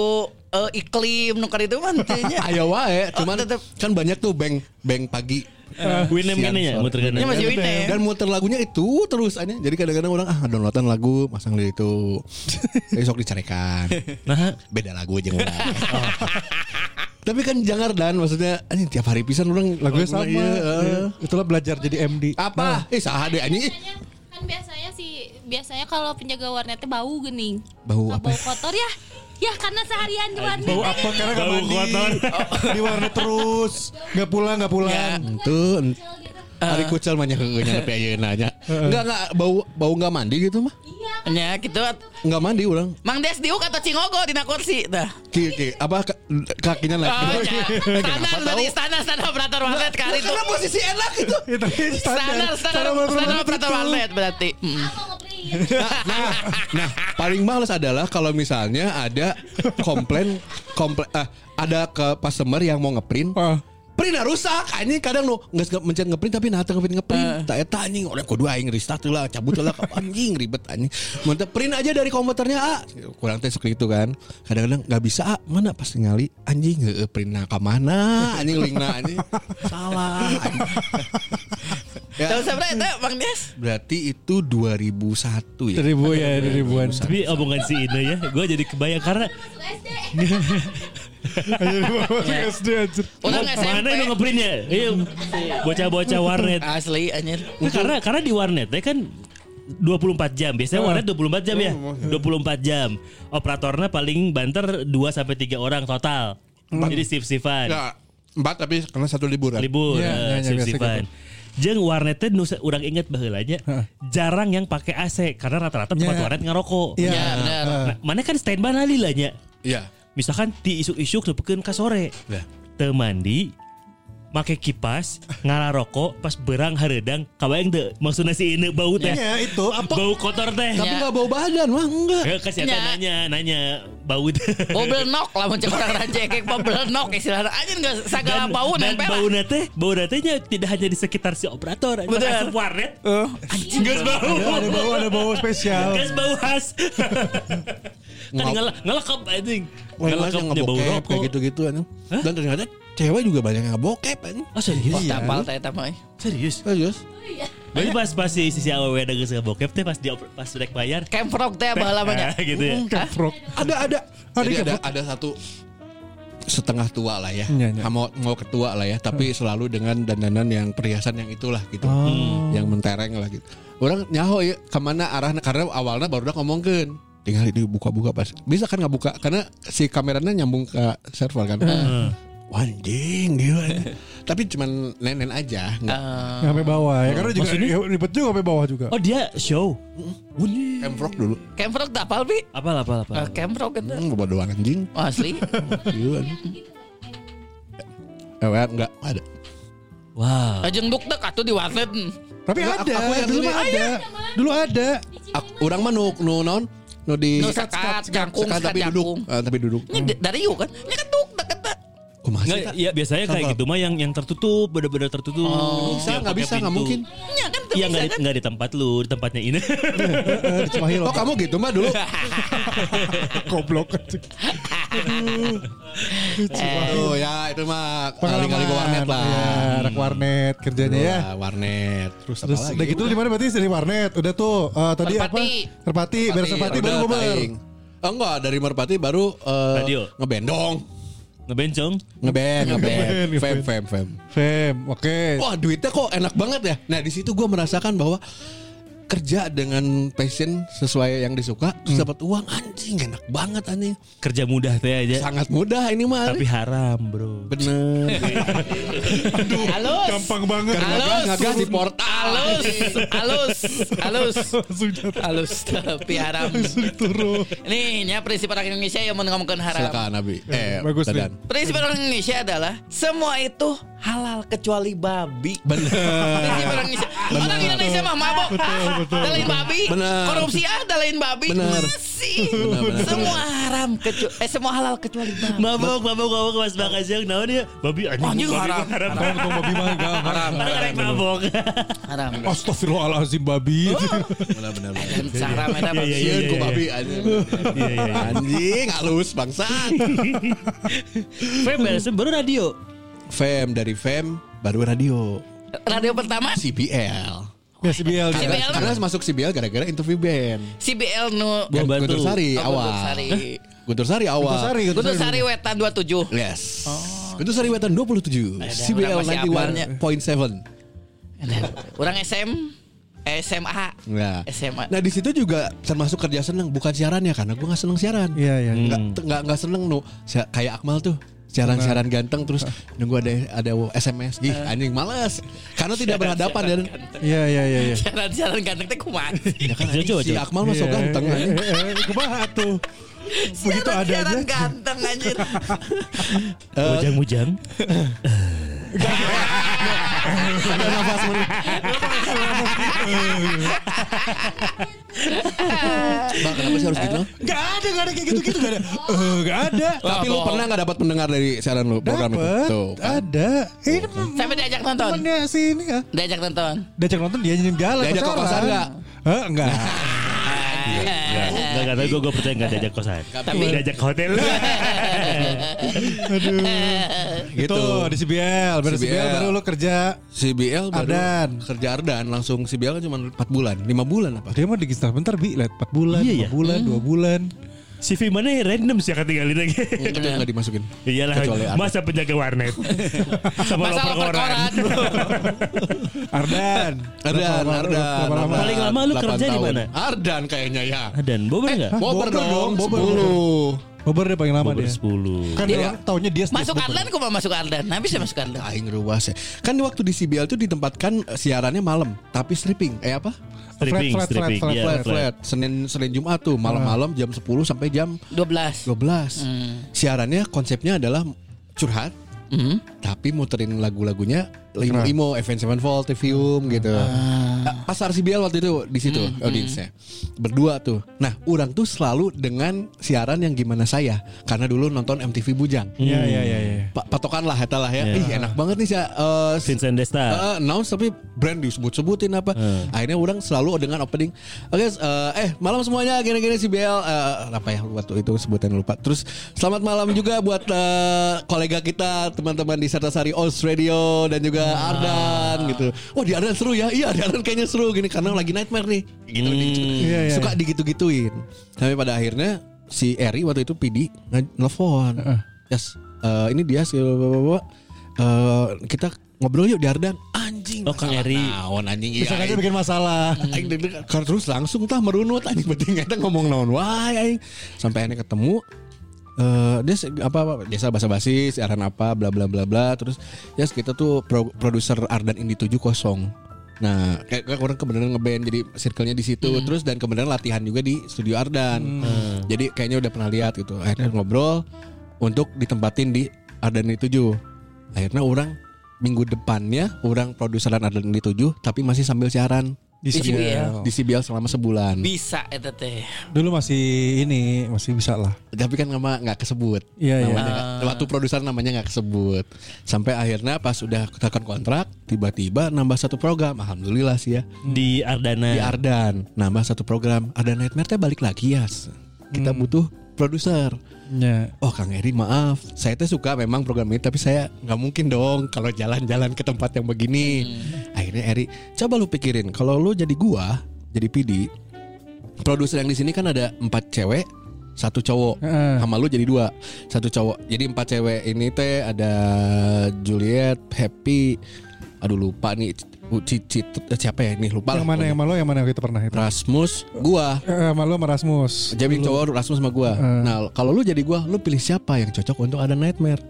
Speaker 5: eh, iklim nukar kan itu mah tanya.
Speaker 3: Ayo wae, cuman
Speaker 5: tetep.
Speaker 3: kan banyak tuh bank bank pagi.
Speaker 2: Winem
Speaker 3: Ah, Siang,
Speaker 2: kan ya,
Speaker 3: sore.
Speaker 2: muter
Speaker 5: Ini masih
Speaker 3: Dan-
Speaker 5: Winem.
Speaker 3: Dan muter lagunya itu terus aja. Jadi kadang-kadang orang ah downloadan lagu, masang di itu. Besok dicarekan.
Speaker 2: Nah,
Speaker 3: beda lagu aja orang. Tapi kan jangar dan maksudnya anjing tiap hari pisan orang
Speaker 7: Lagunya
Speaker 3: lagunya
Speaker 7: sama.
Speaker 3: iya,
Speaker 7: Iya. Nah.
Speaker 3: eh.
Speaker 7: Itulah belajar jadi MD.
Speaker 3: Apa? Eh saha deh anjing.
Speaker 6: Biasanya kan biasanya sih biasanya kalau penjaga warnetnya bau gening.
Speaker 3: Bau
Speaker 6: Nah,
Speaker 3: apa?
Speaker 6: Bau kotor ya. Ya karena seharian di warnet.
Speaker 7: Bau apa karena gak
Speaker 2: Bau
Speaker 7: mandi
Speaker 2: kotor.
Speaker 7: Di warnet terus Gak pulang gak
Speaker 3: Ya.
Speaker 7: pulang
Speaker 3: Itu
Speaker 5: Ah.
Speaker 3: hari kucel mah nyangkeunnya tapi aja nanya. Enggak enggak bau bau enggak mandi gitu mah.
Speaker 5: Ya gitu.
Speaker 3: Enggak mandi orang.
Speaker 5: Mang Des Diuk atau Cingogo di kursi. Dah.
Speaker 3: Ki, ki apa ka- kakinya naik.
Speaker 5: Oh, ya. Standar
Speaker 3: gitu. tahu? Nah,
Speaker 5: berarti standar standar operator warnet kali itu.
Speaker 3: Karena posisi enak itu.
Speaker 7: Ya, tapi
Speaker 5: Standar standar standar operator warnet berarti. Mm.
Speaker 6: Apa ngebrit?
Speaker 3: Nah, nah, paling males adalah kalau misalnya ada komplain komplain eh, ada ke customer yang mau ngeprint
Speaker 7: Ah.
Speaker 3: Printnya rusak anjing kadang nu geus nge- mencet ngeprint tapi nah teu ngeprint
Speaker 9: Eh.
Speaker 3: ngeprint tak eta anjing oleh kudu aing restart heula cabut heula anjing ribet anjing mun teu print aja dari komputernya ah kurang tes gitu kan kadang-kadang nggak bisa ah mana pas ningali anjing nah, heueuh printna ka mana anjing linkna anjing salah anjing.
Speaker 9: Ya.
Speaker 5: Tahu sabar eta Bang Dias.
Speaker 3: Berarti itu 2001 ya.
Speaker 7: Ribu ya, ribuan.
Speaker 2: Tapi omongan si Ina ya, gue jadi kebayang karena
Speaker 6: Masuk SD.
Speaker 3: Ya.
Speaker 7: SD anjir.
Speaker 5: Orang ya?
Speaker 2: mana
Speaker 5: SMP.
Speaker 2: yang ngeprintnya? Iya, bocah-bocah warnet.
Speaker 5: Asli anjir.
Speaker 2: Nah, karena karena di warnet ya kan 24 jam. Biasanya
Speaker 7: Ah.
Speaker 2: warnet 24 jam ya. 24 jam. Operatornya paling banter 2 sampai 3 orang total. Jadi shift-shiftan.
Speaker 9: Ya, empat tapi karena satu
Speaker 3: ya.
Speaker 9: liburan.
Speaker 2: Libur,
Speaker 7: Iya, iya,
Speaker 2: eh,
Speaker 7: iya, biasa
Speaker 2: shift-shiftan. Jeung warnetnya nu sa- urang inget baheula nya, jarang yang pakai AC karena rata-rata tempat
Speaker 7: Iya.
Speaker 2: warnet ngarokok.
Speaker 7: Iya.
Speaker 5: Ya benar.
Speaker 2: Nah, mana kan standby lali lah nya.
Speaker 9: Iya.
Speaker 2: Misalkan di isuk-isuk lepekeun ka sore.
Speaker 9: Iya.
Speaker 2: Teu mandi, make kipas, ngararokok pas berang hareudang kabayang teu maksudna si ieu bau teh.
Speaker 3: Ya,
Speaker 4: Iya itu apa?
Speaker 2: Bau kotor teh.
Speaker 5: Ya.
Speaker 3: Enggak bau badan mah enggak.
Speaker 2: Ya, kasih
Speaker 5: Ya.
Speaker 2: nanya, nanya bau teh.
Speaker 5: Bobel nok lah mencek orang raja kayak bobel nok istilahnya anjir enggak sagala bau
Speaker 2: dan
Speaker 5: nempel.
Speaker 2: bau teh, bau teh tidak hanya di sekitar si operator,
Speaker 5: Betul.
Speaker 2: Betul. asup warnet.
Speaker 5: Eh,
Speaker 2: Geus bau.
Speaker 7: Ada bau, ada bau spesial.
Speaker 2: Gas bau khas. kan
Speaker 3: Ngap-
Speaker 2: ngelak ngelakap anjing.
Speaker 3: Lain lain yang ngebokep kayak gitu. gitu-gitu anjing. Dan ternyata cewek juga banyak yang ngebokep anjing.
Speaker 2: Oh serius?
Speaker 5: tapal teh eta mah.
Speaker 2: Serius.
Speaker 3: Serius?
Speaker 2: Berarti pas pas si si awewe ada geus bokep teh pas di pas rek bayar.
Speaker 5: Camp Rock teh apa Hmm, lamanya?
Speaker 2: Ah, gitu ya.
Speaker 5: Hah?
Speaker 3: Ada ada.
Speaker 9: Jadi ada ada satu
Speaker 3: setengah tua lah ya,
Speaker 7: Iya, iya.
Speaker 3: mau mau ketua lah ya, tapi selalu dengan dandanan yang perhiasan yang itulah gitu,
Speaker 7: Oh.
Speaker 3: yang mentereng lah gitu. Orang nyaho ya kemana arahnya karena awalnya baru udah ngomongin tinggal dibuka-buka pas bisa kan nggak buka karena si kameranya nyambung ke server kan. Anjing gila. tapi cuman nenen aja. nggak
Speaker 7: Ah.
Speaker 5: Eh,
Speaker 7: Sampai bawah ya. Karena juga
Speaker 2: Maksudnya?
Speaker 7: ya, ribet juga sampai bawah juga.
Speaker 2: Oh dia show. Bunyi.
Speaker 3: Kemprok dulu.
Speaker 5: Camp Rock teh apal bi?
Speaker 2: Apa apa apa.
Speaker 5: Eh, Camp Rock itu.
Speaker 3: Hmm, doang anjing.
Speaker 5: Oh, asli.
Speaker 3: Gila. Eh, enggak ada.
Speaker 2: Wow.
Speaker 5: Ajeng duk dek atuh di warnet.
Speaker 7: Tapi
Speaker 3: Enggak,
Speaker 7: ada,
Speaker 3: aku- aku yang
Speaker 7: dulu
Speaker 3: ini.
Speaker 7: mah ada. Dulu ada.
Speaker 3: Ak- orang mah nu nu naon? Nu di
Speaker 5: Nu sekat, jangkung,
Speaker 3: Sekat
Speaker 5: sekat
Speaker 3: tapi duduk,
Speaker 5: jangkung.
Speaker 3: Eh, tapi duduk.
Speaker 2: Hmm.
Speaker 5: Ini de- dari yuk kan. Ini kan duk dek eta.
Speaker 3: Oh, masih
Speaker 2: Nggak,
Speaker 3: tak?
Speaker 2: ya biasanya kayak
Speaker 3: Apa?
Speaker 2: gitu mah yang yang tertutup, benar-benar tertutup. Oh,
Speaker 3: Bisa nggak bisa nggak mungkin.
Speaker 7: Oh,
Speaker 5: Nya kan teu
Speaker 2: Iya
Speaker 5: bisa
Speaker 2: nggak di,
Speaker 5: kan.
Speaker 2: nggak di tempat lu, di tempatnya ini.
Speaker 7: Eh, di Cimahi loh.
Speaker 3: Oh kamu gitu mah dulu.
Speaker 7: goblok.
Speaker 3: Oh ya itu mah
Speaker 7: Pengalaman.
Speaker 3: kali-kali ke warnet lah.
Speaker 7: Iya, anak warnet kerjanya ya.
Speaker 3: Wah, warnet. Terus,
Speaker 7: Terus
Speaker 3: apa lagi?
Speaker 7: udah gitu di mana berarti dari warnet. Udah tuh eh, tadi apa?
Speaker 5: Merpati.
Speaker 7: Terpati, beres Terpati
Speaker 3: udah,
Speaker 7: baru bubar.
Speaker 3: taing. Oh, enggak dari Merpati baru eh,
Speaker 2: Radio.
Speaker 3: ngebendong,
Speaker 2: Ngebencong.
Speaker 3: ngeband, ngeband,
Speaker 7: Ngeband,
Speaker 3: fem,
Speaker 7: ngeband.
Speaker 3: fem, fem.
Speaker 7: Fem, oke.
Speaker 3: Wah duitnya kok enak banget ya. Nah di situ gue merasakan bahwa kerja dengan passion sesuai yang disuka terus dapat uang anjing enak banget anjing
Speaker 2: Kerja mudah teh aja.
Speaker 3: sangat mudah ini
Speaker 2: Ya.
Speaker 3: mah
Speaker 2: Tapi haram bro.
Speaker 3: bener
Speaker 5: Halus.
Speaker 7: Gampang banget.
Speaker 5: Halus.
Speaker 3: ngegas di portal
Speaker 5: Halus, halus, halus, halus, tapi haram. Nih, nya prinsip orang Indonesia yang mau ngomongkan haram.
Speaker 3: silakan Nabi eh
Speaker 7: Bagus,
Speaker 3: Dadan.
Speaker 5: Prinsip orang Indonesia adalah semua itu halal kecuali babi.
Speaker 3: bener
Speaker 5: Prinsip orang Indonesia. Orang Indonesia mah mabok. Ah, Dalain babi.
Speaker 3: Bener.
Speaker 5: Korupsi ah dalain babi.
Speaker 3: Bener.
Speaker 5: Masih.
Speaker 3: bener,
Speaker 5: Semua haram kecuali eh semua halal kecuali babi.
Speaker 2: Mabok, mabok, mabok, mas Bakajang, naon ya? Babi anjing,
Speaker 5: Anjing
Speaker 2: babi,
Speaker 5: haram.
Speaker 2: haram.
Speaker 7: Untung babi mah enggak.
Speaker 5: Haram.
Speaker 2: Karena karek mabok.
Speaker 5: Haram.
Speaker 2: Oh,
Speaker 7: Astagfirullahalazim babi.
Speaker 3: bener bener bener.
Speaker 5: Dan haram eta
Speaker 2: Iya, iya,
Speaker 5: babi.
Speaker 2: iya.
Speaker 3: Sian ku babi anjing
Speaker 2: Iya, iya, iya.
Speaker 3: anjing halus bangsa
Speaker 2: Fem, beres, baru radio.
Speaker 3: fem dari fem baru radio
Speaker 2: iya.
Speaker 5: Radio pertama
Speaker 3: CBL
Speaker 7: Ya CBL
Speaker 5: CBL.
Speaker 7: dia.
Speaker 3: karena, karena masuk CBL gara-gara interview band
Speaker 5: CBL nu
Speaker 2: Buah
Speaker 3: Gun-
Speaker 2: batu.
Speaker 3: Guntur Sari
Speaker 5: Oh,
Speaker 3: awal
Speaker 5: Guntur Sari.
Speaker 3: Eh, Guntur Sari awal
Speaker 7: Guntur Sari, Guntur
Speaker 5: Kudu
Speaker 7: Sari.
Speaker 5: Sari Wetan 27.
Speaker 3: Yes Guntur Sari Wetan 27 CBL
Speaker 5: orang masih apalnya.
Speaker 3: 91.7
Speaker 5: Orang SM eh, SMA.
Speaker 3: Nah.
Speaker 5: SMA.
Speaker 3: Nah di situ juga termasuk kerja seneng bukan siarannya karena gue nggak seneng siaran.
Speaker 7: Iya, iya.
Speaker 3: Nggak nggak nggak seneng nu si- kayak Akmal tuh siaran-siaran ganteng terus nunggu ada ada SMS gih anjing males karena tidak berhadapan dan
Speaker 7: Iya, iya, iya, iya.
Speaker 5: Jalan-jalan ganteng teh kumaha?
Speaker 3: ya kan anjing,
Speaker 2: Jojo,
Speaker 3: si
Speaker 2: Jojo.
Speaker 3: Akmal masuk
Speaker 7: Iya,
Speaker 3: ganteng
Speaker 7: iya,
Speaker 3: anjing.
Speaker 7: iya, iya. Kumaha tuh? Begitu ada aja.
Speaker 5: Siaran-siaran ganteng anjir.
Speaker 2: Mujang-mujang.
Speaker 3: Ada nafas men- Bang kenapa sih harus gitu?
Speaker 7: Enggak ada, enggak ada kayak gitu-gitu enggak ada. Eh, enggak ada.
Speaker 3: Tapi lu pernah nggak dapat pendengar dari siaran lu program itu?
Speaker 7: Dapat.
Speaker 3: Tuh. kan.
Speaker 7: Ada. Ini
Speaker 5: Sampai diajak nonton.
Speaker 7: temennya sini ya.
Speaker 5: Diajak nonton.
Speaker 7: Diajak nonton dia nyanyi galah
Speaker 3: Diajak ke kosan nggak?
Speaker 7: Eh, enggak.
Speaker 5: Anjir.
Speaker 2: Gak kata gue gue percaya gak diajak kosan. Tapi
Speaker 5: Tapi-
Speaker 2: diajak ke hotel.
Speaker 7: Aduh.
Speaker 3: Gitu.
Speaker 7: Itu di CBL, beres CBL,
Speaker 3: CBL.
Speaker 7: baru lu kerja.
Speaker 3: CBL baru
Speaker 7: Ardan.
Speaker 3: kerja Ardan langsung CBL kan cuma 4 bulan, 5 bulan apa?
Speaker 7: Dia mah digistar bentar bi, lihat 4 bulan,
Speaker 2: Iya, iya.
Speaker 7: 5 bulan,
Speaker 3: Hmm.
Speaker 7: 2 bulan.
Speaker 2: CV mana ya random sih akan tinggalin lagi.
Speaker 3: Tapi nggak dimasukin.
Speaker 2: Iya. Iyalah
Speaker 3: Kecuali Ardan.
Speaker 2: masa penjaga warnet sama
Speaker 5: Masa
Speaker 2: loper
Speaker 5: lapor
Speaker 2: koran.
Speaker 5: koran.
Speaker 7: Ardan. Berapa
Speaker 3: Ardan,
Speaker 7: lama-
Speaker 3: Ardan,
Speaker 7: berapa lama?
Speaker 2: Paling lama lu
Speaker 3: 8
Speaker 2: kerja di
Speaker 3: tahun.
Speaker 2: mana?
Speaker 3: Ardan kayaknya ya.
Speaker 2: Dan bober
Speaker 5: Eh,
Speaker 2: nggak?
Speaker 7: Hah,
Speaker 3: Bober dong,
Speaker 7: Bober.
Speaker 3: 10.
Speaker 7: Bober dia paling lama
Speaker 2: Bober
Speaker 7: dia.
Speaker 2: 10
Speaker 7: Kan dia taunya dia setiap
Speaker 5: Masuk
Speaker 7: bober.
Speaker 5: Ardan, kok mau masuk Ardan? Nah, bisa masuk Ardan.
Speaker 3: Aing ruas ya. Kan waktu di CBL itu ditempatkan eh, siarannya malam, tapi stripping. Eh apa?
Speaker 2: Stripping,
Speaker 7: Flat, flat,
Speaker 2: stripping.
Speaker 7: flat,
Speaker 2: Iya,
Speaker 3: Flat,
Speaker 2: flat.
Speaker 3: flat. Senin Senin Jumat tuh
Speaker 7: Ah.
Speaker 3: malam-malam jam 10 sampai jam
Speaker 5: 12.
Speaker 3: 12. Siarannya konsepnya adalah curhat
Speaker 5: Hmm.
Speaker 3: tapi muterin lagu-lagunya limo-limo Event Sevenfold, Trivium gitu. Ah, Pasar CBL waktu itu di situ audiensnya. Berdua tuh. Nah, orang tuh selalu dengan siaran yang gimana saya karena dulu nonton MTV Bujang.
Speaker 2: Ya,
Speaker 7: Iya, iya, iya, iya.
Speaker 2: Hmm.
Speaker 3: Pa- patokan lah eta lah ya.
Speaker 2: Iya.
Speaker 3: Ih, enak banget nih saya eh, s-
Speaker 2: Vincent Desta.
Speaker 3: eh, announce tapi brand disebut-sebutin apa. Akhirnya orang selalu dengan opening. Oke, eh, eh malam semuanya gini-gini CBL eh, apa ya waktu itu sebutan lupa. Terus selamat malam juga buat eh, kolega kita teman-teman di Sartasari Oz Radio dan juga Ardan gitu. Wah, di Ardan seru ya. Iya, di Ardan kayaknya seru gini karena lagi nightmare nih. Gitu di-
Speaker 7: Iya, iya,
Speaker 3: suka digitu-gituin. Sampai pada akhirnya si Eri waktu itu PD nge- nelfon. Yes, eh, ini dia si bapak kita ngobrol yuk di Ardan. Anjing.
Speaker 2: Oh, Kang
Speaker 3: masalah
Speaker 2: Eri.
Speaker 3: Naon anjing iya.
Speaker 7: Bisa aja bikin masalah.
Speaker 3: Aing deg-degan. Kan terus langsung tah merunut anjing penting eta ngomong naon wae aing. Sampai akhirnya ketemu eh dia se- apa, apa biasa bahasa basi siaran apa bla bla bla bla terus ya yes, kita tuh pro- produser Ardan Indi 70 Nah, kayak kayak orang kebenaran ngeband jadi circle-nya di situ terus dan kebenaran latihan juga di studio Ardan. Hmm. Jadi kayaknya udah pernah lihat gitu. Akhirnya ngobrol untuk ditempatin di Ardan Indi 7. Akhirnya orang minggu depannya orang produseran Ardan Indi 7 tapi masih sambil siaran
Speaker 7: Di
Speaker 5: CBL.
Speaker 7: CBL.
Speaker 3: di CBL selama sebulan.
Speaker 5: Bisa eta teh.
Speaker 7: Dulu masih ini, masih bisa lah.
Speaker 3: Tapi kan nama nggak kesebut.
Speaker 7: Iya, iya.
Speaker 3: Namanya nggak- waktu produser namanya nggak kesebut. Sampai akhirnya pas udah katakan kontrak, tiba-tiba nambah satu program. Alhamdulillah sih ya.
Speaker 2: Di Ardana.
Speaker 3: Di Ardan nambah satu program. Ardan Nightmare teh balik lagi ya. Kita butuh produser.
Speaker 7: Ya.
Speaker 3: Oh Kang Eri maaf, saya teh suka memang program ini tapi saya nggak mungkin dong kalau jalan-jalan ke tempat yang begini.
Speaker 7: Hmm.
Speaker 3: Akhirnya Eri, coba lu pikirin kalau lu jadi gua, jadi PD, produser yang di sini kan ada empat cewek, satu cowok,
Speaker 7: Heeh.
Speaker 3: sama lu jadi dua, satu cowok. Jadi empat cewek ini teh ada Juliet, Happy, aduh lupa nih, Cicit, siapa ya ini lupa.
Speaker 7: Yang
Speaker 3: lah
Speaker 7: mana yang
Speaker 3: pokoknya.
Speaker 7: malu yang mana kita pernah itu?
Speaker 3: Rasmus, gua.
Speaker 7: Eh, malu sama Rasmus.
Speaker 3: Jamin cowok Rasmus sama gua.
Speaker 7: Heeh.
Speaker 3: Nah, kalau lu jadi gua, lu pilih siapa yang cocok untuk ada nightmare?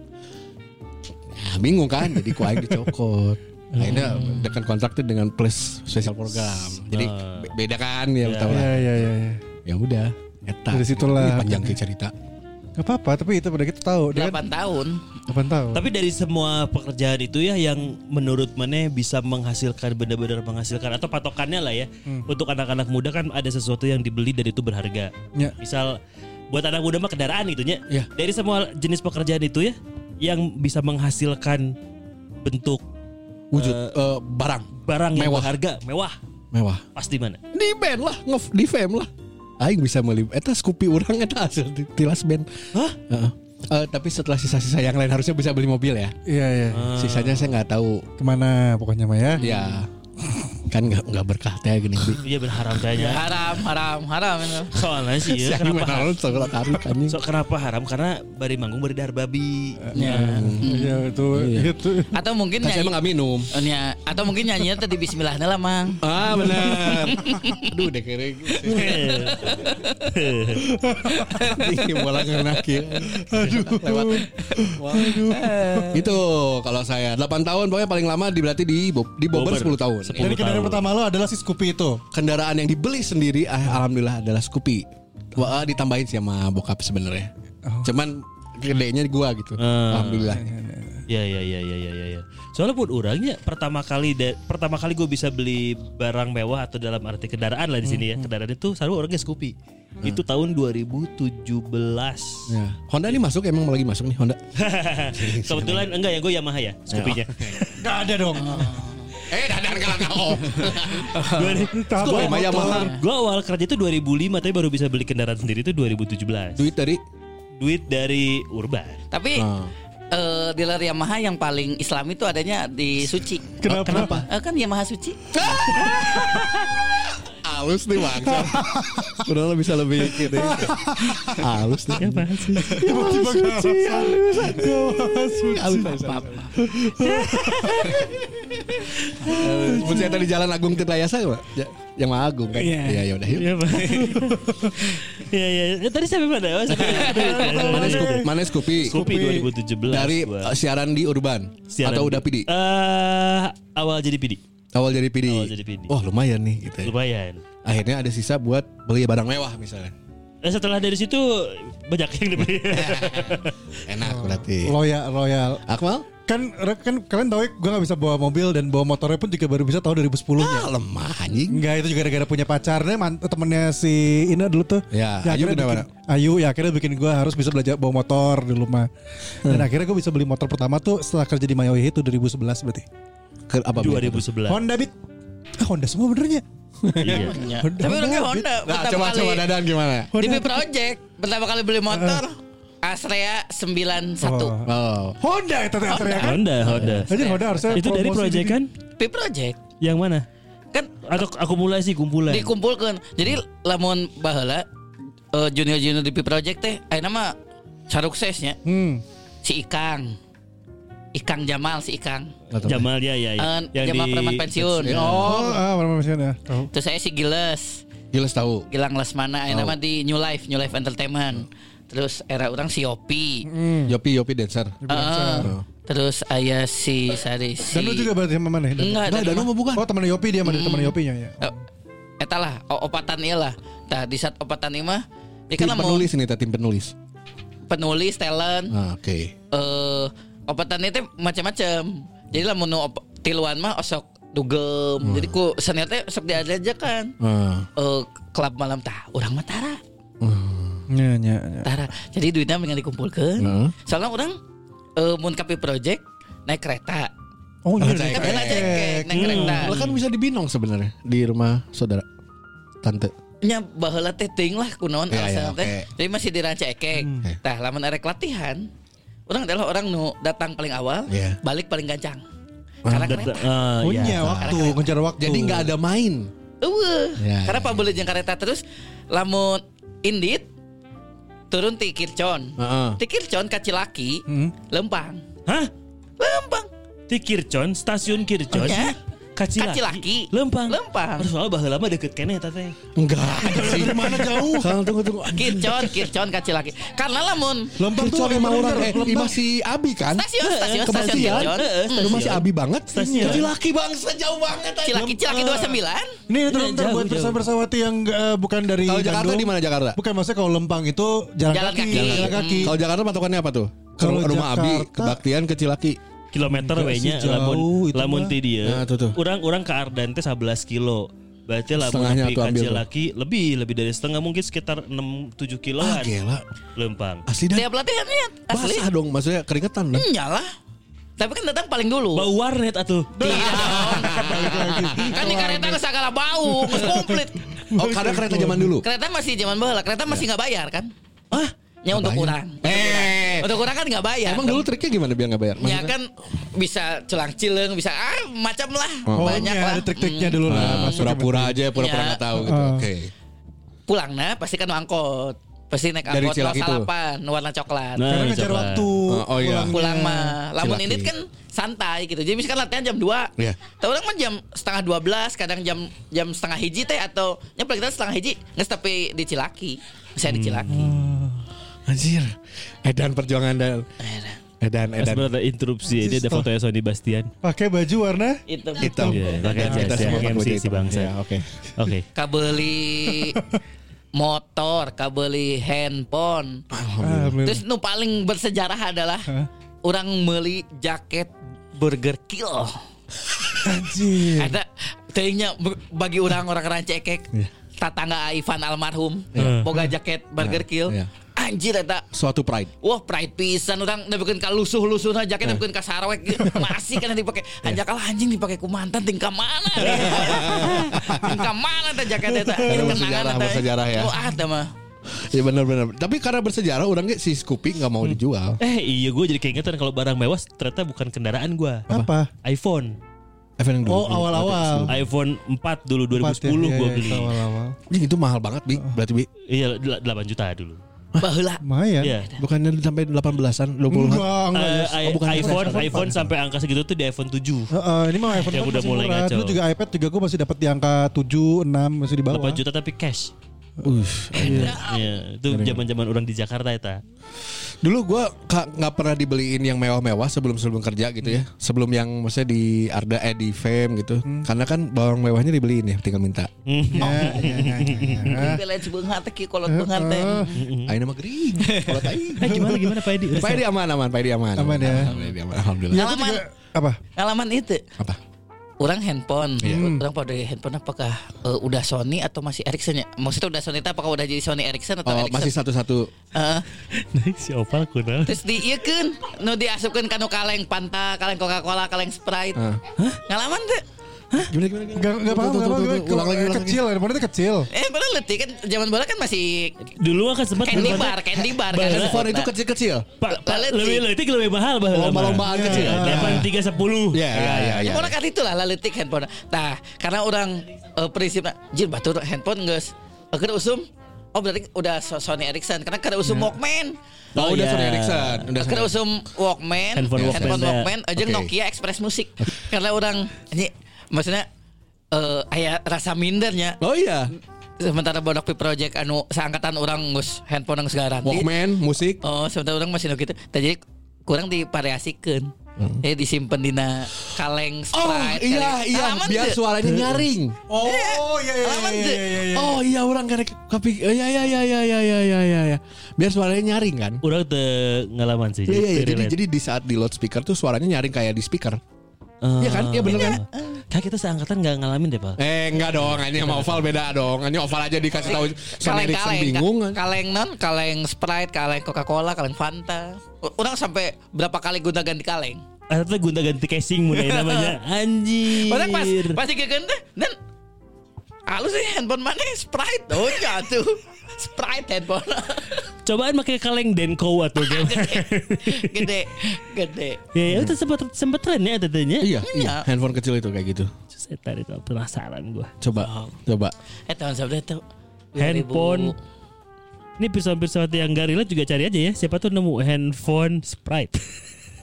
Speaker 3: Ya, bingung kan? Jadi ku aing dicokot. Akhirnya dekat kontraknya dengan plus special program. Jadi be- beda kan ya tau lah.
Speaker 7: Eh. Iya, iya, iya. iya.
Speaker 3: Ya udah, eta.
Speaker 7: Dari situlah.
Speaker 3: Ini panjang ke cerita.
Speaker 7: Gak apa-apa, tapi itu pada kita tahu dia kan
Speaker 5: 8 tahun.
Speaker 7: 8 tahun.
Speaker 2: Tapi dari semua pekerjaan itu ya yang menurut mana bisa menghasilkan benar-benar menghasilkan atau patokannya lah ya. Untuk anak-anak muda kan ada sesuatu yang dibeli dan itu berharga.
Speaker 7: Ya.
Speaker 2: Misal buat anak muda mah kendaraan itu ya.
Speaker 7: Iya.
Speaker 3: Ya.
Speaker 2: Dari semua jenis pekerjaan itu ya yang bisa menghasilkan bentuk
Speaker 3: Wujud eh, barang
Speaker 2: barang yang
Speaker 3: Mewah.
Speaker 2: berharga mewah
Speaker 3: mewah.
Speaker 2: pasti mana?
Speaker 3: Di band lah, nge- di fam lah. Aing bisa meli Eta Scoopy eh, orang Eta hasil ti- tilas band Hah? tapi setelah sisa-sisa yang lain Harusnya bisa beli mobil ya
Speaker 7: Iya, iya.
Speaker 3: Sisanya saya nggak tahu
Speaker 7: Kemana pokoknya mah ya?
Speaker 3: Ya kan nggak nggak berkah teh gini Bi.
Speaker 2: Iya berharam kayaknya.
Speaker 5: Haram, haram, haram.
Speaker 2: Soalnya sih ya,
Speaker 3: Siapa
Speaker 2: kenapa haram?
Speaker 3: tahu sekolah tarik anjing.
Speaker 2: So, kenapa haram? Karena bari manggung bari dahar babi.
Speaker 7: Iya, itu itu.
Speaker 5: Ya. Atau mungkin
Speaker 3: Kan saya
Speaker 5: nyanyi
Speaker 3: emang nggak minum.
Speaker 5: Oh, iya. atau mungkin nyanyinya tadi bismillah lah, Mang.
Speaker 3: Ah benar. Aduh udah kering. Ini bola ngenaki. Aduh. Lewat. Aduh. Itu kalau saya 8 tahun pokoknya paling lama di berarti di Bo- di Bobber
Speaker 2: Bobber.
Speaker 3: 10 tahun.
Speaker 2: Sepuluh.
Speaker 4: Jadi kendaraan
Speaker 2: tahun.
Speaker 4: pertama lo adalah si Scoopy itu.
Speaker 3: Kendaraan yang dibeli sendiri ah, alhamdulillah adalah Scoopy. Wah, ditambahin sih sama bokap sebenarnya. Cuman gedenya gua gitu. Alhamdulillah.
Speaker 2: Ya ya ya ya ya ya. ya. Soalnya buat orangnya pertama kali da- pertama kali gue bisa beli barang mewah atau dalam arti kendaraan lah di sini
Speaker 3: Mm-hmm.
Speaker 2: ya. Kendaraan itu selalu orangnya Scoopy. Itu tahun 2017.
Speaker 3: Ya. Honda ini masuk emang lagi masuk nih Honda.
Speaker 2: Kebetulan enggak ya gue Yamaha ya Scoopy-nya.
Speaker 4: Gak ada dong.
Speaker 9: Eh, dadan kalah kaong.
Speaker 7: Tahap
Speaker 2: Gua-
Speaker 3: Maya mahal.
Speaker 2: Gua awal kerja itu 2005 tapi baru bisa beli kendaraan sendiri itu 2017.
Speaker 3: Duit dari
Speaker 2: Duit dari Urban.
Speaker 5: Tapi eh, dealer Yamaha yang paling Islam itu adanya di Suci.
Speaker 7: Kenapa? Kenapa?
Speaker 5: Eh, kan Yamaha Suci.
Speaker 9: Halus nih bangsa.
Speaker 3: Udah lo bisa lebih gitu. ya. Halus
Speaker 2: Iya,
Speaker 3: nih. Iya,
Speaker 4: Tiba-tiba ngerasa.
Speaker 3: Halus, halus, halus. Eh, Seperti yang tadi Jalan Agung Tirtayasa ya, Pak? Ya, yang mah Agung kan.
Speaker 8: Iya.
Speaker 3: Iya, ya udah yuk.
Speaker 2: Iya, Pak. Iya, iya. Eh, Tadi sampai mana? Oh, sampai-
Speaker 3: Mana Scoopy? Mana Scoopy?
Speaker 2: Scoopy 2017
Speaker 3: Dari
Speaker 2: gua.
Speaker 3: eh, siaran di Urban
Speaker 2: Siaran
Speaker 3: atau
Speaker 2: di-
Speaker 3: udah PD?
Speaker 2: Eh, awal jadi PD.
Speaker 3: Awal jadi PD.
Speaker 2: awal jadi PD.
Speaker 3: Wah, lumayan nih gitu. ya.
Speaker 2: Lumayan.
Speaker 3: Akhirnya ada sisa buat beli barang mewah misalnya.
Speaker 2: Eh, setelah dari situ banyak yang dibeli.
Speaker 3: Enak berarti.
Speaker 7: Royal Royal.
Speaker 3: Akmal?
Speaker 7: Kan kan kalian tahu ya gue gak bisa bawa mobil dan bawa motornya pun juga baru bisa tahun 2010 nya.
Speaker 3: Ah, lemah anjing.
Speaker 7: Enggak itu juga gara-gara punya pacarnya man, temennya si Ina dulu tuh.
Speaker 3: Ya,
Speaker 7: Ya,
Speaker 3: Ayu
Speaker 7: akhirnya
Speaker 3: kenapa?
Speaker 7: bikin- Ayu ya akhirnya bikin gue harus bisa belajar bawa motor dulu mah. Dan akhirnya gue bisa beli motor pertama tuh setelah kerja di Mayohi itu 2011 berarti.
Speaker 3: Ke, apa beli?
Speaker 2: 2011.
Speaker 7: Honda Beat. Ah, Honda semua benernya.
Speaker 2: Iya.
Speaker 7: Honda,
Speaker 5: Tapi orangnya Honda
Speaker 3: Nah,
Speaker 5: pertama
Speaker 3: coba
Speaker 5: kali.
Speaker 3: coba Dadan gimana?
Speaker 5: Di P Project pertama kali beli motor Astrea 91.
Speaker 7: Oh.
Speaker 3: Oh.
Speaker 7: Honda itu teh Astrea kan.
Speaker 2: Honda, Honda.
Speaker 7: Anjir, Honda harusnya
Speaker 2: Itu dari
Speaker 7: promosi
Speaker 2: proyek
Speaker 7: di-
Speaker 2: kan?
Speaker 5: P Project
Speaker 2: Yang mana?
Speaker 5: kan
Speaker 2: Atau akumulasi kumpulan?
Speaker 5: dikumpulkan. Jadi lamun baheula eh, junior-junior di P Project teh ayeuna mah caruk sesnya
Speaker 7: Hmm.
Speaker 5: si Ikang. Ikang Jamal si Ikang.
Speaker 2: Jamal ya ya. ya.
Speaker 5: Eh,
Speaker 2: Yang
Speaker 5: Jamal
Speaker 2: di- Iya.
Speaker 5: preman pensiun.
Speaker 7: Oh, ah, mana mesin ya. Tahu.
Speaker 5: Terus saya si Giles.
Speaker 3: Jelas tahu.
Speaker 5: Gilang
Speaker 2: Oh.
Speaker 5: Lesmana ayeuna mah di New Life, New Life Entertainment. Terus era orang si Yopi.
Speaker 7: Mm-hmm.
Speaker 3: Yopi Yopi dancer.
Speaker 5: Heeh. terus ayah si Sari
Speaker 7: Iya,
Speaker 5: si
Speaker 7: Dan lu juga berarti sama mana? Dan-
Speaker 5: Enggak,
Speaker 3: Nah,
Speaker 5: dan
Speaker 3: Danu
Speaker 5: mah-
Speaker 3: mah bukan.
Speaker 7: Oh, teman Yopi dia mana teman Yopinya ya.
Speaker 5: Eh, Eta lah, o- opatan ieu lah. Tah di saat opatan ieu mah dia
Speaker 3: Tim
Speaker 5: kan mau
Speaker 3: penulis ini teh tim penulis.
Speaker 5: penulis talent, eh
Speaker 3: Ah, Oke.
Speaker 5: opatan itu macam-macam. Jadi lah mau tiluan mah osok dugem.
Speaker 3: Hmm.
Speaker 5: Jadi ku senior teh osok diajakan.
Speaker 3: Ah.
Speaker 5: Eh klub malam tah, orang mah tara.
Speaker 7: Iya, iya, iya.
Speaker 5: Tara. Jadi duitnya mendingan dikumpulkan.
Speaker 3: Heeh.
Speaker 5: Soalnya orang eh mun ka P project naik kereta.
Speaker 7: Oh, iya.
Speaker 5: Kan
Speaker 7: dari-
Speaker 5: pernah cekek naik kereta.
Speaker 3: Lah kan bisa di Binong sebenarnya di rumah saudara tante.
Speaker 5: nya baheula teh teuing lah kunaon
Speaker 3: Ya, ya,
Speaker 5: alasan teh.
Speaker 3: oke. Hmm.
Speaker 5: Jadi masih di ranca ekek. Tah lamun arek latihan, orang adalah orang nu datang paling awal,
Speaker 3: Iya.
Speaker 5: balik paling gancang. Karena kereta.
Speaker 2: Eh,
Speaker 7: Oh,
Speaker 2: ya.
Speaker 7: iya, waktu ngejar waktu.
Speaker 3: Jadi nggak ada main.
Speaker 5: Eueuh.
Speaker 3: Ya,
Speaker 5: Karena
Speaker 3: ya,
Speaker 5: pabuleuh jeung kareta terus lamun indit turun ti Kircon.
Speaker 3: Heeh.
Speaker 5: Ti Kircon ka Cilaki, Lempang.
Speaker 2: Hah?
Speaker 5: Lempang.
Speaker 2: Di Kircon, stasiun Kircon.
Speaker 5: Iya.
Speaker 2: Kacilaki.
Speaker 5: Kacilaki.
Speaker 2: Lempang.
Speaker 5: Lempang.
Speaker 2: Terus soalnya baheula mah deket kene eta teh.
Speaker 3: Enggak ada sih.
Speaker 7: Mana jauh?
Speaker 3: Kalau tunggu tunggu.
Speaker 5: Kircon, Kircon ka Cilaki. Karena lamun
Speaker 3: Lempang tuh emang orang eh, imah si Abi kan?
Speaker 5: stasiun stasiun
Speaker 3: Ke
Speaker 5: stasiun
Speaker 3: Bastian.
Speaker 5: Kircon.
Speaker 3: Rumah si Abi banget.
Speaker 2: Stasiun.
Speaker 3: Jadi laki bangsa jauh banget. Nah, anjing.
Speaker 5: Cilaki Cilaki 29.
Speaker 7: Ini itu
Speaker 2: Iya,
Speaker 7: nonton
Speaker 2: jauh,
Speaker 7: buat
Speaker 2: jauh.
Speaker 7: bersama-bersawati yang eh, bukan dari
Speaker 3: Kalau Jakarta
Speaker 7: Bandung.
Speaker 3: di mana Jakarta? Hmm.
Speaker 7: Bukan maksudnya kalau Lempang itu jalan,
Speaker 5: Jalan
Speaker 7: kaki,
Speaker 5: kaki.
Speaker 7: jalan kaki.
Speaker 5: Hmm.
Speaker 3: Kalau Jakarta patokannya apa tuh? Ke
Speaker 7: Kalau
Speaker 3: rumah Abi,
Speaker 7: Jakarta-
Speaker 3: kebaktian ke Cilaki.
Speaker 2: Kilometer
Speaker 7: Enggak
Speaker 2: we nya
Speaker 7: sih, jauh
Speaker 2: lamun
Speaker 7: itu
Speaker 2: lamun
Speaker 7: mah.
Speaker 2: ti
Speaker 3: Nah,
Speaker 2: dia.
Speaker 3: tuh, tuh.
Speaker 2: Urang-urang ke Ardan teh 11 kilo. Berarti lamun
Speaker 3: Setengahnya
Speaker 2: nepi
Speaker 3: tuh ambil tuh.
Speaker 2: Kacilaki lebih lebih dari setengah mungkin sekitar 6 7
Speaker 3: Ah,
Speaker 2: kiloan.
Speaker 3: gila.
Speaker 2: Lempang.
Speaker 3: Asli dah.
Speaker 5: Tiap latihan lihat asli.
Speaker 3: Basah dong maksudnya keringetan dong.
Speaker 5: Iyalah. Tapi kan datang paling dulu.
Speaker 2: Bau warnet atuh.
Speaker 5: Tidak dong. kan di kereta nggak segala bau, nggak komplit.
Speaker 2: Hmm.
Speaker 3: Oh, karena kereta zaman dulu.
Speaker 5: Kereta masih zaman bahala, kereta masih nggak bayar kan? Hah? Ya untuk kurang.
Speaker 3: Eh,
Speaker 5: Untuk kurang kan nggak bayar.
Speaker 3: emang dulu triknya gimana biar nggak bayar? Maksudnya-
Speaker 5: Ya kan bisa celang cileng, bisa ah macam lah,
Speaker 7: Oh,
Speaker 5: banyak
Speaker 7: iya,
Speaker 5: lah.
Speaker 7: ada trik-triknya dulu lah.
Speaker 3: Nah,
Speaker 7: maksudnya.
Speaker 3: pura-pura aja, pura-pura
Speaker 5: Iya.
Speaker 3: nggak tahu gitu.
Speaker 7: Ah.
Speaker 3: Oke.
Speaker 5: Pulang nah pasti kan angkot, pasti naik
Speaker 3: Dari
Speaker 5: angkot kalau
Speaker 3: Cilaki tuh.
Speaker 5: salapan warna coklat.
Speaker 2: Nah,
Speaker 7: Karena ngejar
Speaker 2: coba.
Speaker 7: waktu.
Speaker 3: Oh, oh, iya.
Speaker 7: pulangnya.
Speaker 5: pulang mah lamun
Speaker 3: Cilaki.
Speaker 5: ini kan santai gitu jadi misalkan latihan jam 2
Speaker 3: Iya.
Speaker 5: Tapi orang mah jam setengah 12 kadang jam jam setengah hiji teh atau nyampe kita setengah hiji nggak tapi di Cilaki saya di Cilaki
Speaker 3: Hmm. Anjir. Edan perjuangan dan Edan
Speaker 2: Pas
Speaker 3: Edan.
Speaker 2: bener Eh, ada interupsi dia ada fotonya Sony Bastian.
Speaker 7: Pakai baju warna
Speaker 5: itu
Speaker 3: Hitam.
Speaker 2: Iya, pakai
Speaker 3: Dan
Speaker 2: jas
Speaker 3: kita
Speaker 2: yang
Speaker 3: semua
Speaker 2: MC
Speaker 3: pakai
Speaker 2: si
Speaker 3: hitam.
Speaker 2: bangsa.
Speaker 3: Iya, Oke.
Speaker 2: Oke.
Speaker 5: kabeli motor kabeli handphone
Speaker 7: Alhamdulillah.
Speaker 3: Hmm.
Speaker 5: terus nu paling bersejarah adalah orang meli jaket Burger
Speaker 3: Oh,
Speaker 5: Kill
Speaker 7: Anjir.
Speaker 3: iya.
Speaker 5: ada tehnya bagi orang-orang rancekek tetangga Ivan almarhum boga ya, jaket Burger Kill
Speaker 3: iya.
Speaker 5: ah anjir eta
Speaker 3: Suatu pride.
Speaker 5: Wah pride pisan orang udah bikin kalusuh lusuh nah jaketnya
Speaker 3: Iya.
Speaker 5: bikin kasarawek masih kan dipakai anjak kalah anjing dipakai ku mantan tingkah mana
Speaker 3: Iya.
Speaker 5: tingkah mana teh jaketnya teh
Speaker 3: Karena
Speaker 5: Kenangan
Speaker 3: bersejarah,
Speaker 5: eta.
Speaker 3: bersejarah ya.
Speaker 5: oh ada mah
Speaker 3: Ya benar-benar. Tapi karena bersejarah orangnya si Scoopy nggak mau dijual.
Speaker 2: Eh iya gue jadi keingetan kalau barang mewah ternyata bukan kendaraan gue.
Speaker 7: Apa?
Speaker 2: iPhone.
Speaker 3: Evan yang dulu.
Speaker 4: Oh awal-awal.
Speaker 2: iPhone 4 dulu 2010
Speaker 7: Empat ya, iya,
Speaker 2: gue
Speaker 7: iya,
Speaker 2: beli.
Speaker 7: awal-awal.
Speaker 3: Anjing, itu mahal banget, Bi. Berarti Bi.
Speaker 2: Iya del- 8 juta dulu.
Speaker 5: baheula
Speaker 7: Lumayan.
Speaker 2: Iya.
Speaker 3: Bukannya sampai 18-an, 20-an.
Speaker 7: Enggak, Kan? enggak.
Speaker 2: Eh,
Speaker 7: ya. Yus.
Speaker 2: i-
Speaker 3: Oh, bukan
Speaker 2: iPhone,
Speaker 3: iPhone,
Speaker 2: iPhone sampai angka segitu tuh di iPhone 7.
Speaker 7: Heeh, ini mah iPhone
Speaker 2: Ya,
Speaker 7: kan
Speaker 2: udah
Speaker 7: masih
Speaker 2: mulai
Speaker 7: murah.
Speaker 2: ngaco.
Speaker 7: Dulu juga iPad juga gue masih dapat di angka 7, 6 masih di bawah.
Speaker 2: 8 juta tapi cash.
Speaker 3: Uff.
Speaker 2: Iya, itu zaman-zaman orang di Jakarta ya, eta.
Speaker 3: Dulu gua ka- nggak pernah dibeliin yang mewah-mewah sebelum sebelum kerja gitu ya. Sebelum yang maksudnya di Arda eh di Fame gitu. Karena kan bawang mewahnya dibeliin ya, tinggal minta.
Speaker 7: Ya, ya, ya, ya, ya.
Speaker 3: Iya.
Speaker 5: belain sebengat teh ki kolot bengat teh
Speaker 3: Ayeuna mah gering. Kalau tai.
Speaker 2: Eh gimana gimana Pak Edi?
Speaker 3: Pak Edi aman aman, Pak Edi aman.
Speaker 7: Aman ya.
Speaker 3: Pak Edi aman, Alhamdulillah.
Speaker 7: Ya, aku juga apa?
Speaker 5: ngalaman itu
Speaker 3: Apa?
Speaker 5: orang handphone
Speaker 3: Iya.
Speaker 5: orang pada handphone apakah eh, udah Sony atau masih Ericsson ya maksudnya udah Sony teh apakah udah jadi Sony Ericsson atau
Speaker 3: Oh,
Speaker 5: Ericsson
Speaker 3: masih satu-satu.
Speaker 5: Heeh.
Speaker 2: si Opal kuno.
Speaker 5: Terus diieukeun nu diasupkeun ka nu kaleng Fanta, kaleng Coca-Cola, kaleng Sprite.
Speaker 3: Hah?
Speaker 5: Hah? Ngalaman teh.
Speaker 3: Gimana gimana? gimana?
Speaker 7: Enggak enggak paham, enggak
Speaker 3: Tuh, tuh,
Speaker 7: paham.
Speaker 3: tuh, tuh,
Speaker 7: Gue-
Speaker 3: Ulang lagi, ulang lagi.
Speaker 7: Kecil, handphonenya kecil.
Speaker 5: Eh, padahal letih kan zaman bola kan masih
Speaker 2: Dulu kan sempat
Speaker 5: candy bar, candy bar kan.
Speaker 3: Handphone itu kecil-kecil.
Speaker 2: Pak, Pak,
Speaker 5: Baletik.
Speaker 2: lebih letik lebih mahal bahasa.
Speaker 3: Lomba-lombaan kecil. ya?
Speaker 2: Delapan tiga sepuluh.
Speaker 3: Iya, iya, iya,
Speaker 5: Ya,
Speaker 3: iya.
Speaker 5: kan itu lah laletik handphone. Nah, karena orang eh, prinsipnya jin batur handphone geus. Akhirnya usum Oh berarti udah so- Sony Ericsson karena kada usum Walkman.
Speaker 2: Oh,
Speaker 3: Oh, udah
Speaker 2: iya.
Speaker 3: Sony Ericsson. Udah
Speaker 5: Akhirnya
Speaker 3: Sony.
Speaker 5: usum Walkman,
Speaker 2: Handphone Walkman, ya.
Speaker 5: Walkman, aja
Speaker 3: Oke.
Speaker 5: Nokia Express Music. karena orang ini maksudnya eh aya rasa mindernya.
Speaker 3: Oh iya.
Speaker 5: Sementara bodak pi project anu seangkatan orang ngus handphone yang sekarang.
Speaker 3: Walkman, musik.
Speaker 5: Oh, sementara orang masih nu kitu. Tah, Jadi kurang divariasikan. Jadi disimpan dina kaleng Sprite.
Speaker 3: Hmm. Oh iya
Speaker 5: kaleng-
Speaker 3: iya
Speaker 5: Alaman
Speaker 3: biar
Speaker 5: teu?
Speaker 3: suaranya nyaring.
Speaker 4: Oh iya iya
Speaker 5: Alaman
Speaker 4: iya,
Speaker 5: teu?
Speaker 4: iya, iya.
Speaker 3: Oh iya orang karek kapik. Iya iya iya iya iya iya iya iya iya. Biar suaranya nyaring kan?
Speaker 2: Orang te ngalaman sih.
Speaker 3: Iya iya iya.
Speaker 2: teu
Speaker 3: jadi
Speaker 2: relate.
Speaker 3: jadi di saat di loudspeaker tuh suaranya nyaring kayak di speaker.
Speaker 2: Eh,
Speaker 3: Iya kan? Iya bener kan?
Speaker 2: Kan kita seangkatan nggak ngalamin deh pak.
Speaker 3: Eh enggak dong, hanya sama oval beda dong. Hanya oval aja dikasih tahu Sony
Speaker 5: kaleng
Speaker 3: Ericsson
Speaker 5: kaleng
Speaker 3: bingung. kan?
Speaker 5: ka- kaleng non kaleng Sprite kaleng Coca Cola kaleng Fanta U- orang sampai berapa kali gonta ganti kaleng
Speaker 2: Atau gunta ganti casing mulai namanya. Anjir.
Speaker 5: orang pas pas digegeun teh dan halus sih handphone mana Sprite oh jatuh Sprite handphone
Speaker 2: Cobaan pakai kaleng Denko atau gimana?
Speaker 5: gede gede
Speaker 2: Ya, itu sempat sempat tren ya tentunya.
Speaker 3: Iya, iya, handphone kecil itu kayak gitu.
Speaker 2: Saya tadi tuh penasaran gua.
Speaker 3: Coba, coba.
Speaker 5: eh tahun sabda tuh
Speaker 2: Handphone.
Speaker 5: 2000.
Speaker 2: Ini pisau-pisau yang gak relate juga cari aja ya. Siapa tuh nemu handphone Sprite.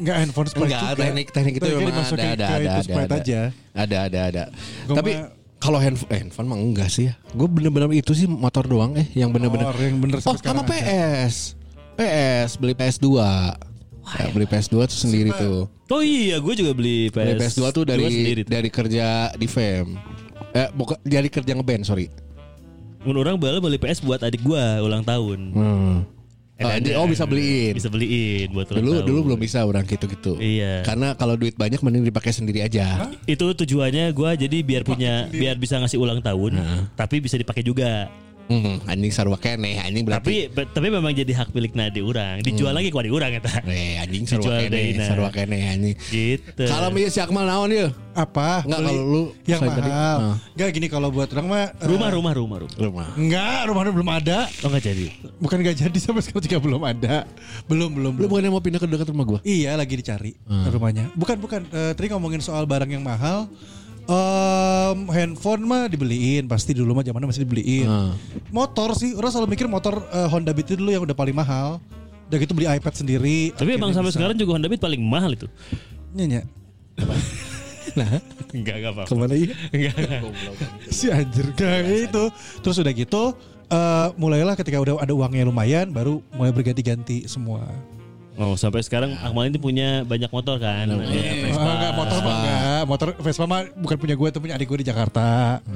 Speaker 7: Enggak handphone Sprite
Speaker 3: Enggak,
Speaker 7: juga.
Speaker 3: teknik teknik itu
Speaker 7: Tekniknya
Speaker 3: memang ada
Speaker 7: dimasukin ke
Speaker 3: ada ada
Speaker 7: itu
Speaker 3: ada.
Speaker 7: Sprite
Speaker 3: Ada
Speaker 7: aja.
Speaker 3: ada ada. ada.
Speaker 7: Gua
Speaker 3: Tapi
Speaker 7: mah-
Speaker 3: kalau handphone eh, handphone mah enggak sih ya. Gue bener-bener itu sih motor doang eh yang bener-bener.
Speaker 7: Motor yang bener
Speaker 3: oh,
Speaker 7: sampai sekarang
Speaker 3: sama
Speaker 7: ada.
Speaker 3: PS. PS beli PS2. Ya, beli PS2 tuh sendiri tuh.
Speaker 2: Oh iya, gue juga beli PS.
Speaker 3: Beli PS2 tuh dari
Speaker 2: sendiri. tuh.
Speaker 3: dari kerja di Fame. Eh, bukan dari kerja ngeband, sorry.
Speaker 2: Mun orang bala beli PS buat adik gue ulang tahun.
Speaker 3: Hmm.
Speaker 2: Enak-enak.
Speaker 3: Ah, di- oh, bisa
Speaker 2: Eh,
Speaker 3: beliin.
Speaker 2: Bisa beliin buat ulang
Speaker 3: Dulu
Speaker 2: tahun.
Speaker 3: dulu belum bisa orang gitu-gitu.
Speaker 2: Iya.
Speaker 3: Karena kalau duit banyak mending dipakai sendiri aja.
Speaker 2: Itu tujuannya gue jadi biar punya biar bisa ngasih ulang tahun, tapi bisa dipakai juga.
Speaker 3: Hmm, anjing sarwa keneh, anjing berarti Hmm.
Speaker 2: Tapi be- tapi memang jadi hak milik Nadi orang. Dijual lagi ke adik orang kata.
Speaker 3: Eh, anjing sarwa
Speaker 2: Dijual
Speaker 3: keneh,
Speaker 2: deui, nah.
Speaker 3: sarwa keneh anjing.
Speaker 2: Gitu.
Speaker 3: Kalau iya si Akmal naon ya?
Speaker 7: Apa?
Speaker 3: Enggak,
Speaker 7: Beli
Speaker 3: kalau lu
Speaker 7: yang
Speaker 3: selain tadi,
Speaker 7: mahal.
Speaker 3: ah.
Speaker 7: Enggak gini kalau buat orang mah eh,
Speaker 2: rumah rumah rumah rumah.
Speaker 3: Rumah.
Speaker 7: Enggak, rumahnya belum ada.
Speaker 2: Oh nggak jadi.
Speaker 7: Bukan gak jadi sampai sekarang juga belum ada. Belum, belum,
Speaker 3: Lu
Speaker 7: belum.
Speaker 3: bukannya mau pindah ke dekat rumah gua?
Speaker 7: Iya, lagi dicari
Speaker 3: Hmm.
Speaker 7: rumahnya. Bukan, bukan. Eh, tadi ngomongin soal barang yang mahal. Em, handphone mah dibeliin pasti dulu mah zamannya masih dibeliin.
Speaker 3: Hmm.
Speaker 7: Motor sih, orang selalu mikir motor eh, Honda Beat itu dulu yang udah paling mahal. Udah gitu beli iPad sendiri. Iya,
Speaker 2: Tapi emang sampai sekarang juga Honda Beat paling mahal itu.
Speaker 7: Nyanyi.
Speaker 2: Enggak enggak apa-apa.
Speaker 3: Kemana iya?
Speaker 7: si anjir
Speaker 2: Iya,
Speaker 7: kayak itu terus udah gitu eh, mulailah ketika udah ada uangnya lumayan baru mulai berganti-ganti semua
Speaker 2: Oh sampai sekarang Akmal ini punya banyak motor kan. Ada
Speaker 5: Iya,
Speaker 7: Oh,
Speaker 2: Vespa.
Speaker 7: enggak motor mah enggak motor Vespa mah bukan punya gue tapi punya adik gue di Jakarta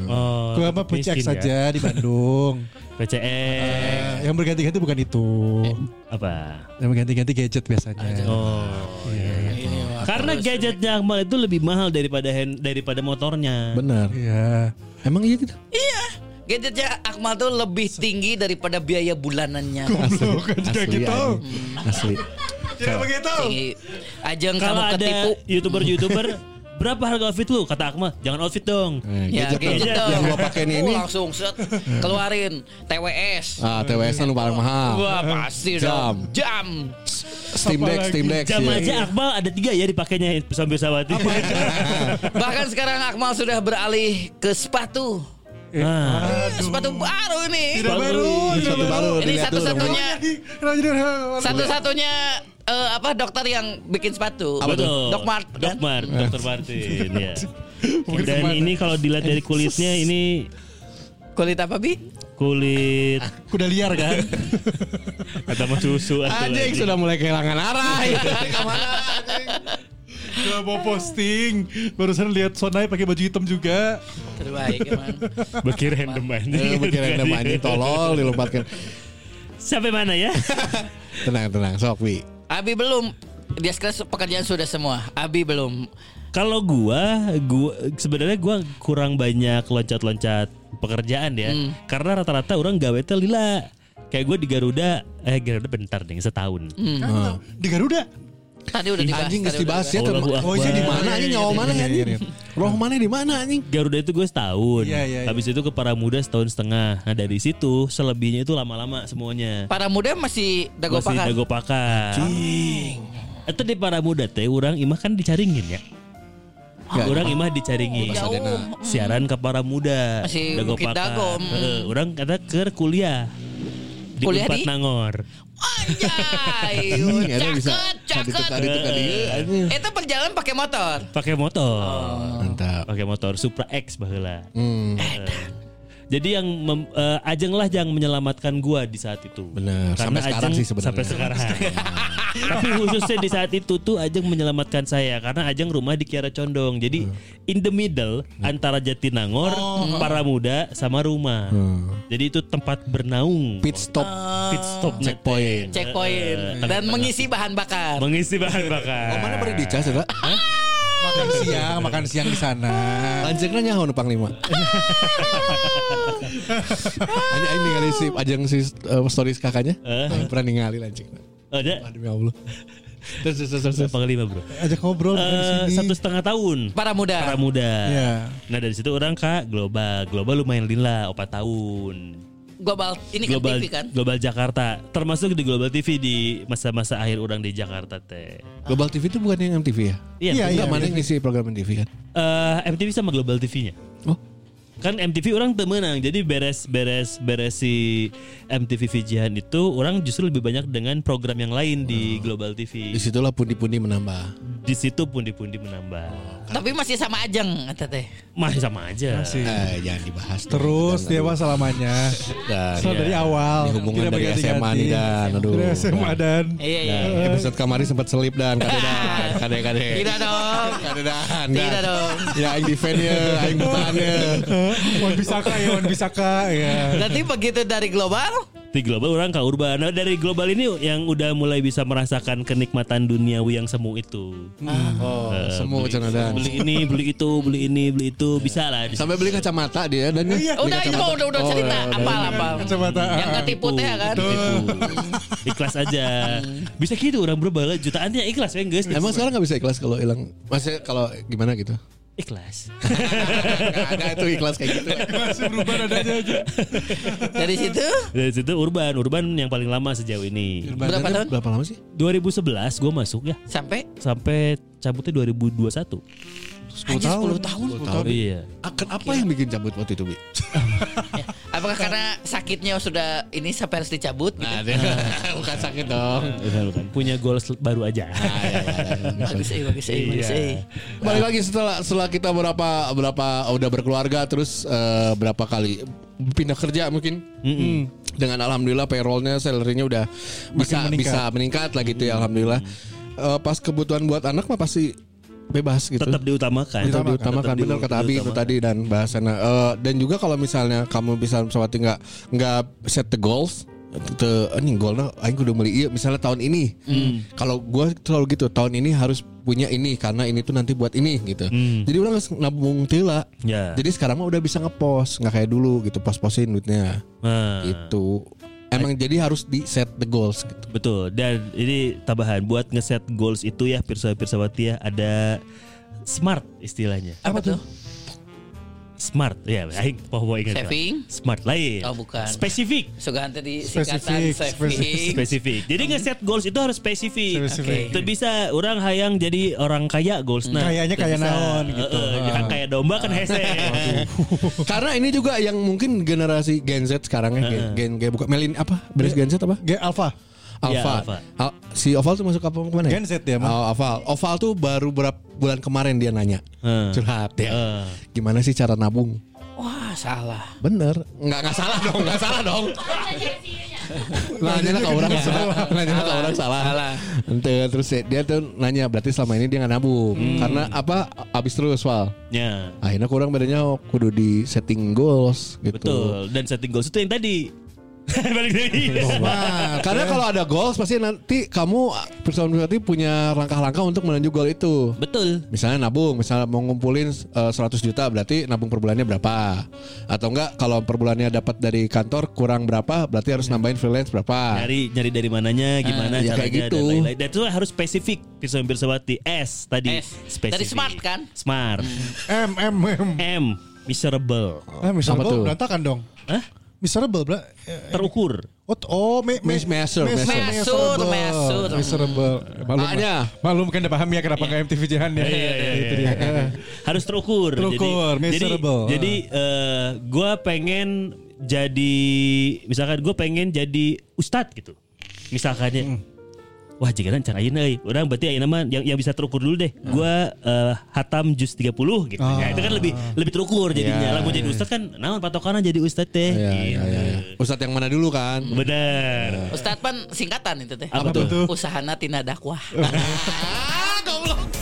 Speaker 2: Oh,
Speaker 7: gue mah
Speaker 2: tetap
Speaker 7: puncak
Speaker 2: miskin ya.
Speaker 7: saja di Bandung
Speaker 2: PCX
Speaker 7: Eh, yang berganti-ganti bukan itu
Speaker 2: Eh. apa?
Speaker 7: yang berganti-ganti gadget biasanya
Speaker 2: Oh, iya, iya. Karena gadgetnya Akmal itu lebih mahal daripada hand, daripada motornya.
Speaker 3: Benar.
Speaker 7: iya
Speaker 3: Emang iya gitu?
Speaker 5: Gadgetnya ya Akmal tuh lebih tinggi daripada biaya bulanannya.
Speaker 3: asli,
Speaker 7: gitu.
Speaker 3: anjing. asli.
Speaker 4: Tidak begitu.
Speaker 5: Tinggi. Ajeng
Speaker 2: Kalau ada
Speaker 5: kamu ketipu.
Speaker 2: youtuber-youtuber berapa harga outfit lu? Kata Akmal, jangan outfit dong.
Speaker 3: Eh,
Speaker 5: Ya,
Speaker 3: gadget
Speaker 5: gadget
Speaker 2: gitu.
Speaker 3: yang,
Speaker 5: dong.
Speaker 3: yang gua pakai ini,
Speaker 5: Uh, langsung set keluarin TWS.
Speaker 3: ah, TWS -an paling mahal.
Speaker 5: Wah pasti dong. Jam.
Speaker 3: Steam Deck, Steam Deck. iya.
Speaker 2: Jam
Speaker 5: Iya,
Speaker 3: sih.
Speaker 2: aja Akmal ada tiga ya dipakainya sambil sawati.
Speaker 5: Bahkan sekarang Akmal sudah beralih ke sepatu.
Speaker 2: Nah,
Speaker 5: Eh, Sepatu baru nih.
Speaker 4: Tidak baru.
Speaker 3: Ini
Speaker 4: tidak
Speaker 3: satu baru.
Speaker 5: Ini
Speaker 3: dilihat dulu dong.
Speaker 5: satu-satunya
Speaker 7: ya.
Speaker 4: baru.
Speaker 5: satu-satunya eh, apa dokter yang bikin sepatu.
Speaker 2: Apa tuh?
Speaker 5: Doc Mart. kan?
Speaker 2: Doc Mart, Dr. Martin. ya. Dan ini kalau dilihat dari kulitnya ini
Speaker 5: Kulit apa bi?
Speaker 2: kulit
Speaker 4: Kuda liar kan.
Speaker 2: atau mah susu atau
Speaker 3: Anjing
Speaker 2: lagi.
Speaker 3: sudah mulai kehilangan arah. ya.
Speaker 5: Kemana?
Speaker 4: Gak mau posting. Barusan lihat Sonai pakai baju hitam juga.
Speaker 5: Terbaik emang.
Speaker 2: Bekir random anjing.
Speaker 3: Eh, Mikir random anjing tolol dilompatkan.
Speaker 2: Sampai mana ya?
Speaker 3: Tenang, tenang, sok Wi.
Speaker 5: Abi belum. Dia sekarang pekerjaan sudah semua. Abi belum.
Speaker 2: Kalau gua, gua sebenarnya gua kurang banyak loncat-loncat pekerjaan ya.
Speaker 4: Hmm.
Speaker 2: Karena rata-rata orang gawe teh lila. Kayak gua di Garuda, eh Garuda bentar deh setahun.
Speaker 4: Hmm. Di Garuda.
Speaker 5: Tadi udah dibahas.
Speaker 3: Anjing
Speaker 5: tadi
Speaker 3: geus
Speaker 5: udah
Speaker 3: dibahas ya.
Speaker 5: dibahas.
Speaker 2: Allahu
Speaker 3: terma- Voice-nya di
Speaker 7: Iya,
Speaker 2: Akbar.
Speaker 3: mana anjing? Nyawa mana anjing? Roh mana di mana anjing?
Speaker 2: Garuda itu gue setahun.
Speaker 4: Iya, iya, iya.
Speaker 2: Habis itu ke para muda setahun setengah. Nah dari situ selebihnya itu lama-lama semuanya.
Speaker 5: Para muda masih
Speaker 2: Masih
Speaker 5: dagopakan.
Speaker 2: dagopaka. Itu di para muda teh orang imah kan dicaringin ya.
Speaker 3: Ya,
Speaker 2: orang imah dicaringin.
Speaker 5: Jauh.
Speaker 2: Siaran ke para muda.
Speaker 5: um, Masih Bukit Dagom.
Speaker 2: Heeh, orang kata ke kuliah. Di
Speaker 5: Kuliah
Speaker 2: Unpad
Speaker 5: di?
Speaker 2: Nangor.
Speaker 5: Anjay.
Speaker 3: Anjing, Hmm, ada bisa. Tadi
Speaker 5: Caket,
Speaker 3: tuh
Speaker 5: caket.
Speaker 3: tadi tuh tadi.
Speaker 2: Iya,
Speaker 3: ya. anjing.
Speaker 5: Itu perjalanan pakai motor.
Speaker 2: Pakai motor.
Speaker 5: Oh.
Speaker 3: Mantap.
Speaker 2: Pakai motor Supra X baheula.
Speaker 3: Hmm,
Speaker 2: Jadi yang mem- eh, Ajeng lah yang menyelamatkan gua di saat itu.
Speaker 3: Bener. Sampai sekarang sih sebenarnya. Iya.
Speaker 2: Sampai sekarang. Tapi khususnya di saat itu tuh Ajeng menyelamatkan saya karena Ajeng rumah di Kiara Condong. Jadi
Speaker 3: Hmm.
Speaker 2: in the middle antara Jatinangor,
Speaker 3: Oh.
Speaker 2: Hmm. para muda sama rumah.
Speaker 3: Hmm.
Speaker 2: Jadi itu tempat bernaung.
Speaker 3: pit stop
Speaker 2: Pit stop
Speaker 3: checkpoint.
Speaker 5: Checkpoint. Dan mengisi bahan bakar.
Speaker 2: mengisi bahan bakar.
Speaker 3: Oh, mana beri dicas ya?
Speaker 7: Makan siang, makan siang di sana.
Speaker 3: Anjingnya nyaho nu panglima. Anjing aing ningali si ajeng si eh, stories kakaknya.
Speaker 2: Eh.
Speaker 3: Aing pernah ningali anjing.
Speaker 2: Ada
Speaker 3: Demi Allah. Terus terus terus. terus.
Speaker 2: panglima bro.
Speaker 3: Oh,
Speaker 7: Ajak ngobrol makan di
Speaker 2: Eh,
Speaker 7: sini.
Speaker 2: satu setengah tahun.
Speaker 5: Para muda.
Speaker 2: para muda.
Speaker 7: Iya.
Speaker 2: Nah dari situ orang kak global, global lumayan lila, opat tahun.
Speaker 5: Global. Ini kan
Speaker 2: global
Speaker 5: TV kan.
Speaker 2: Global Jakarta, termasuk di Global TV di masa-masa akhir orang di Jakarta teh.
Speaker 3: Global TV itu bukan yang MTV ya?
Speaker 2: Iya,
Speaker 3: Enggak, mana yang ngisi program MTV kan?
Speaker 2: eh, MTV sama Global TV-nya.
Speaker 3: Oh.
Speaker 2: Kan MTV orang temenang, jadi beres beres beres si MTV VJ-an itu orang justru lebih banyak dengan program yang lain di Global TV.
Speaker 3: Disitulah pundi-pundi menambah.
Speaker 2: Di situ pundi-pundi menambah.
Speaker 5: Tapi masih sama Ajeng kata teh.
Speaker 2: Masih sama aja.
Speaker 3: Eh, jangan dibahas.
Speaker 7: Terus dia mah selamanya.
Speaker 3: Dan,
Speaker 7: Soal dari awal.
Speaker 3: Iya. Ini hubungan dari
Speaker 7: berganti-ganti.
Speaker 3: SMA nih, Dan. Aduh. Eh.
Speaker 7: Dari SMA dan.
Speaker 5: Iya iya.
Speaker 3: Dan episode kemarin sempat selip dan kade dan kade kade.
Speaker 5: Tidak dong.
Speaker 3: Kade dan. Dan.
Speaker 5: Tidak dong.
Speaker 3: Ya aing defend-nya, aing bertahannya.
Speaker 7: Eh, Wan Bisaka ya, Wan Bisaka ya.
Speaker 5: Nanti begitu dari global
Speaker 2: Di global orang ke urban. Nah, dari global ini yang udah mulai bisa merasakan kenikmatan duniawi yang semu itu.
Speaker 5: Ah.
Speaker 3: Oh,
Speaker 2: Eh,
Speaker 3: semua
Speaker 2: beli,
Speaker 3: cenah dan.
Speaker 2: beli ini, beli itu, beli ini, beli itu, bisa lah. di situ.
Speaker 3: Sampai beli kacamata dia dan
Speaker 7: Iya.
Speaker 5: Udah itu udah
Speaker 3: Oh,
Speaker 5: udah cerita apa apa.
Speaker 7: Kacamata.
Speaker 5: Yang ketipu teh kan.
Speaker 2: Tipu. ikhlas aja. Bisa gitu orang berbala jutaannya ikhlas ya guys.
Speaker 3: Iya. Emang sekarang nggak bisa ikhlas kalau hilang. Maksudnya kalau gimana gitu?
Speaker 2: ikhlas.
Speaker 3: Gak ada itu ikhlas kayak gitu.
Speaker 7: Masih berubah adanya aja.
Speaker 5: Dari situ
Speaker 2: Dari situ urban, urban yang paling lama sejauh ini.
Speaker 5: Berapa
Speaker 3: Badannya
Speaker 5: tahun?
Speaker 3: Berapa lama sih?
Speaker 2: 2011 gue masuk ya
Speaker 5: sampai
Speaker 2: sampai cabutnya 2021.
Speaker 5: anjir 10 tahun.
Speaker 3: Oh,
Speaker 2: Iya.
Speaker 3: Akan apa yang bikin cabut waktu itu, Bi?
Speaker 5: Apakah karena sakitnya sudah ini sampai harus dicabut? gitu?
Speaker 3: Nah, dia- bukan sakit dong.
Speaker 2: kan? Punya goals baru aja.
Speaker 3: Ah,
Speaker 5: Bagus eh, bagus eh, bagus eh.
Speaker 2: Iya.
Speaker 3: Balik lagi setelah setelah kita berapa berapa udah berkeluarga terus eh, berapa kali pindah kerja mungkin. Hmm. Dengan alhamdulillah payrollnya salarynya udah bisa
Speaker 7: meningkat.
Speaker 3: bisa meningkat lah gitu ya alhamdulillah. Eh, pas kebutuhan buat anak mah pasti bebas gitu.
Speaker 2: Tetap diutamakan.
Speaker 3: Tetap diutamakan
Speaker 2: Tetap
Speaker 3: benar
Speaker 2: di-
Speaker 3: kata Abi itu
Speaker 2: diutamakan.
Speaker 3: tadi dan bahasana Eh, dan juga kalau misalnya kamu bisa sama nggak nggak set the goals te, ini golnya aing kudu meuli ieu misalnya tahun ini.
Speaker 2: Hmm.
Speaker 3: Kalau gua selalu gitu, tahun ini harus punya ini karena ini tuh nanti buat ini gitu.
Speaker 2: Hmm.
Speaker 3: Jadi orang harus nabung tila.
Speaker 2: Ya.
Speaker 3: Jadi sekarang mah udah bisa ngepost, nggak kayak dulu gitu, pos-posin duitnya.
Speaker 2: Nah,
Speaker 3: Itu emang jadi harus di set the goals gitu.
Speaker 2: Betul. Dan ini tambahan buat ngeset goals itu ya Pirsa Pirsawati ya ada smart istilahnya.
Speaker 5: Apa tuh?
Speaker 2: Smart ya, aing mau ingat.
Speaker 5: Saving?
Speaker 2: Smart lain.
Speaker 5: Oh, bukan.
Speaker 2: Spesifik.
Speaker 5: Sugahan tadi singkatan
Speaker 4: Spesifik,
Speaker 5: saving.
Speaker 2: Spesifik. Jadi ngeset goals itu harus spesifik.
Speaker 4: Spesifik.
Speaker 2: Tuh bisa orang hayang jadi orang kaya goals nah.
Speaker 4: Kayaknya
Speaker 2: Teu
Speaker 4: kaya
Speaker 2: bisa.
Speaker 4: naon kan gitu. Ah.
Speaker 3: Eh,
Speaker 2: Heeh,
Speaker 7: Ah.
Speaker 2: jangan kaya domba kan hese.
Speaker 3: Karena ini juga yang mungkin generasi Gen Z sekarang ya,
Speaker 2: Nah.
Speaker 3: gen, gen, gen- bukan Melin apa? Beres
Speaker 2: Iya.
Speaker 3: Gen Z apa?
Speaker 4: G Alpha.
Speaker 3: Alfa.
Speaker 2: Alpha.
Speaker 3: Al- si Oval tuh masuk apa kemana ya?
Speaker 4: Gen Z dia, Mas.
Speaker 3: Oh, Oval. Oval tuh baru berapa bulan kemarin dia nanya.
Speaker 2: Heeh.
Speaker 3: Curhat ya.
Speaker 2: Heeh.
Speaker 3: Gimana sih cara nabung?
Speaker 5: Wah, salah.
Speaker 3: Bener. Nggak, nggak salah dong, nggak salah dong.
Speaker 6: ya.
Speaker 3: Nanya ke orang salah. Nanya ke Nah, orang salah.
Speaker 5: Salah.
Speaker 3: Ente, terus ya, dia tuh nanya berarti selama ini dia nggak nabung
Speaker 2: Hmm.
Speaker 3: karena apa abis terus Val
Speaker 2: Ya.
Speaker 3: akhirnya kurang bedanya oh, kudu di setting goals gitu
Speaker 2: Betul. Dan setting goals itu yang tadi. Balik lagi.
Speaker 3: Nah, karena kalau ada goals pasti nanti kamu personal punya langkah-langkah untuk menuju goal itu
Speaker 2: Betul.
Speaker 3: Misalnya nabung, misalnya mau ngumpulin eh, 100 juta berarti nabung per bulannya berapa? Atau enggak kalau per bulannya dapat dari kantor kurang berapa berarti harus nambahin freelance
Speaker 2: Iya.
Speaker 3: berapa?
Speaker 2: Nyari nyari dari mananya, gimana
Speaker 3: Ah. ya
Speaker 2: caranya
Speaker 3: kayak gitu.
Speaker 2: dan lain-lain. Dan itu harus spesifik. Pirsa Pirsawati S tadi.
Speaker 5: S.
Speaker 2: Spesifik.
Speaker 5: Dari smart, kan?
Speaker 2: Smart.
Speaker 4: M
Speaker 3: Hmm.
Speaker 4: M M.
Speaker 2: M. Miserable.
Speaker 3: Oh.
Speaker 4: Eh,
Speaker 3: Apa tuh?
Speaker 4: miserable berantakan dong.
Speaker 2: Hah?
Speaker 4: Miserable bla. eh,
Speaker 2: Terukur.
Speaker 4: Oh, t- oh me, me,
Speaker 3: Mes- measure,
Speaker 4: mes- Oh,
Speaker 3: measure.
Speaker 4: miserable.
Speaker 5: Measure, measure.
Speaker 4: Miserable. Malu,
Speaker 3: Makanya. Iya,
Speaker 4: malu mungkin udah paham ya kenapa nggak MTV Jahan ya. Itu dia.
Speaker 2: Iya, harus terukur.
Speaker 4: Terukur,
Speaker 2: jadi,
Speaker 4: measurable.
Speaker 2: Jadi, jadi eh, gua pengen jadi misalkan gue pengen jadi ustadz gitu.
Speaker 4: Hmm.
Speaker 2: Misalkannya. Wah, jika kan cara ini, orang berarti ayeuna mah yang, yang bisa terukur dulu deh.
Speaker 4: Hmm.
Speaker 2: Gua eh, hatam jus 30 gitu. Ya, itu kan lebih
Speaker 4: Ah.
Speaker 2: lebih terukur jadinya.
Speaker 4: Iya,
Speaker 2: Lah mau jadi ustadz kan naon patokanna jadi ustadz teh.
Speaker 3: Ya, ya,
Speaker 2: Gitu.
Speaker 3: ya, ya. Ustadz yang mana dulu kan?
Speaker 2: Bener.
Speaker 4: Iya.
Speaker 5: Ustadz pan singkatan itu teh.
Speaker 2: Apa tuh?
Speaker 5: Usahana tina dakwah.
Speaker 3: Ah, goblok.